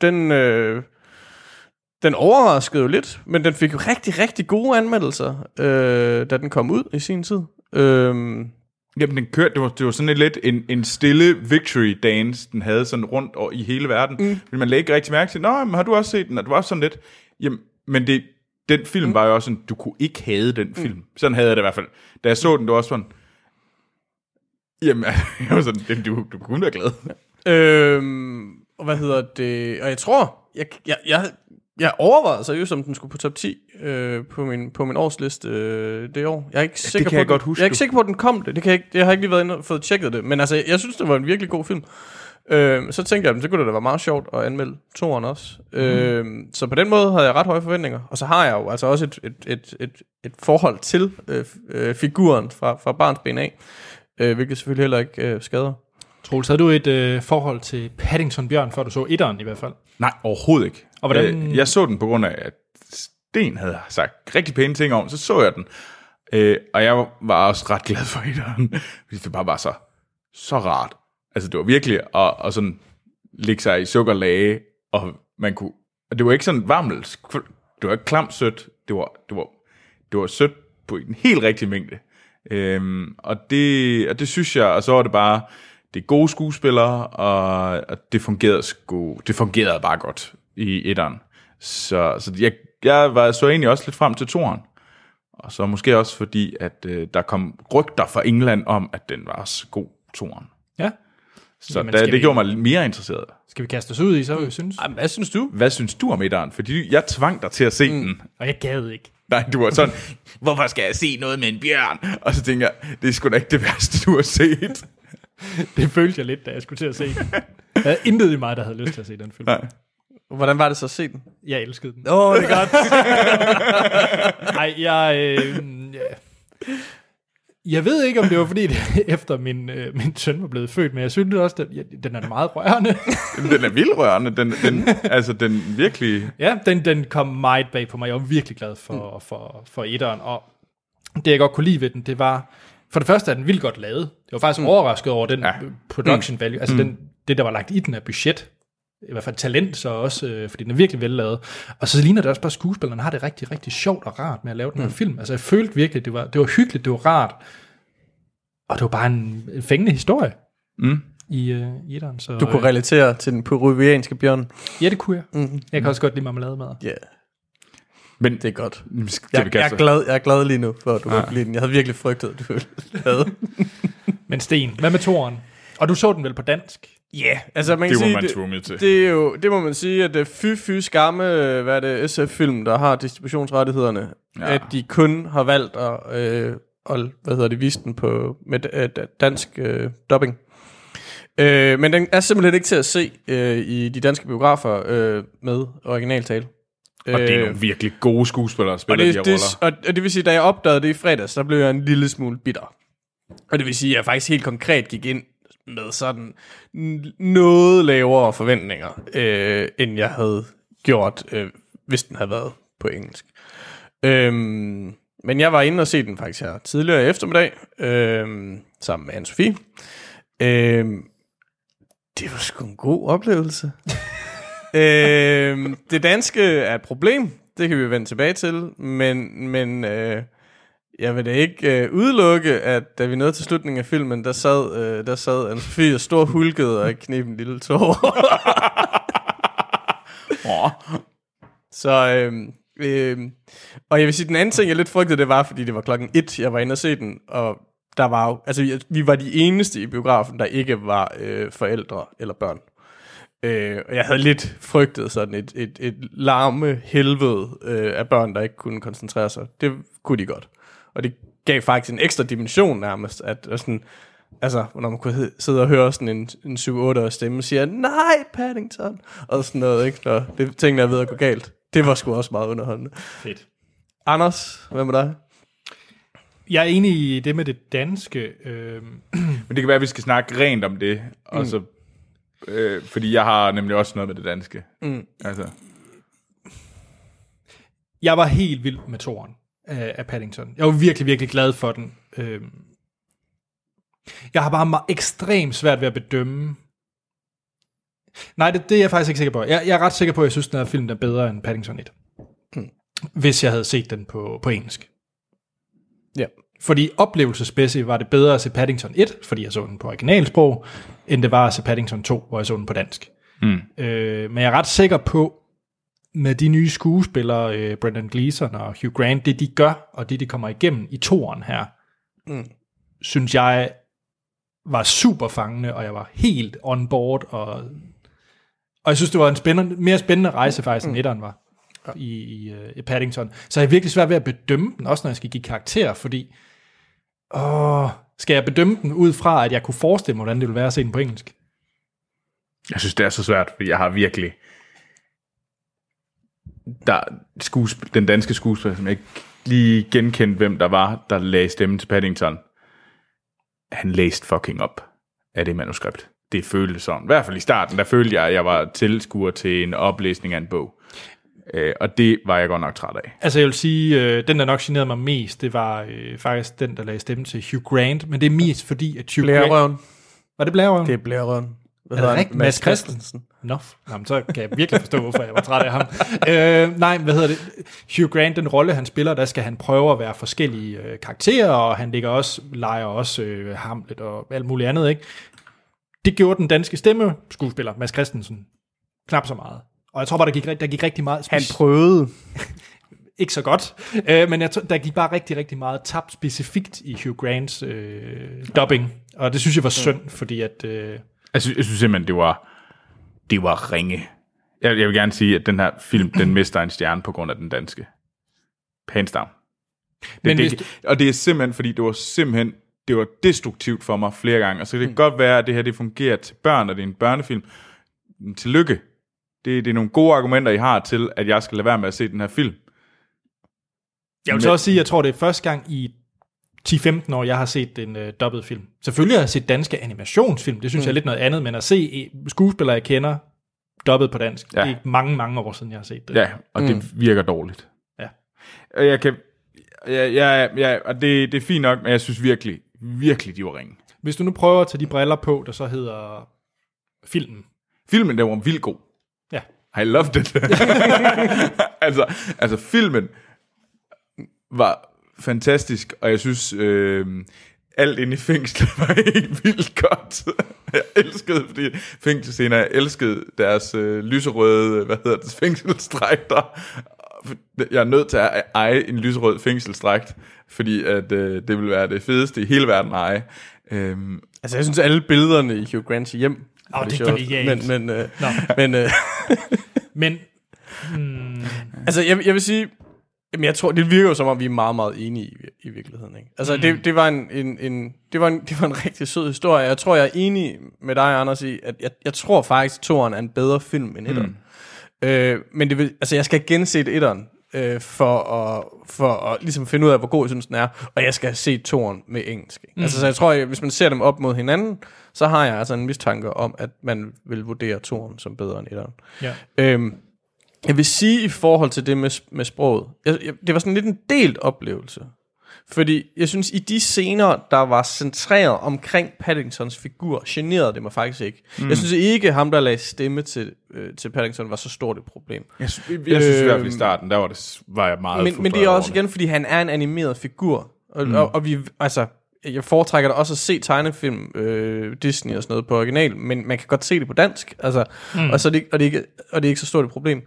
den, øh, den overraskede jo lidt, men den fik jo rigtig, rigtig gode anmeldelser, øh, da den kom ud i sin tid. Øhm, Jamen, den kørte, det var, det var sådan lidt en, en stille victory dance, den havde sådan rundt og, i hele verden. Mm. Men man lagde ikke rigtig mærke til, Nå, men har du også set den? Og det var også sådan lidt, jamen, men det, den film mm. var jo også sådan, du kunne ikke have den film. Mm. Sådan havde jeg det i hvert fald. Da jeg så den, det var også sådan, jamen, jeg var sådan, "Jamen, du, du kunne være glad. Øhm, og hvad hedder det? Og jeg tror, jeg, jeg, jeg, jeg overvejede seriøst, om den skulle på top 10 øh, på, min, på min årsliste øh, det år. Jeg er ikke sikker kan på, jeg den, godt huske, Jeg er ikke du. sikker på, at den kom det. det kan jeg, ikke, jeg har ikke lige været inde og fået tjekket det. Men altså, jeg, jeg synes, det var en virkelig god film. Øh, så tænkte jeg, "Men så kunne det da være meget sjovt at anmelde toeren også. Mhm. Mm. Øh, så på den måde havde jeg ret høje forventninger. Og så har jeg jo altså også et, et, et, et, et forhold til øh, øh, figuren fra, fra barns ben af. Øh, hvilket selvfølgelig heller ikke øh, skader. Troels, havde du et øh, forhold til Paddington Bjørn, før du så etteren i hvert fald? Nej, overhovedet ikke. Og hvordan- Øh, jeg så den på grund af, at Sten havde sagt rigtig pæne ting om, så så jeg den. Øh, og jeg var også ret glad for etteren, fordi det bare var så, så rart. Altså, det var virkelig at, at sådan ligge sig i sukkerlage, og man kunne... Og det var ikke sådan varmelt. Det var ikke klamt sødt. Det var, det var, det var sødt på en helt rigtig mængde. Øhm, og, det, og det synes jeg, og så var det bare, det er gode skuespillere, og, og det, fungerede sgu, det fungerede bare godt i etteren. Så, så jeg, jeg var så egentlig også lidt frem til toeren. Og så måske også fordi, at øh, der kom rygter fra England om, at den var så god, toeren. Ja. Så Jamen, da, skal det vi- gjorde mig lidt mere interesseret. Skal vi kaste os ud i, så jeg synes? Jamen, hvad synes du? Hvad synes du om etteren? Fordi jeg tvang dig til at se mm. den. Og jeg gad ikke. Nej, du var sådan, hvorfor skal jeg se noget med en bjørn? Og så tænker jeg, det er sgu da ikke det værste, du har set. Det følte jeg lidt, da jeg skulle til at se den. Jeg havde intet i mig, der havde lyst til at se den film. Nej. Hvordan var det så at se den? Jeg elskede den. Åh, oh, det er godt. Nej, jeg... Øh, ja. jeg ved ikke, om det var fordi, det, efter min, øh, min søn var blevet født, men jeg synes også, den, ja, den er meget rørende. Jamen, Den er vildrørende. Den, den, altså, den virkelig... Ja, den, den kom meget bag på mig. Jeg var virkelig glad for, mm. for, for etteren, og det jeg godt kunne lide ved den, det var, for det første er den vildt godt lavet. Jeg var faktisk mm. overrasket over den ja. production value, altså mm. den, det, der var lagt i den af budget, i hvert fald talent så også, øh, fordi den er virkelig vellavet. Og så ligner det også bare, at skuespillerne har det rigtig, rigtig sjovt og rart med at lave den her mm. film. Altså jeg følte virkelig, det var, det var hyggeligt, det var rart, og det var bare en, en fængende historie. Mm. I, øh, i etteren, så, Du kunne øh, relatere til den peruvianske bjørn. ja, det kunne jeg. Mm. Jeg kan også godt lide marmelademad. Ja, yeah, Men det er godt. skal vi Jeg, jeg, er kaste glad, jeg er glad lige nu, for at du ah. lide den. Jeg havde virkelig frygtet, at du ville lade den. Men Sten, hvad med toren? Og du så den vel på dansk? Ja, altså man kan Det var sige, man tvunget til. Det, er jo, det må man sige, at det fy fy skamme, øh, hvad er det, SF-film, der har distributionsrettighederne, ja. at de kun har valgt at, øh, at hvad hedder det, vise den på, med øh, da- dansk øh, dubbing. Øh, men den er simpelthen ikke til at se øh, i de danske biografer øh, med originaltale. Og det er Øh, nogle virkelig gode skuespillere, der Og spiller det, de her det, roller. og, og det vil sige, da jeg opdagede det i fredags, så blev jeg en lille smule bitter. Og det vil sige, at jeg faktisk helt konkret gik ind med sådan n- noget lavere forventninger, øh, end jeg havde gjort, øh, hvis den havde været på engelsk. Øhm, men jeg var inde og se den faktisk her tidligere i eftermiddag, øhm, sammen med Anne-Sophie. Øhm, det var sgu en god oplevelse. øhm, det danske er et problem, det kan vi jo vende tilbage til, men, men øh, jeg vil da ikke øh, udelukke, at da vi nåede til slutningen af filmen, der sad, øh, der sad Anne-Sophie og stor hulkede og knep en lille tår. Så, øhm, øhm, og jeg vil sige, den anden ting, jeg lidt frygtede, det var, fordi det var klokken et, jeg var inde og se den, og der var jo, altså vi- vi var de eneste i biografen, der ikke var øh, forældre eller børn. Øh, og jeg havde lidt frygtet sådan et, et, et larme helvede øh, af børn, der ikke kunne koncentrere sig. Det kunne de godt. Og det gav faktisk en ekstra dimension nærmest, at at sådan, altså, når man kunne hed- sidde og høre sådan en, en 7-8-årig stemme siger, nej, Paddington, og sådan noget, ikke? Når det, tingene er ved at gå galt. Det var sgu også meget underholdende. Fedt. Anders, hvad med dig? Jeg er enig i det med det danske. Øh, Men det kan være, at vi skal snakke rent om det. Og så, øh, fordi jeg har nemlig også noget med det danske. Mm. Altså, jeg var helt vild med toren af, af Paddington. Jeg var virkelig, virkelig glad for den. Øh, jeg har bare meget ekstremt svært ved at bedømme. Nej, det, det er jeg faktisk ikke sikker på. Jeg, jeg er ret sikker på, at jeg synes, den her film er bedre end Paddington 1. Hvis jeg havde set den på, på engelsk. Ja. Fordi oplevelsesmæssigt var det bedre at se Paddington 1, fordi jeg så den på originalsprog, end det var at se Paddington 2, hvor jeg så den på dansk. Mm. Øh, men jeg er ret sikker på, med de nye skuespillere, øh, Brendan Gleeson og Hugh Grant, det de gør, og det de kommer igennem i toren her, mm. synes jeg var super fangende, og jeg var helt on board, og, og jeg synes, det var en spændende, mere spændende rejse faktisk, end etteren var i, i, øh, i Paddington. Så jeg er virkelig svært ved at bedømme den, også når jeg skal give karakter, fordi åh, skal jeg bedømme den ud fra, at jeg kunne forestille mig, hvordan det ville være at se den på engelsk? jeg synes, det er så svært, fordi jeg har virkelig... Der, skuesp- den danske skuespiller, som jeg ikke lige genkendte, hvem der var, der lagde stemmen til Paddington. Han læste fucking op af det manuskript. Det føltes sådan. I hvert fald i starten, der følte jeg, at jeg var tilskuer til en oplæsning af en bog. Øh, og det var jeg godt nok træt af. Altså jeg vil sige, øh, den der nok generede mig mest, det var øh, faktisk den, der lagde stemme til Hugh Grant, men det er mest fordi, at Hugh Grant... Blærerøven. Var det Blærerøven? Det Det... er Blærerøven. Hvad Er det rigtigt? Mads Christensen? Nå, jamen, så kan jeg virkelig forstå, hvorfor jeg var træt af ham. Øh, nej, hvad hedder det? Hugh Grant, den rolle, han spiller, der skal han prøve at være forskellige øh, karakterer, og han ligger også, leger også øh, Hamlet og alt muligt andet, ikke? Det gjorde den danske stemme skuespiller, Mads Christensen, knap så meget. Og jeg tror bare, der gik, rigt- der gik rigtig meget... Han prøvede. ikke så godt, øh, men jeg tror, der gik bare rigtig, rigtig meget tabt specifikt i Hugh Grants øh, dubbing, og det synes jeg var synd, fordi at... Øh, Jeg synes, Altså, jeg synes simpelthen, det var, det var ringe. Jeg, jeg vil gerne sige, at den her film, den mister en stjerne på grund af den danske. Hands down. Det, Men men det, hvis Og det er simpelthen, fordi det var simpelthen, det var destruktivt for mig flere gange. Og så kan det mm. godt være, at det her det fungerer til børn, og det er en børnefilm. Men Tillykke. Det, det er nogle gode argumenter, I har til, at jeg skal lade være med at se den her film. jeg vil så også sige, at jeg tror, det er første gang i 10-15 år, jeg har set en øh, dubbet film. Selvfølgelig har jeg set danske animationsfilm, det synes mm. jeg er lidt noget andet, men at se øh, skuespillere, jeg kender, dubbet på dansk, ja. Ja. det er mange, mange år siden, jeg har set det. Ja, og mm. det virker dårligt. Ja. Og jeg kan... Ja, ja, ja, og det, det er fint nok, men jeg synes virkelig, virkelig, de var ringe. Hvis du nu prøver at tage de briller på, der så hedder filmen. Filmen, der var vildt god. Ja. I loved it. altså, altså filmen var fantastisk, og jeg synes, øh, alt inde i fængslet var helt vildt godt. Jeg elskede, fordi fængselsscener, jeg elskede deres øh, lyserøde, hvad hedder det, fængselsdrægter. Jeg er nødt til at eje en lyserød fængselsdragt, fordi at, øh, det vil være det fedeste i hele verden at eje. Øhm, Altså, jeg synes, alle billederne i Hugh Grants hjem... var det er sjoveste. genialt. Men, men, øh, Nå. men øh, Men mm, altså, jeg, jeg vil sige... Jamen, jeg tror, det virker jo som om, vi er meget, meget enige i, i virkeligheden. Ikke? Altså, mm. det, det, var en, en, en, det, var en, det var en rigtig sød historie. Jeg tror, jeg er enig med dig, Anders, i, at jeg, jeg tror faktisk, at toren er en bedre film end etteren. Mm. Øh, men det vil, altså, jeg skal gense et etteren, øh, for, at, for at ligesom finde ud af, hvor god jeg synes, den er. Og jeg skal se toren med engelsk. Ikke? Mm. Altså, så jeg tror, at hvis man ser dem op mod hinanden, så har jeg altså en mistanke om, at man vil vurdere toren som bedre end etteren. Ja. Øhm, jeg vil sige i forhold til det med, med sproget, jeg, jeg, det var sådan lidt en delt oplevelse. Fordi jeg synes, i de scener, der var centreret omkring Paddingtons figur, generede det mig faktisk ikke. Mm. Jeg synes ikke, ham der lagde stemme til, øh, til Paddington, var så stort et problem. jeg, sy- jeg synes i hvert fald i starten, der var, det, var jeg meget øhm, Men, men det er frustreret over også igen, fordi han er en animeret figur. Og, mm. og, og vi, altså, jeg foretrækker da også at se tegnefilm, øh, Disney og sådan noget på original, men man kan godt se det på dansk, altså, mm. og, så er det, ikke- og, det er ikke, og det er ikke så stort et problem.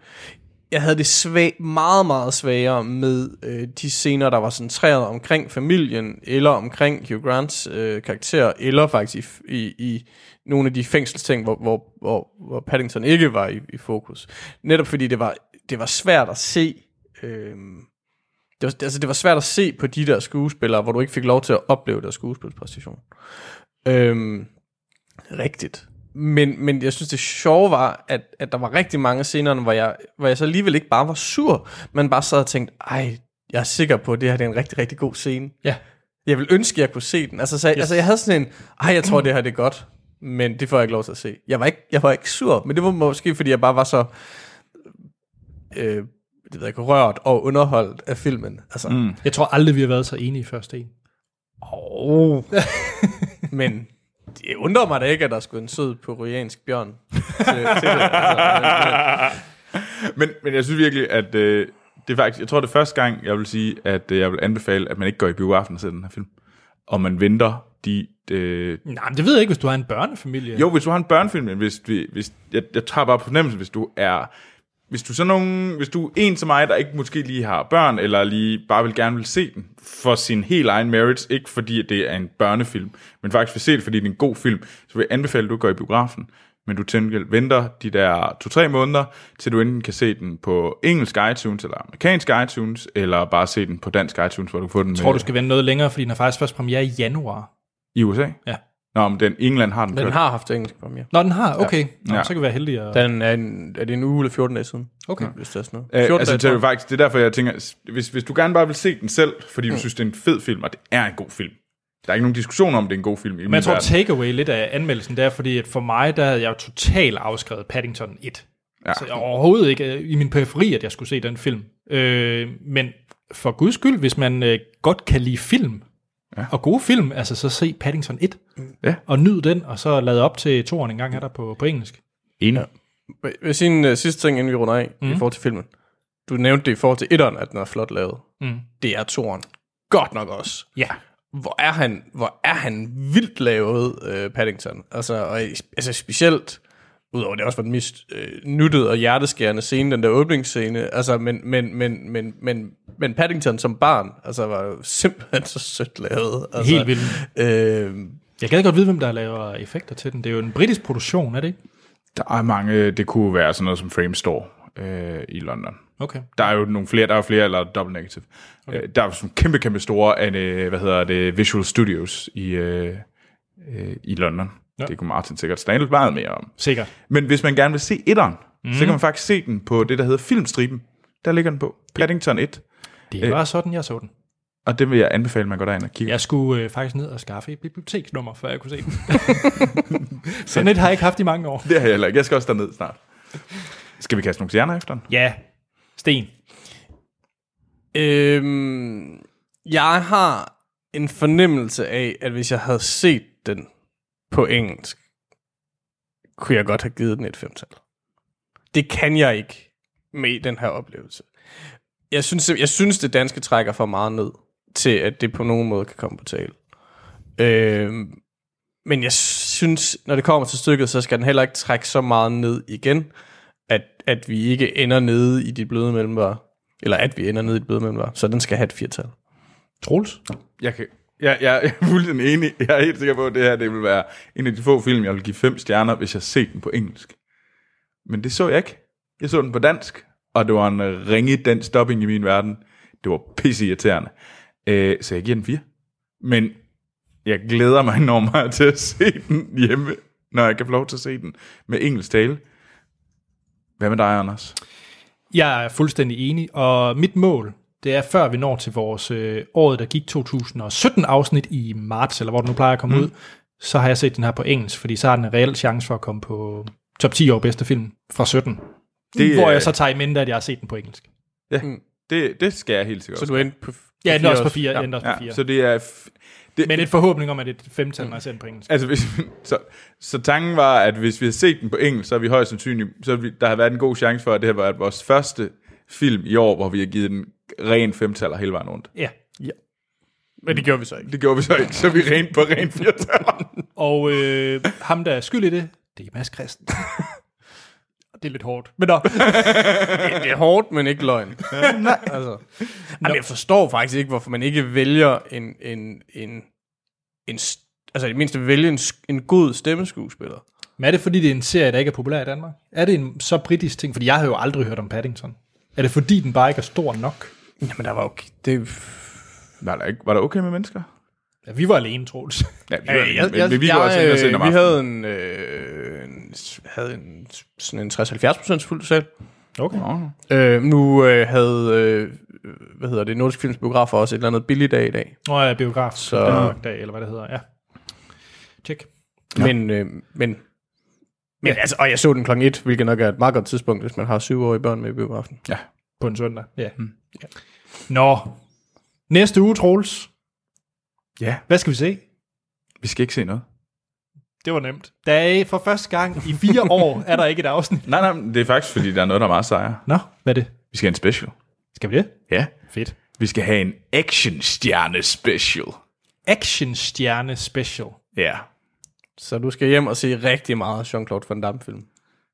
jeg havde det svag, meget, meget svagere med øh, de scener, der var centreret omkring familien, eller omkring Hugh Grants øh, karakter, eller faktisk i, i, i nogle af de fængselsting, hvor, hvor, hvor, hvor Paddington ikke var i, i fokus. Netop fordi det var, det var svært at se... Øh, det var, altså, det var svært at se på de der skuespillere, hvor du ikke fik lov til at opleve deres skuespilspræstation. Øhm, rigtigt. Men, men jeg synes, det sjove var, at, at der var rigtig mange scener, hvor jeg, hvor jeg så alligevel ikke bare var sur, men bare sad og tænkte, ej, jeg er sikker på, at det her det er en rigtig, rigtig god scene. Ja. Jeg vil ønske, at jeg kunne se den. Altså, så, yes. altså jeg havde sådan en, ej, jeg tror, det her det er godt, men det får jeg ikke lov til at se. Jeg var ikke, jeg var ikke sur, men det var måske, fordi jeg bare var så... Øh, det ved jeg ikke, rørt og underholdt af filmen. Altså, mm. Jeg tror aldrig, vi har været så enige i første en. oh. men det undrer mig da ikke, at der skulle en sød peruansk bjørn til, til det. Altså, Men, men jeg synes virkelig, at øh, det er faktisk, jeg tror det er første gang, jeg vil sige, at øh, jeg vil anbefale, at man ikke går i biografen og ser den her film. Og man venter de... Øh, Nej, men det ved jeg ikke, hvis du har en børnefamilie. jo, hvis du har en børnefilm, men hvis, vi- hvis, jeg, jeg tager bare på fornemmelsen, hvis du er... Hvis du, sådan nogen, hvis du er en som mig, der ikke måske lige har børn, eller lige bare vil gerne vil se den for sin helt egen merits, ikke fordi at det er en børnefilm, men faktisk for se det, fordi det er en god film, så vil jeg anbefale, at du går i biografen, men du til gengæld venter de der 2-3 måneder, til du enten kan se den på engelsk iTunes, eller amerikansk iTunes, eller bare se den på dansk iTunes, hvor du får den Jeg tror, du med, skal vente noget længere, fordi den har faktisk først premiere i januar. i USA. Ja. Nå, men den, England har den, den kørt. har haft engelsk premiere. Nå, den har, okay. Ja. Nå, Ja. så kan vi være heldige. At... Den er, en, er det en uge eller 14 dage siden? Okay. Hvis det er sådan noget. Øh, 14 altså, det dage, er jo faktisk, det er derfor, jeg tænker, s- hvis, hvis du gerne bare vil se den selv, fordi du synes, det er en fed film, og det er en god film. Der er ikke nogen diskussion om, det er en god film. I Men jeg tror, takeaway lidt af anmeldelsen, det er, fordi at for mig, der havde jeg jo totalt afskrevet Paddington 1. Ja. Ja. Så jeg overhovedet ikke øh, i min periferi, at jeg skulle se den film. Øh, men for guds skyld, hvis man øh, godt kan lide film, ja. og gode film, altså så se Paddington 1, Ja. og nyd den, og så lad op til toren en gang er der på, på engelsk. Enig. Vil jeg sige en uh, sidste ting, inden vi runder af, mm. i forhold til filmen? Du nævnte det i forhold til etteren, at den er flot lavet. Mm. Det er toren. Godt nok også. Ja. Hvor er han, hvor er han vildt lavet, uh, Paddington. Altså, og, i- altså specielt, udover det også var den mest øh, nuttede og hjerteskærende scene, den der åbningsscene, altså, men, men, men, men, men, men Paddington som barn, altså, var jo simpelthen så sødt lavet. Altså, Helt vildt. Øh, Jeg gad godt vide, hvem der laver effekter til den. Det er jo en britisk produktion, er det ikke? Der er mange, det kunne være sådan noget som Framestore øh, i London. Okay. Der er jo nogle flere, der er flere, eller Double Negative. Okay. Øh, der er jo sådan kæmpe, kæmpe store, an, øh, hvad hedder det, Visual Studios i, øh, øh, i London. Ja. Det kunne Martin sikkert snakke lidt meget mere om. Sikkert. Men hvis man gerne vil se etteren, mm. så kan man faktisk se den på det, der hedder Filmstriben. Der ligger den på. Paddington 1. Det var sådan, jeg så den. Og det vil jeg anbefale, at man går derind og kigger. Øh, Jeg skulle øh, faktisk ned og skaffe et biblioteksnummer, før jeg kunne se den. Sådan et har jeg ikke haft i mange år. Det har jeg heller ikke. Jeg skal også derned snart. Skal vi kaste nogle stjerner efter den? Ja, Sten. Øhm, jeg har en fornemmelse af, at hvis jeg havde set den på engelsk, kunne jeg godt have givet den et femtal. Det kan jeg ikke med den her oplevelse. Jeg synes, jeg synes det danske trækker for meget ned til, at det på nogen måde kan komme på tale. Øhm, men jeg synes, når det kommer til stykket, så skal den heller ikke trække så meget ned igen, at, at vi ikke ender nede i de bløde mellemvarer. Eller at vi ender nede i de bløde mellemvarer. Så den skal have et firtal. Troels? Jeg, kan, jeg, jeg, jeg er fuldstændig enig. Jeg er helt sikker på, at det her det vil være en af de få film, jeg vil give fem stjerner, hvis jeg ser den på engelsk. Men det så jeg ikke. Jeg så den på dansk, og det var en øh, ringe dansk stopping i min verden. Det var pisse irriterende. Øh, så jeg giver den fire. Men jeg glæder mig enormt meget til at se den hjemme, når jeg kan få lov til at se den med engelsk tale. Hvad med dig, Anders? Jeg er fuldstændig enig, og mit mål, det er før vi når til vores øh, året, der gik 2017 afsnit i marts, eller hvor den nu plejer at komme mm. ud, så har jeg set den her på engelsk, fordi så har den en reel chance for at komme på top 10 over bedste film fra 17. Det, hvor jeg så tager i mente, at jeg har set den på engelsk. Ja, mm. det, det skal jeg helt sikkert Så også. du endte på... Ja, den er også på 4. Ja. Ja, også på Ja, fire. så det er... F- det, Men et forhåbning om, at det er et femtal, når jeg ser den på engelsk. Altså, hvis, så, så tanken var, at hvis vi havde set den på engelsk, så er vi højst sandsynligt, så ville vi, der har været en god chance for, at det her var vores første film i år, hvor vi har givet den ren femtaller hele vejen rundt. Ja. Men det gjorde vi så ikke. Det gjorde vi så ikke, så vi rent på ren firtaller. Og øh, ham, der er skyld i det, det er Mads Christen. Det er lidt hårdt. Men nå, Det, det er hårdt, men ikke løgn. Nej. Altså. Jamen, jeg forstår faktisk ikke, hvorfor man ikke vælger en... en, en, en s- altså, i det mindste vælge en, sk- en god stemmeskuespiller. men er det fordi, det er en serie, der ikke er populær i Danmark? Er det en så britisk ting? Fordi jeg har jo aldrig hørt om Paddington. Er det fordi, den bare ikke er stor nok? Jamen, der var jo... Det, Var der, ikke, var der okay med mennesker? Ja, vi var alene, Troels. Ja, vi, var, jeg, men, men vi går også ind og se den om vi aftenen. havde en, øh, en, s- havde en, s- sådan en 60-70% fuld sal. Okay. Øh, nu øh, havde, øh, hvad hedder det, Nordisk Films biografer også et eller andet billig dag i dag. Nå ja, biograf. Så- Så... Danmark dag, eller hvad det hedder, ja. Tjek. Ja. Men, øh, men, men altså, og jeg så den klokken 1, hvilket nok er et meget godt tidspunkt, hvis man har syvårige børn med i biografen. Ja. På en søndag. Ja. Mm. ja. Nå. Næste uge, Troels. ja, Hvad skal vi se? vi skal ikke se noget. Det var nemt. Der er for første gang i fire år, er der ikke et afsnit. Nej, nej, men det er faktisk, fordi der er noget, der er meget sejere. Nå, hvad er det? Vi skal have en special. Skal vi det? Ja. Fedt. Vi skal have en actionstjerne special. Actionstjerne special. Ja. Så du skal hjem og se rigtig meget Jean-Claude Van Damme-film.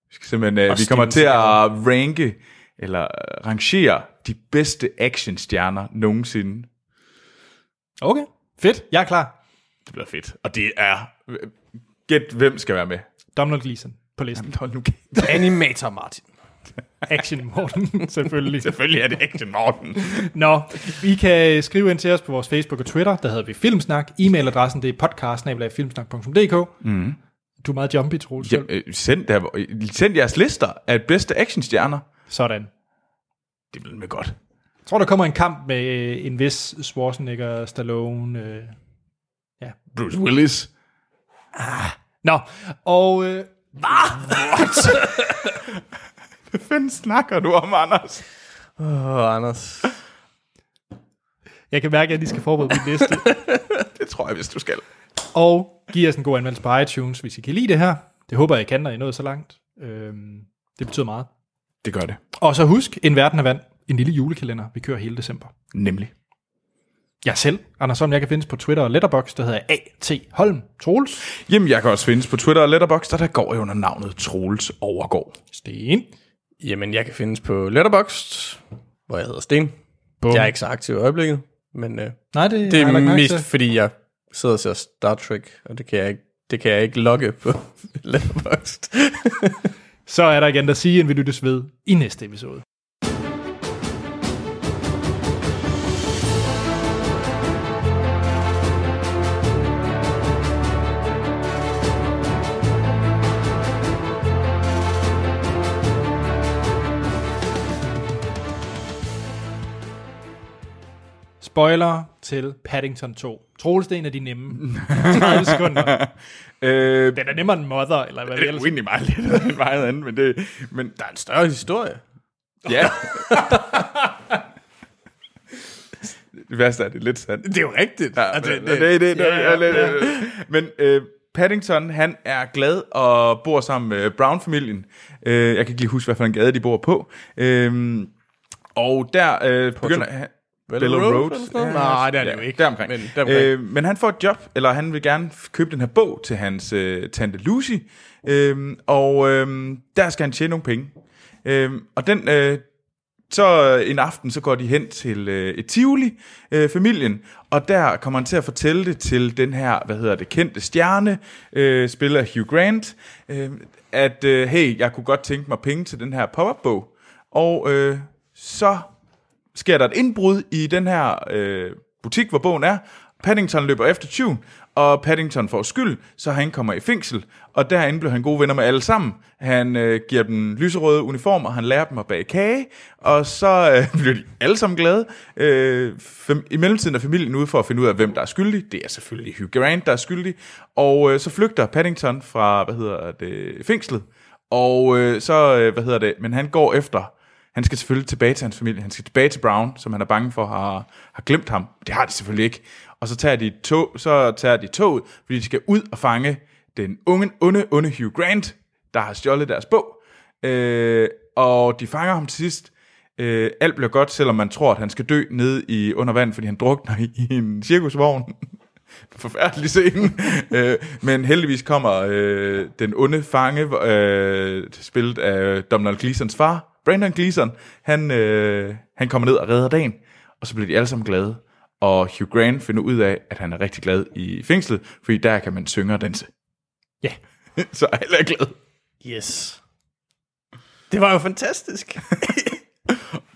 Vi, skal simpelthen, øh, vi Steven kommer til at Seagal. ranke, eller øh, rangere, de bedste actionstjerner nogensinde. Okay. Fedt. Jeg er klar. Det bliver fedt. Og det er... øh, Gæt, hvem skal være med? Donald Gleason på listen. Hold nu Animator Martin. Action Morten, selvfølgelig. Selvfølgelig er det action Morten. Nå, I kan skrive ind til os på vores Facebook og Twitter. Der hedder vi Filmsnak. E-mailadressen det er podcast.filmsnak.dk mm. Du er meget jumpy, Troels. Jamen, øh, send, der, øh, send jeres lister af bedste actionstjerner. Sådan. Det bliver med godt. Jeg tror, der kommer en kamp med øh, en vis Schwarzenegger, Stallone. Øh. Bruce Willis. Nå, og... Øh, Hvad fanden snakker du om, Anders? Åh, Anders. jeg kan mærke, at jeg lige skal forberede min liste. Det tror jeg, hvis du skal. og giv os en god anmeldelse på iTunes, hvis I kan lide det her. Det håber jeg, I kan, når I er nået så langt. Øhm, det betyder meget. Det gør det. Og så husk, En Verden af Vand, en lille julekalender, vi kører hele december. Nemlig. Jeg selv, Anders Holm, jeg kan findes på Twitter og Letterboxd, der hedder A.T. Holm Troels. Jamen, jeg kan også findes på Twitter og Letterboxd, og der går jeg under navnet Troels Overgaard. Sten. Jamen, jeg kan findes på Letterboxd, hvor jeg hedder Sten. Bum. Jeg er ikke så aktiv i øjeblikket, men øh, Nej, det, det har jeg lagt er mærke mest til. fordi, jeg sidder og ser Star Trek, og det kan jeg ikke, det kan jeg ikke logge på Letterboxd. Så er der igen at sige, end vi lyttes ved i næste episode. Spoiler til Paddington 2. Troels, det er en af de nemme. 30 sekunder. Øh, det Den er nemmere end Mother, eller hvad vi er ellers uendelig meget lidt end meget andet, men det... Men, Der er en større historie. ja. det værste er, det er lidt sandt. Det er jo rigtigt. Ja, Altså, det, det, det, det, det, ja, ja, det, det, det. Men øh, Paddington, han er glad og bor sammen med Brown-familien. Øh, jeg kan ikke lige huske, hvad for en gade de bor på. Øh, og der øh, begynder han... Bellow Road Road. eller sådan noget? Nej, det er det jo ikke. Deromkring. Men Men, deromkring. deromkring. Øh, men han får et job, eller han vil gerne f- købe den her bog til hans øh, tante Lucy. Øh, og øh, der skal han tjene nogle penge. Øh, og den... Øh, så øh, en aften, så går de hen til øh, et Tivoli, øh, familien, og der kommer han til at fortælle det til den her, hvad hedder det, kendte stjerne, øh, spiller Hugh Grant, øh, at øh, hey, jeg kunne godt tænke mig penge til den her pop-up-bog. Og øh, så sker der et indbrud i den her øh, butik, hvor bogen er. Paddington løber efter tyven, og Paddington får skyld, så han kommer i fængsel. Og derinde bliver han gode venner med alle sammen. Han øh, giver dem lyserøde uniformer, han lærer dem at bage kage, og så øh, bliver de alle sammen glade. Øh, fam- I mellemtiden er familien ude for at finde ud af, hvem der er skyldig. Det er selvfølgelig Hugh Grant, der er skyldig. Og øh, så flygter Paddington fra, hvad hedder det, fængslet. Og øh, så, øh, hvad hedder det, men han går efter han skal selvfølgelig tilbage til hans familie. Han skal tilbage til Brown, som han er bange for har, har glemt ham. Det har de selvfølgelig ikke. Og så tager de, tog, så tager de toget, fordi de skal ud og fange den unge, onde, onde Hugh Grant, der har stjålet deres bog. Øh, og de fanger ham til sidst. Øh, alt bliver godt, selvom man tror, at han skal dø nede i undervand, fordi han drukner i en cirkusvogn. forfærdelig scene. øh, men heldigvis kommer øh, den onde fange, øh, spillet af Donald Gleasons far, Brandon Gleason, han, øh, han kommer ned og redder dagen, og så bliver de alle sammen glade. Og Hugh Grant finder ud af, at han er rigtig glad i fængslet, fordi der kan man synge og danse. Ja. så alle er glade. Yes. Det var jo fantastisk.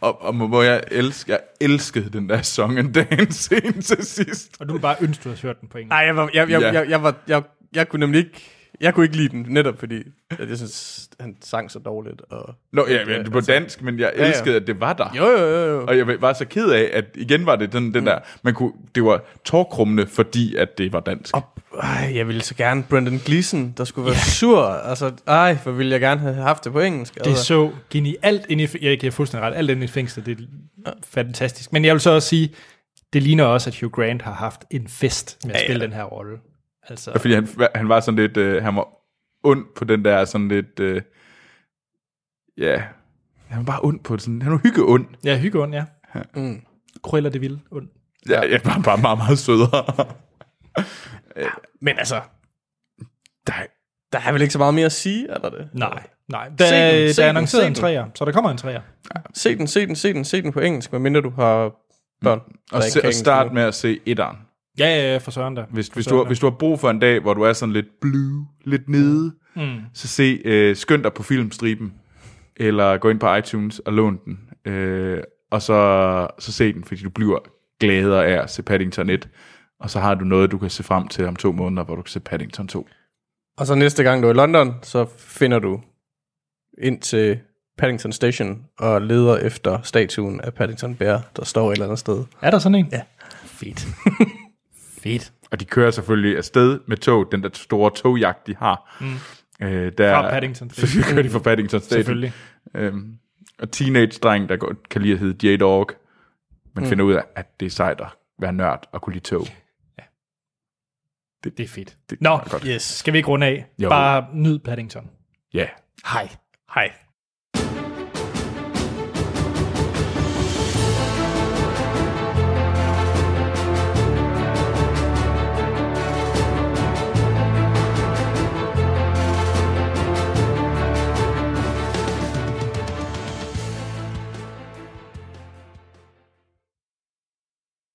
Og, og må, må jeg elske, jeg elskede den der song and dance scene til sidst. Og du vil bare ønske, du havde hørt den på engelsk. Nej, jeg, var, jeg, jeg, Ja. jeg, jeg, var, jeg, jeg kunne nemlig ikke... Jeg kunne ikke lide den, netop fordi at jeg synes, han sang så dårligt. Og... Øh, altså- Nå, ja, ja, det var dansk, men jeg elskede, at det var der. Jo, Mm. jo, jo, jo. Og jeg var så ked af, at igen var det den, den der, man kunne, det var tårkrummende, fordi at det var dansk. Og, ej, jeg ville så gerne Brendan Gleeson, der skulle være sur. Altså, ej, hvor ville jeg gerne have haft det på engelsk. Det altså. så genialt ind i, f- jeg giver fuldstændig ret, alt ind i fængslet, det er fantastisk. Men jeg vil så også sige, det ligner også, at Hugh Grant har haft en fest med at spille den her rolle. Altså, Fordi han, han var sådan lidt, øh, han var ond på den der sådan lidt, øh, ja, han var bare ond på det sådan, han var hygge ond. ja, hygge ond, ja. Mm. Cruella de Vil ond. Ja, ja bare, bare meget, meget sødere. Men altså, Nej, der er vel ikke så meget mere at sige, er der det? Nej, nej. Der, Se den, der se er den, annonceret se en den. træer, så der kommer en træer. Se den, se den, se den, se den på engelsk, medmindre du har børn. der Mm. og, ikke se, kan og engelsk start endnu. med at se etteren. Ja, ja, ja, for søren da. Hvis, hvis, For du har, søren da. hvis du har brug for en dag, hvor du er sådan lidt blue, lidt nede, mm. så se øh, Skynd dig på filmstriben, eller gå ind på iTunes og lån den, øh, og så, så se den, fordi du bliver gladere af at se Paddington 1, og så har du noget, du kan se frem til om to måneder, hvor du kan se Paddington 2. Og så næste gang du er i London, så finder du ind til Paddington Station og leder efter statuen af Paddington Bear, der står et eller andet sted. Er der sådan en? Ja. Fedt. Fedt. Og de kører selvfølgelig afsted med tog, den der store togjagt, de har. Mm. Øh, der, Fra Paddington Station. Så kører de fra Paddington Station. Selvfølgelig. Øhm, og teenage-dreng, der godt kan lide at hedde J-Dog, men mm. finder ud af, at det er sejt at være nørd og kunne lide tog. Det er fedt. Det er Nå, meget godt. yes. skal vi ikke runde af? Jo. Bare nyd Paddington. Ja. Hej. Hej.